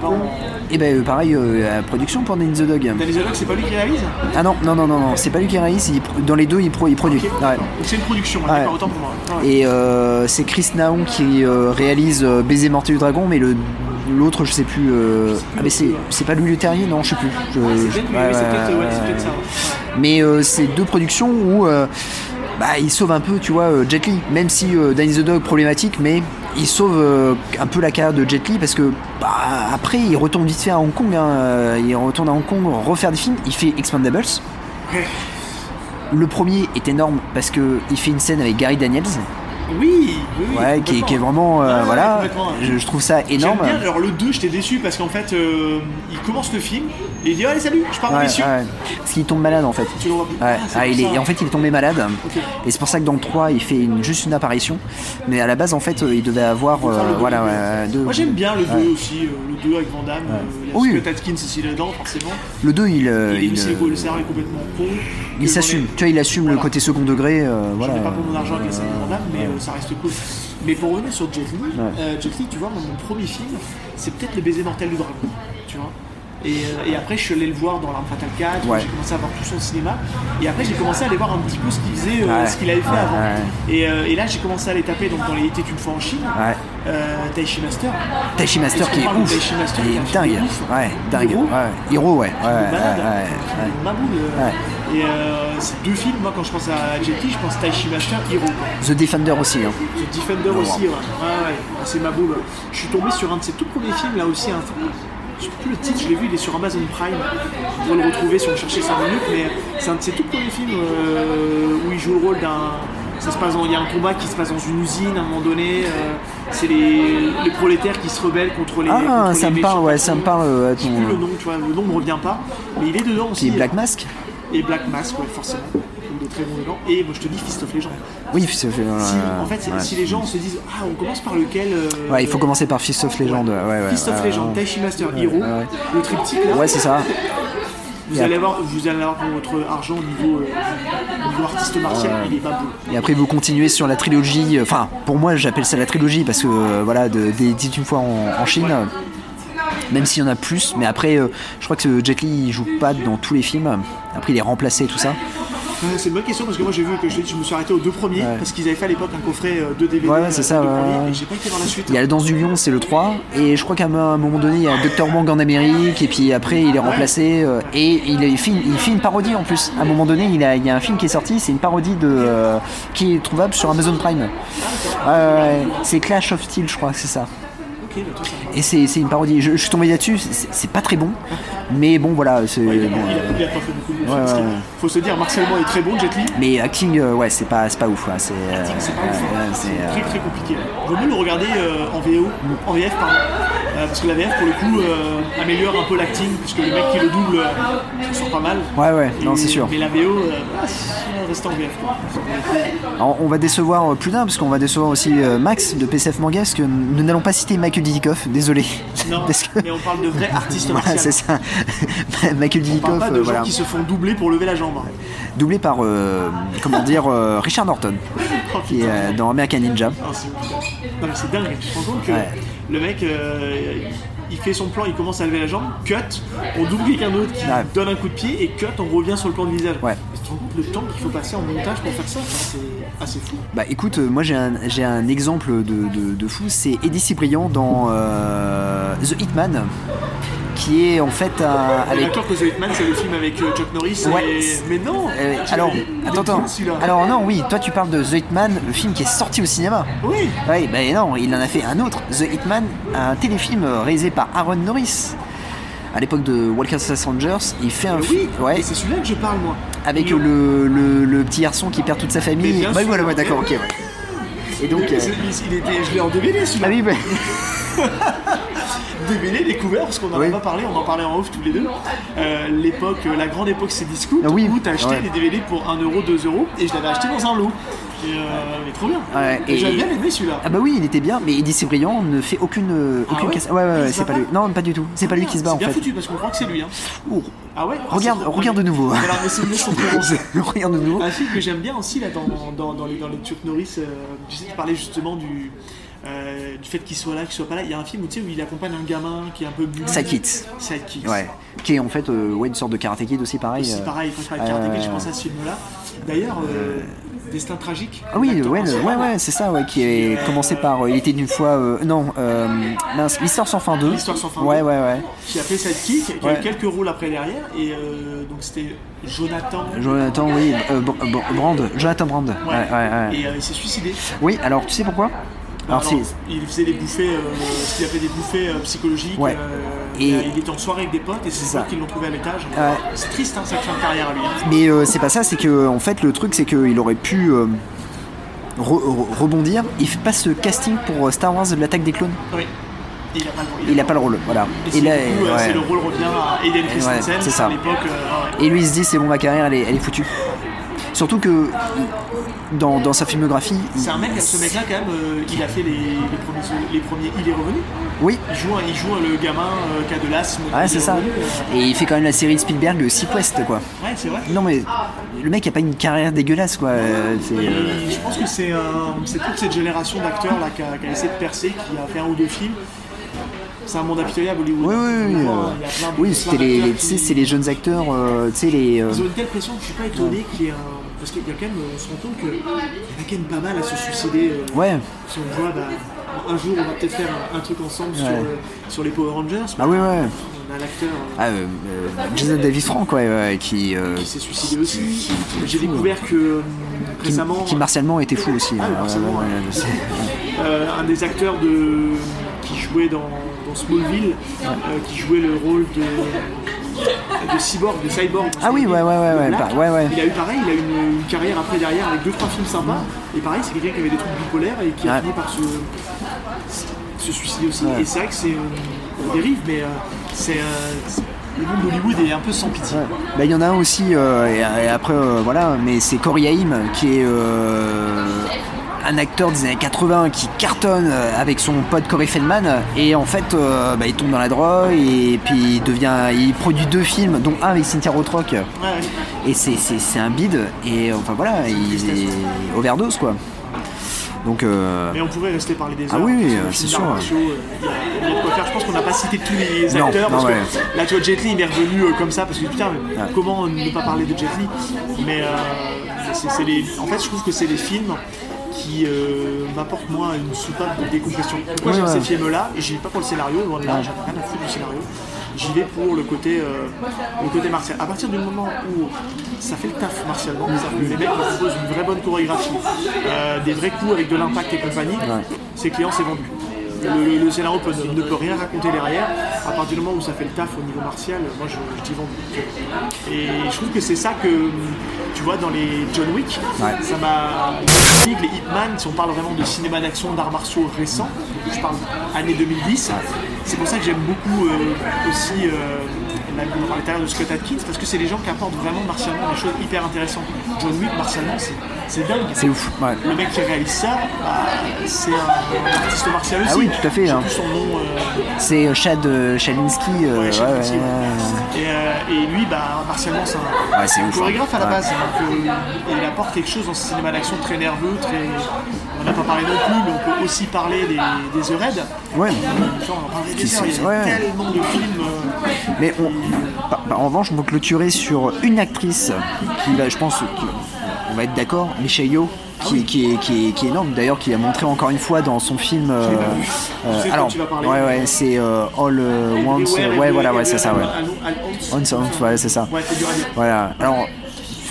[SPEAKER 3] Et ben euh, pareil, euh, la production pour Danny the Dog.
[SPEAKER 4] Danny the Dog, c'est pas lui qui réalise
[SPEAKER 3] Ah non, non, non, non, non, c'est pas lui qui réalise. il pro- Dans les deux, il, pro- il produit. Ouais.
[SPEAKER 4] C'est une production, hein,
[SPEAKER 3] Ouais.
[SPEAKER 4] d'accord, autant pour moi. Ouais.
[SPEAKER 3] Et euh, c'est Chris Naon qui euh, réalise euh, Baiser mortel du dragon, mais le l'autre je sais plus. euh, ah mais c'est c'est pas Louis Le Terrier, non je sais plus. Je- je-
[SPEAKER 4] peut-être
[SPEAKER 3] ouais,
[SPEAKER 4] lui, Ah, c'est
[SPEAKER 3] ouais,
[SPEAKER 4] peut-être- ouais, c'est
[SPEAKER 3] ouais,
[SPEAKER 4] peut-être
[SPEAKER 3] ouais.
[SPEAKER 4] ça, ouais.
[SPEAKER 3] Mais euh, c'est deux productions où euh, bah, il sauve un peu, tu vois, euh, Jet Li. Même si euh, Danny the Dog problématique, mais il sauve euh, un peu la carrière de Jet Li parce que bah, après il retourne vite fait à Hong Kong. hein, euh, il retourne à Hong Kong refaire des films. Il fait Expendables. Le premier est énorme parce que il fait une scène avec Gary Daniels.
[SPEAKER 4] Oui, oui, oui,
[SPEAKER 3] Ouais, qui, est- qui est
[SPEAKER 4] complètement.
[SPEAKER 3] vraiment. euh,
[SPEAKER 4] Ouais, ouais,
[SPEAKER 3] voilà,
[SPEAKER 4] complètement, ouais.
[SPEAKER 3] je, je trouve ça énorme.
[SPEAKER 4] J'aime bien, alors le 2, j'étais déçu parce qu'en fait, euh, il commence le film et il dit Allez, salut, je pars en
[SPEAKER 3] Ouais,
[SPEAKER 4] mission.
[SPEAKER 3] ouais. Parce qu'il tombe malade en fait.
[SPEAKER 4] Tu le vois plus.
[SPEAKER 3] Ouais.
[SPEAKER 4] Ah, c'est
[SPEAKER 3] Ah,
[SPEAKER 4] pour
[SPEAKER 3] il est-
[SPEAKER 4] ça.
[SPEAKER 3] et en fait, il est tombé malade.
[SPEAKER 4] Ok.
[SPEAKER 3] Et c'est pour ça que dans le 3, il fait une- juste une apparition. Mais à la base, en fait, euh, il devait avoir. euh,
[SPEAKER 4] Enfin, le deux.
[SPEAKER 3] voilà, ouais, deux.
[SPEAKER 4] Moi j'aime bien le 2
[SPEAKER 3] Ouais.
[SPEAKER 4] aussi, euh, le 2 avec Van Damme. euh, il y a oui. que Tatkins aussi dedans, forcément.
[SPEAKER 3] Le 2, il. euh,
[SPEAKER 4] il est
[SPEAKER 3] il,
[SPEAKER 4] aussi
[SPEAKER 3] euh,
[SPEAKER 4] le scénario est complètement con.
[SPEAKER 3] il s'assume. Tu vois, il assume le côté second degré. euh, voilà.
[SPEAKER 4] Pas pour mon argent avec les scènes abordables, mais euh, ça reste cool. Mais pour revenir sur Jet Li,
[SPEAKER 3] Ouais.
[SPEAKER 4] euh, Jet Li, tu vois, moi, mon premier film, c'est peut-être Le baiser mortel du dragon, tu vois. Et, euh, et après, je suis allé le voir dans L'Arme Fatale 4, où
[SPEAKER 3] Ouais.
[SPEAKER 4] j'ai commencé à voir tout son cinéma. Et après, j'ai commencé à aller voir un petit peu ce qu'il faisait, euh,
[SPEAKER 3] Ouais.
[SPEAKER 4] ce qu'il avait fait
[SPEAKER 3] Ouais,
[SPEAKER 4] avant.
[SPEAKER 3] ouais.
[SPEAKER 4] Et, euh, et là, j'ai commencé à les taper donc, dans Les Était une fois en Chine,
[SPEAKER 3] Ouais.
[SPEAKER 4] euh, Taichi Master.
[SPEAKER 3] Taichi Master
[SPEAKER 4] Est-ce
[SPEAKER 3] qui
[SPEAKER 4] qu'on
[SPEAKER 3] est
[SPEAKER 4] parle de
[SPEAKER 3] ouf.
[SPEAKER 4] Taichi Master
[SPEAKER 3] Il
[SPEAKER 4] qui est un
[SPEAKER 3] est
[SPEAKER 4] film de
[SPEAKER 3] dingue.
[SPEAKER 4] ouf
[SPEAKER 3] Ouais, dingue.
[SPEAKER 4] Hero.
[SPEAKER 3] Ouais. Hero, ouais. ouais, ouais,
[SPEAKER 4] balade.
[SPEAKER 3] ouais, ouais.
[SPEAKER 4] Ma boule, euh, Et euh, ces deux films, moi, quand je pense à Jet Li, je pense Taichi Master, Hero. quoi.
[SPEAKER 3] The Defender aussi. hein.
[SPEAKER 4] The Defender aussi, ouais. Ouais, ouais, Ah, c'est ma boule. Je suis tombé sur un de ses tout premiers films, là aussi, un film. Je sais plus le titre, je l'ai vu, il est sur Amazon Prime. On pourrait le retrouver si on cherchait 5 minutes, mais c'est un de ses tout premiers films euh, où il joue le rôle d'un. Ça se passe dans- Il y a un combat qui se passe dans une usine à un moment donné. euh, c'est les, les prolétaires qui se rebellent contre les.
[SPEAKER 3] Ah,
[SPEAKER 4] contre
[SPEAKER 3] ça
[SPEAKER 4] les
[SPEAKER 3] me
[SPEAKER 4] méchants.
[SPEAKER 3] parle, ouais, ça me parle. euh,
[SPEAKER 4] Je sais plus
[SPEAKER 3] ton-
[SPEAKER 4] le nom, tu vois, le nom me revient pas, mais il est dedans aussi.
[SPEAKER 3] Puis Black Mask
[SPEAKER 4] Et Black Mask, ouais, forcément. Donc, de très bons dedans. Et moi, je te dis Fist of Legend.
[SPEAKER 3] Oui, c'est- c'est-
[SPEAKER 4] Si- en fait, c'est-
[SPEAKER 3] ouais.
[SPEAKER 4] si les gens se disent Ah, on commence par lequel euh,
[SPEAKER 3] Ouais, il faut commencer par Fist of Legend. Ouais, ouais,
[SPEAKER 4] Fist of
[SPEAKER 3] ouais,
[SPEAKER 4] Legend,
[SPEAKER 3] ouais.
[SPEAKER 4] Taichi Master Hero, le triptyque là.
[SPEAKER 3] Ouais, c'est ça.
[SPEAKER 4] Vous
[SPEAKER 3] Et
[SPEAKER 4] allez, avoir, vous allez avoir pour votre argent au niveau, euh, au niveau artiste martial,
[SPEAKER 3] Ouais.
[SPEAKER 4] il est pas beau.
[SPEAKER 3] Et après, vous continuez sur la trilogie. euh, Enfin, pour moi, j'appelle ça la trilogie parce que euh, voilà, de- des dites une fois en, en Chine. euh, Même s'il y en a plus, mais après, euh, je crois que euh, Jet Li il joue pas dans tous les films. Après, il est remplacé et tout ça.
[SPEAKER 4] Euh, C'est une bonne question parce que moi j'ai vu que je, te dis, je me suis arrêté aux deux premiers
[SPEAKER 3] Ouais.
[SPEAKER 4] parce qu'ils avaient fait à l'époque un coffret euh, de DVD.
[SPEAKER 3] Ouais, ouais, c'est
[SPEAKER 4] euh,
[SPEAKER 3] ça.
[SPEAKER 4] deux
[SPEAKER 3] ouais,
[SPEAKER 4] premiers,
[SPEAKER 3] ouais.
[SPEAKER 4] et j'ai pas été dans la suite.
[SPEAKER 3] Il y a la danse du lion, c'est le 3. Et je crois qu'à un moment donné, il y a Dr. Wang en Amérique. Et puis après, il est remplacé. euh, et il, a- il fait, une- il fait une parodie en plus. À un moment donné, il, a- il y a un film qui est sorti. C'est une parodie de, euh, qui est trouvable sur Amazon
[SPEAKER 4] Ah,
[SPEAKER 3] Prime. Ouais, ouais, ouais. c'est Clash of Steel, je crois que c'est ça.
[SPEAKER 4] Ok, bah, toi, ça me va.
[SPEAKER 3] Et c'est c'est une parodie. Je, je suis tombé là-dessus. C'est c'est pas très bon. Mais bon, voilà. c'est
[SPEAKER 4] Ouais, il, a,
[SPEAKER 3] bon,
[SPEAKER 4] il a-
[SPEAKER 3] euh,
[SPEAKER 4] il a pas fait beaucoup de
[SPEAKER 3] Ouais,
[SPEAKER 4] films, parce
[SPEAKER 3] ouais,
[SPEAKER 4] qu'il-
[SPEAKER 3] ouais.
[SPEAKER 4] Faut se dire, martialement est très bon, Jet Li.
[SPEAKER 3] mais acting, euh, ouais, c'est pas, c'est pas ouf. ouais, c'est euh,
[SPEAKER 4] C'est pas ouf, hein.
[SPEAKER 3] ouais,
[SPEAKER 4] C'est
[SPEAKER 3] c'est, euh,
[SPEAKER 4] très très compliqué. Vaut mieux le regarder euh, en VO, en VF pardon. Euh, parce que la VF pour le coup euh, améliore un peu l'acting, puisque le mec qui le double euh, s'en sort pas mal.
[SPEAKER 3] Ouais, ouais, non,
[SPEAKER 4] Et-
[SPEAKER 3] c'est sûr.
[SPEAKER 4] Mais la VO, euh, ah, reste en VF quoi.
[SPEAKER 3] Alors, on va décevoir euh, plus d'un, parce qu'on va décevoir aussi euh, Max de PCF Manga, parce que nous n'allons pas citer Michael Didikoff, désolé.
[SPEAKER 4] Non,
[SPEAKER 3] parce que...
[SPEAKER 4] mais on parle de vrais artistes
[SPEAKER 3] Voilà,
[SPEAKER 4] martiaux.
[SPEAKER 3] c'est ça. Michael
[SPEAKER 4] On parle
[SPEAKER 3] Didikoff,
[SPEAKER 4] pas de
[SPEAKER 3] euh,
[SPEAKER 4] gens
[SPEAKER 3] voilà.
[SPEAKER 4] qui se font doubler pour lever la jambe. hein.
[SPEAKER 3] doublé par, euh, comment dire, euh, Richard Norton, qui est euh, dans American Ninja.
[SPEAKER 4] Ah, c'est non, mais c'est dingue, tu te rends compte que
[SPEAKER 3] Ouais.
[SPEAKER 4] le mec euh, il fait son plan, il commence à lever la jambe, cut, on double quelqu'un d'autre qui
[SPEAKER 3] Ouais.
[SPEAKER 4] donne un coup de pied et cut, on revient sur le plan de visage.
[SPEAKER 3] Ouais.
[SPEAKER 4] Mais tu te rends compte le temps qu'il faut passer en montage pour faire ça, enfin, c'est assez fou.
[SPEAKER 3] Bah écoute, euh, moi j'ai un, j'ai un exemple de, de- de fou, c'est Eddie Cibrian dans euh, The Hitman, qui est en fait un-
[SPEAKER 4] On est
[SPEAKER 3] avec...
[SPEAKER 4] D'accord que The Hitman c'est le film avec euh, Chuck Norris
[SPEAKER 3] Ouais.
[SPEAKER 4] et... Mais non
[SPEAKER 3] Euh,
[SPEAKER 4] Tu
[SPEAKER 3] alors,
[SPEAKER 4] l'avais-
[SPEAKER 3] attends,
[SPEAKER 4] l'avais
[SPEAKER 3] attends.
[SPEAKER 4] vu, celui-là
[SPEAKER 3] Alors non, oui, toi tu parles de The Hitman, le film qui est sorti au cinéma.
[SPEAKER 4] Oui.
[SPEAKER 3] Oui, ben non, il en a fait un autre, The Hitman, un téléfilm réalisé par Aaron Norris. À l'époque de Walker Rangers, il fait un
[SPEAKER 4] Mais
[SPEAKER 3] film
[SPEAKER 4] oui,
[SPEAKER 3] ouais,
[SPEAKER 4] et c'est celui-là que je parle moi. Mm.
[SPEAKER 3] avec le, le- le petit garçon qui perd toute sa famille.
[SPEAKER 4] Mais bien
[SPEAKER 3] Bah oui,
[SPEAKER 4] sûr.
[SPEAKER 3] voilà, ouais, d'accord, ok. ouais. Et donc,
[SPEAKER 4] Mais
[SPEAKER 3] euh,
[SPEAKER 4] c'est- il, il était, je l'ai en DVD celui-là.
[SPEAKER 3] ah oui, bah,
[SPEAKER 4] DVD découvert, parce qu'on en a pas parlé, on en parlait en off tous les deux. Euh, L'époque, euh, la grande époque, c'est Discount,
[SPEAKER 3] Ah oui,
[SPEAKER 4] où t'as acheté
[SPEAKER 3] ouais.
[SPEAKER 4] les DVD pour 1 euro, 2 euros, et je l'avais acheté dans un lot. Et, euh, mais trop bien.
[SPEAKER 3] Ouais,
[SPEAKER 4] et
[SPEAKER 3] et-
[SPEAKER 4] j'avais bien aimé celui-là.
[SPEAKER 3] ah bah oui, il était bien, mais Eddie Cibrian ne fait aucune, euh,
[SPEAKER 4] Ah
[SPEAKER 3] aucune
[SPEAKER 4] ouais
[SPEAKER 3] casse- Ouais, ouais, ouais,
[SPEAKER 4] Il se
[SPEAKER 3] c'est
[SPEAKER 4] bat
[SPEAKER 3] pas lui.
[SPEAKER 4] pas Ah,
[SPEAKER 3] Non, pas du tout. C'est pas lui qui se bat en
[SPEAKER 4] C'est bien
[SPEAKER 3] fait.
[SPEAKER 4] foutu parce qu'on croit que c'est lui. Hein.
[SPEAKER 3] Ouh.
[SPEAKER 4] Ah ouais Ah,
[SPEAKER 3] Regarde,
[SPEAKER 4] c'est-
[SPEAKER 3] regarde de nouveau.
[SPEAKER 4] Mais Alors, mais c'est mieux son prénom.
[SPEAKER 3] Regarde de nouveau.
[SPEAKER 4] Un film que j'aime bien aussi là dans, dans, dans les, dans les Turk Norris, euh, tu sais, tu parlais justement du, euh, du fait qu'il soit là, qu'il soit pas là. Il y a un film où, tu sais, où il accompagne un gamin qui est un peu bully.
[SPEAKER 3] Sidekicks.
[SPEAKER 4] Sidekicks.
[SPEAKER 3] Ouais. Qui est en fait euh, ouais, une sorte de karaté kid aussi, pareil. euh,
[SPEAKER 4] C'est Ah. pareil, quand je parle de Karate Kid, je
[SPEAKER 3] euh,
[SPEAKER 4] pense à ce film-là. D'ailleurs, euh, Destin Tragique.
[SPEAKER 3] Ah oui,
[SPEAKER 4] l'acteur
[SPEAKER 3] ouais, le- ouais,
[SPEAKER 4] principal,
[SPEAKER 3] ouais, c'est ça, ouais, qui est commencé par. euh, il était d'une fois. euh, non, euh, mince, l'histoire sans fin 2.
[SPEAKER 4] L'Histoire sans fin
[SPEAKER 3] Ouais,
[SPEAKER 4] 2.
[SPEAKER 3] ouais, ouais.
[SPEAKER 4] Qui a fait Sidekick, qui a
[SPEAKER 3] Ouais.
[SPEAKER 4] eu quelques rôles après derrière. Et euh, donc c'était Jonathan.
[SPEAKER 3] Jonathan, oui, euh, Br- Br- Brand, Jonathan Brand. Ouais, ouais, ouais.
[SPEAKER 4] Et euh, il s'est suicidé.
[SPEAKER 3] Oui, alors tu sais pourquoi Alors
[SPEAKER 4] Alors,
[SPEAKER 3] c'est.
[SPEAKER 4] il faisait des bouffées, euh, ce qu'il appelait des bouffées euh, psychologiques.
[SPEAKER 3] Ouais.
[SPEAKER 4] euh,
[SPEAKER 3] Et-
[SPEAKER 4] euh, il était en soirée avec des potes et c'est
[SPEAKER 3] ça.
[SPEAKER 4] ça qu'ils l'ont trouvé à l'étage.
[SPEAKER 3] Ouais.
[SPEAKER 4] C'est triste, hein, sa fin de carrière à lui. hein.
[SPEAKER 3] Mais euh, c'est pas ça, c'est que en fait le truc c'est qu'il aurait pu euh, re- re- rebondir. Il fait pas ce casting pour euh, Star Wars de l'attaque des clones.
[SPEAKER 4] Oui. Et il a pas le rôle.
[SPEAKER 3] Il a pas le rôle, voilà.
[SPEAKER 4] Et
[SPEAKER 3] Et
[SPEAKER 4] c'est-
[SPEAKER 3] là,
[SPEAKER 4] du coup, euh,
[SPEAKER 3] ouais.
[SPEAKER 4] c'est le rôle revient à Aiden
[SPEAKER 3] Ouais,
[SPEAKER 4] Christensen
[SPEAKER 3] c'est ça.
[SPEAKER 4] à l'époque. euh, ouais.
[SPEAKER 3] Et lui il se dit c'est bon ma carrière elle est, elle est foutue. Surtout que dans, dans sa filmographie.
[SPEAKER 4] C'est un mec, ce mec-là, quand même, euh, il a fait les, les premiers, les premiers Il est revenu.
[SPEAKER 3] Oui.
[SPEAKER 4] Il joue, un- il joue un- le gamin euh, qui a de l'asthme.
[SPEAKER 3] Ouais,
[SPEAKER 4] Il
[SPEAKER 3] c'est
[SPEAKER 4] est
[SPEAKER 3] ça.
[SPEAKER 4] revenu, euh.
[SPEAKER 3] Et il fait quand même la série de Spielberg, le Sequest, quoi.
[SPEAKER 4] Ouais, c'est vrai.
[SPEAKER 3] Non, mais le mec a pas une carrière dégueulasse, quoi. Euh, c'est, euh,
[SPEAKER 4] Je pense que c'est un- c'est toute cette génération d'acteurs là qui a, qui a essayé de percer, qui a fait un ou deux films. C'est un monde impitoyable Hollywood.
[SPEAKER 3] Oui, oui, oui.
[SPEAKER 4] Il y a
[SPEAKER 3] euh,
[SPEAKER 4] plein de-
[SPEAKER 3] oui,
[SPEAKER 4] plein
[SPEAKER 3] c'était les,
[SPEAKER 4] d'acteurs
[SPEAKER 3] les- tu
[SPEAKER 4] qui-
[SPEAKER 3] sais, c'est les jeunes acteurs, euh, tu sais, les. euh,
[SPEAKER 4] Ils ont une telle pression que je suis pas étonné qu'il y ait un. Parce qu'il y a quand même, euh, on se rend compte qu'il y en a quand même pas mal à se suicider. euh,
[SPEAKER 3] Ouais.
[SPEAKER 4] Si on voit, bah, un jour on va peut-être faire un, un truc ensemble sur,
[SPEAKER 3] Ouais.
[SPEAKER 4] euh, sur les Power Rangers.
[SPEAKER 3] Ah oui, ouais.
[SPEAKER 4] On a l'acteur. euh,
[SPEAKER 3] Ah, euh, euh, Jason David Frank, ouais, ouais, qui. euh,
[SPEAKER 4] qui s'est suicidé aussi. J'ai découvert que euh,
[SPEAKER 3] qui,
[SPEAKER 4] récemment,
[SPEAKER 3] qui martialement était fou aussi.
[SPEAKER 4] Ah,
[SPEAKER 3] ouais,
[SPEAKER 4] martialement,
[SPEAKER 3] ouais, ouais,
[SPEAKER 4] ouais.
[SPEAKER 3] je sais.
[SPEAKER 4] euh, un des acteurs de... qui jouait dans, dans Smallville, euh, qui jouait le rôle de, de Cyborg, de Cyborg. dans
[SPEAKER 3] Ah oui, ouais, ouais, ouais, ouais,
[SPEAKER 4] Black,
[SPEAKER 3] bah, ouais, ouais.
[SPEAKER 4] Il a eu pareil, il a eu une, une carrière après derrière avec deux trois films sympas. Et pareil, c'est quelqu'un qui avait des trucs bipolaires et qui a
[SPEAKER 3] Ouais.
[SPEAKER 4] fini par se, se suicider aussi.
[SPEAKER 3] Ouais.
[SPEAKER 4] Et c'est vrai que c'est euh, on dérive, mais euh, c'est euh, c'est- le monde d'Hollywood est un peu sans pitié.
[SPEAKER 3] Bah, il y en a un aussi, euh, et, et après, euh, voilà, mais c'est Corey Haim qui est euh, un acteur des années 80 qui cartonne euh, avec son pote Corey Feldman, et en fait, euh, bah, il tombe dans la drogue, et puis il devient, il produit deux films, dont un avec Cynthia Rothrock, et c'est- c'est c'est un bide, et euh, enfin voilà, il est overdose quoi. Donc, euh,
[SPEAKER 4] Mais on pourrait rester parler des heures.
[SPEAKER 3] Ah oui, oui,
[SPEAKER 4] parce que
[SPEAKER 3] euh,
[SPEAKER 4] c'est
[SPEAKER 3] c'est
[SPEAKER 4] un
[SPEAKER 3] sûr.
[SPEAKER 4] film d'art martiaux, euh, Il y a- il y a de quoi faire. Je pense qu'on n'a pas cité tous les
[SPEAKER 3] Non,
[SPEAKER 4] acteurs.
[SPEAKER 3] non,
[SPEAKER 4] parce
[SPEAKER 3] ouais.
[SPEAKER 4] que là, tu vois, Jet Li, il est revenu euh, comme ça parce que putain, mais
[SPEAKER 3] Ouais.
[SPEAKER 4] comment ne pas parler de Jet Li Mais euh, c'est- c'est les- en fait, je trouve que c'est les films qui euh, m'apportent moi une soupape de décompression. Pourquoi
[SPEAKER 3] Ouais,
[SPEAKER 4] j'aime
[SPEAKER 3] ouais.
[SPEAKER 4] ces films-là Et j'y vais pas pour le scénario, loin de là,
[SPEAKER 3] Ouais.
[SPEAKER 4] j'en ai rien à foutre du scénario. J'y vais pour le côté, euh, le côté martial. À partir du moment où ça fait le taf martialement, c'est-à-dire que les mecs ils proposent une vraie bonne chorégraphie, euh, des vrais coups avec de l'impact et compagnie, ses clients c'est vendu. Le, le scénario peut- ne peut rien raconter derrière. À partir du moment où ça fait le taf au niveau martial, moi je, je dis vendu. Et je trouve que c'est ça que tu vois dans les John Wick,
[SPEAKER 3] Ouais.
[SPEAKER 4] ça m'a. Les Hitman, si on parle vraiment de cinéma d'action, d'arts martiaux récents, je parle année 2010, c'est pour ça que j'aime beaucoup euh, aussi euh, la- à l'intérieur de Scott Atkins, parce que c'est les gens qui apportent vraiment martialement des choses hyper intéressantes. John Wick, martialement, c'est- c'est dingue.
[SPEAKER 3] c'est ouf. ouais.
[SPEAKER 4] Le mec qui réalise ça, bah, c'est un artiste martial aussi.
[SPEAKER 3] Ah oui, tout à fait,
[SPEAKER 4] J'ai
[SPEAKER 3] hein.
[SPEAKER 4] plus son nom. euh,
[SPEAKER 3] C'est euh, Chad euh, Chalinsky. euh,
[SPEAKER 4] Ouais, Shane
[SPEAKER 3] ouais,
[SPEAKER 4] Lindsay,
[SPEAKER 3] ouais,
[SPEAKER 4] ouais.
[SPEAKER 3] ouais.
[SPEAKER 4] Et, euh, et lui, bah, martialement, c'est un,
[SPEAKER 3] Ouais, c'est ouf,
[SPEAKER 4] chorégraphe à la
[SPEAKER 3] hein.
[SPEAKER 4] base.
[SPEAKER 3] Ouais.
[SPEAKER 4] donc, euh, il apporte quelque chose dans ce cinéma d'action très nerveux, très... On n'a pas parlé non plus, mais on peut aussi parler des, des The Raid.
[SPEAKER 3] Ouais.
[SPEAKER 4] Tu vois, on en parlait
[SPEAKER 3] Qui
[SPEAKER 4] des heures, il y
[SPEAKER 3] sont-
[SPEAKER 4] a
[SPEAKER 3] ouais.
[SPEAKER 4] tellement de films... euh,
[SPEAKER 3] Mais on, bah, bah, en revanche, on peut clôturer sur une actrice qui va, je pense, qui- on va être d'accord, Michelle Yeoh,
[SPEAKER 4] Ah
[SPEAKER 3] qui, qui est, qui est- qui est énorme. D'ailleurs, qui a montré encore une fois dans son film. euh,
[SPEAKER 4] Je sais de
[SPEAKER 3] alors,
[SPEAKER 4] quoi bah tu vas parler.
[SPEAKER 3] ouais, ouais, c'est euh, All euh, Once.
[SPEAKER 4] Everywhere,
[SPEAKER 3] ouais, voilà,
[SPEAKER 4] Everywhere,
[SPEAKER 3] ouais, c'est ça, ouais.
[SPEAKER 4] All- All- All-
[SPEAKER 3] Once, Once, ouais, c'est ça.
[SPEAKER 4] Ouais, c'est dur à dire.
[SPEAKER 3] Voilà. Alors,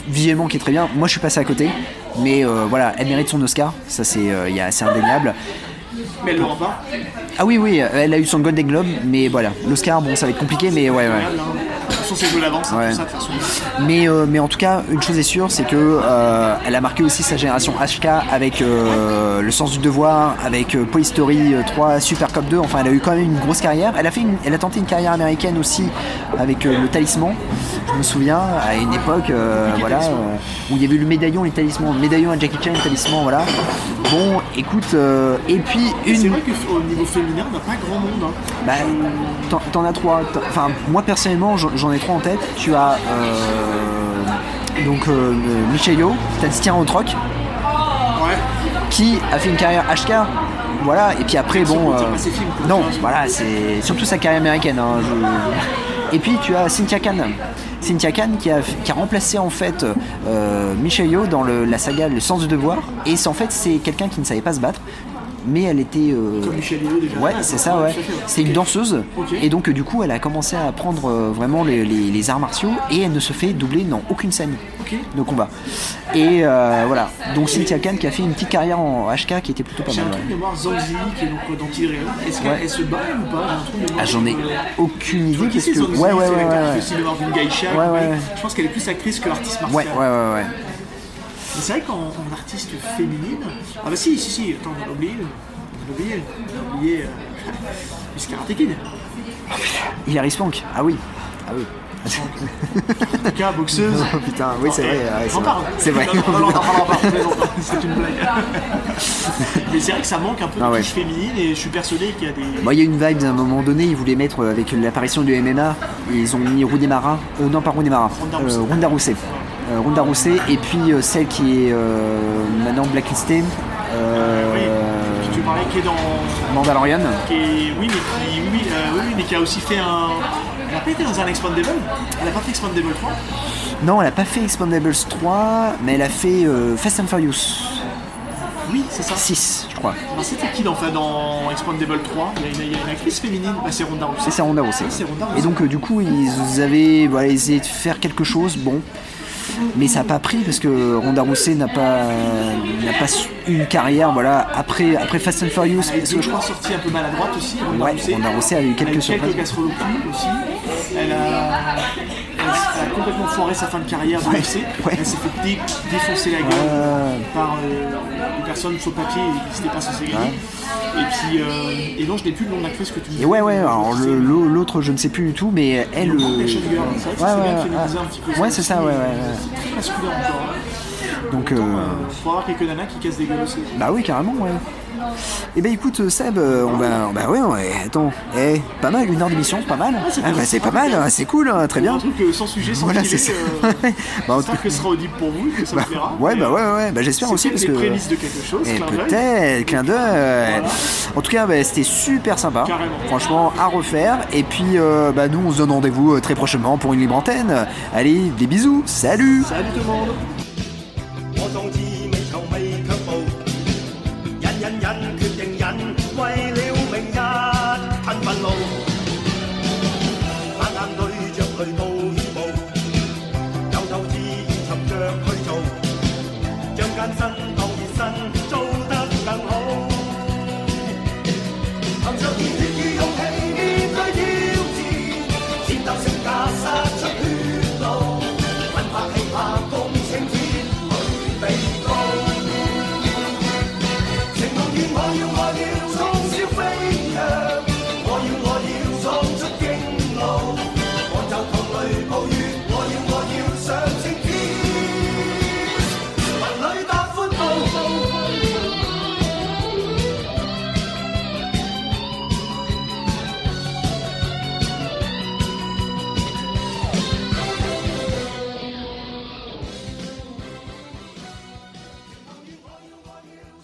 [SPEAKER 3] visuellement, qui est très bien. Moi, je suis passé à côté, mais euh, voilà, elle mérite son Oscar. Ça, c'est, euh, il y a- c'est indéniable.
[SPEAKER 4] Mais elle l'aura pas.
[SPEAKER 3] Ah oui, oui, elle a eu son Golden Globe, mais voilà, l'Oscar, bon, ça va être compliqué, mais ouais, ouais.
[SPEAKER 4] Incroyable, hein. De toute façon, c'est de l'avance, hein,
[SPEAKER 3] Ouais.
[SPEAKER 4] tout ça, de toute façon.
[SPEAKER 3] Mais, euh, mais en tout cas, une chose est sûre, c'est que euh, elle a marqué aussi sa génération HK avec euh, le sens du devoir, avec euh, Police Story 3, Super Cop 2. Enfin, elle a eu quand même une grosse carrière. Elle a fait, une- elle a tenté une carrière américaine aussi avec euh, le talisman. Je me souviens à une époque, euh, voilà, euh, où il y avait le médaillon et le talisman, le médaillon à Jackie Chan, le talisman, voilà. Bon, écoute, euh, et puis une.
[SPEAKER 4] C'est vrai qu'au niveau féminin, on n'a pas grand monde. hein.
[SPEAKER 3] Bah, t'en- t'en as trois. T'en- Enfin, moi personnellement, j'en j'en ai trois en tête. Tu as euh, donc euh, Michel Yeoh, t'as Stien Rotrock, qui a fait une carrière HK. Voilà, et puis après, bon.
[SPEAKER 4] on tire
[SPEAKER 3] euh,
[SPEAKER 4] pas ses films, quoi.
[SPEAKER 3] non, voilà, c'est surtout sa carrière américaine. hein, je- Et puis tu as Cynthia Khan. Cynthia Khan qui a, qui a remplacé en fait euh, Michelle Yeoh dans le- la saga Le sens du devoir. Et c'est- en fait, c'est quelqu'un qui ne savait pas se battre. Mais elle était. euh,
[SPEAKER 4] Comme Michelle Yeoh, déjà.
[SPEAKER 3] Ouais,
[SPEAKER 4] Ah,
[SPEAKER 3] c'est ça, ouais.
[SPEAKER 4] tout à fait, ouais.
[SPEAKER 3] C'est une
[SPEAKER 4] Ok.
[SPEAKER 3] danseuse.
[SPEAKER 4] Ok.
[SPEAKER 3] Et donc, euh, du coup, elle a commencé à apprendre euh, vraiment les, les- les arts martiaux et elle ne se fait doubler dans aucune scène
[SPEAKER 4] Ok.
[SPEAKER 3] de combat. Et euh, voilà. Donc, Cynthia Khan qui a fait une petite carrière en HK qui était plutôt pas
[SPEAKER 4] J'ai un
[SPEAKER 3] mal. ouais.
[SPEAKER 4] truc de voir Zanzi qui est donc euh, dans Kid Real. Est-ce qu'elle
[SPEAKER 3] Ouais.
[SPEAKER 4] elle se bat elle, ou pas J'ai un truc de voir
[SPEAKER 3] Ah, j'en ai
[SPEAKER 4] que-
[SPEAKER 3] aucune idée
[SPEAKER 4] Qui
[SPEAKER 3] parce
[SPEAKER 4] c'est
[SPEAKER 3] que.
[SPEAKER 4] Zanzi
[SPEAKER 3] Ouais, ouais, ouais.
[SPEAKER 4] C'est
[SPEAKER 3] ouais,
[SPEAKER 4] l'actrice
[SPEAKER 3] ouais.
[SPEAKER 4] aussi de Marvin Gaïcha.
[SPEAKER 3] Ouais, ouais, ouais.
[SPEAKER 4] Je pense qu'elle est plus actrice que l'artiste
[SPEAKER 3] Ouais,
[SPEAKER 4] martial.
[SPEAKER 3] ouais, ouais, ouais.
[SPEAKER 4] Mais c'est vrai qu'en en artiste féminine. Ah bah si, si, si, attends, on a oublié. On a oublié. On a oublié. euh, Miss Karate Kid.
[SPEAKER 3] Hilary Swank. Ah oui. Ah oui.
[SPEAKER 4] Cas, boxeuse.
[SPEAKER 3] Oh, putain, oui, c'est vrai. ouais, c'est
[SPEAKER 4] On
[SPEAKER 3] vrai.
[SPEAKER 4] parle.
[SPEAKER 3] C'est vrai.
[SPEAKER 4] Non, non, non, on en parle, on en parle, on plaisante pas. C'est une blague. Mais c'est vrai que ça manque un peu
[SPEAKER 3] Ah
[SPEAKER 4] de
[SPEAKER 3] ouais.
[SPEAKER 4] touche féminine et je suis persuadé qu'il y a des.
[SPEAKER 3] Moi, il y a une vibe à un moment donné, ils voulaient mettre euh, avec l'apparition du MMA, ils ont mis Roudemara, euh, non pas Roudemara, euh, Ronda Rousey. Euh, Ronda Rousey, et puis euh, celle qui est euh, maintenant blacklistée, euh,
[SPEAKER 4] Tu parlais qui est dans.
[SPEAKER 3] Mandalorian.
[SPEAKER 4] Qui est- Oui, mais qui, oui, oui, euh, oui, oui, mais qui a aussi fait un. Elle n'a pas été dans un Expandable. Elle n'a pas fait Expandable 3.
[SPEAKER 3] Non, elle a pas fait Expandables 3, mais elle a fait euh, Fast and Furious.
[SPEAKER 4] Oui, c'est ça.
[SPEAKER 3] 6, je crois.
[SPEAKER 4] Alors, C'était qui dans, enfin, dans Expandable 3 il y, a une, il y a une actrice féminine, bah, c'est Ronda Rousey.
[SPEAKER 3] C'est ça, Ronda Rousey.
[SPEAKER 4] Ah Oui, c'est Ronda
[SPEAKER 3] Et
[SPEAKER 4] Rousey.
[SPEAKER 3] donc, euh, du coup, ils avaient voilà, essayé de faire quelque chose, bon, mais ça n'a pas pris parce que Ronda Rousey n'a pas, n'a pas su- eu une carrière voilà, après, après Fast and Furious.
[SPEAKER 4] Elle est
[SPEAKER 3] Parce
[SPEAKER 4] deux
[SPEAKER 3] que je
[SPEAKER 4] fois
[SPEAKER 3] crois
[SPEAKER 4] sortie un peu maladroite aussi. Ronda
[SPEAKER 3] Ouais,
[SPEAKER 4] Rousey.
[SPEAKER 3] Ronda Rousey a eu quelques
[SPEAKER 4] elle a eu
[SPEAKER 3] surprises.
[SPEAKER 4] Quelques gastronomies aussi. Elle a, elle s- elle a complètement foiré sa fin de carrière de UFC. Elle s'est fait dé- défoncer la gueule par euh, des personnes sur papier et qui n'étaient pas censées gagner. Et puis, euh, et non, je n'ai plus le nom de l'actrice que tu me
[SPEAKER 3] Et ouais, ouais, alors le- l'au- l'autre, je ne sais plus du tout, mais elle. euh,
[SPEAKER 4] Une Kardashian girl, c'est vrai que
[SPEAKER 3] ouais,
[SPEAKER 4] ça,
[SPEAKER 3] ouais,
[SPEAKER 4] c'est bien de
[SPEAKER 3] ouais.
[SPEAKER 4] féminiser un petit peu ça
[SPEAKER 3] Ouais, c'est ça,
[SPEAKER 4] aussi,
[SPEAKER 3] ouais, ouais.
[SPEAKER 4] euh,
[SPEAKER 3] ouais.
[SPEAKER 4] C'est très masculin encore.
[SPEAKER 3] Donc, euh,
[SPEAKER 4] Il faut avoir quelques nanas qui cassent des gueules aussi.
[SPEAKER 3] bah oui, carrément, ouais. Eh ben écoute, euh, Seb, euh, on va. Bah ouais, ouais, attends. Eh, pas mal, une heure d'émission, pas mal.
[SPEAKER 4] c'est
[SPEAKER 3] Ah,
[SPEAKER 4] pas-
[SPEAKER 3] bah, c'est pas mal, hein, c'est cool, hein, très
[SPEAKER 4] Pour
[SPEAKER 3] bien.
[SPEAKER 4] Un truc euh, sans sujet, sans
[SPEAKER 3] Voilà,
[SPEAKER 4] filet,
[SPEAKER 3] c'est ça.
[SPEAKER 4] euh,
[SPEAKER 3] Bah, en tout
[SPEAKER 4] J'espère que ce sera audible pour vous, que ça
[SPEAKER 3] Bah,
[SPEAKER 4] vous plaira.
[SPEAKER 3] ouais, bah ouais, ouais, bah, j'espère
[SPEAKER 4] c'est
[SPEAKER 3] aussi,
[SPEAKER 4] peut-être
[SPEAKER 3] parce que-
[SPEAKER 4] les prémices de quelque chose,
[SPEAKER 3] Et
[SPEAKER 4] clin d'œil.
[SPEAKER 3] peut-être, clin d'œil. En tout cas, bah, c'était super sympa. Franchement, à refaire. Et puis, euh, bah, nous, on se donne rendez-vous euh, très prochainement pour une libre antenne. Allez, des bisous. Salut.
[SPEAKER 4] Salut tout le monde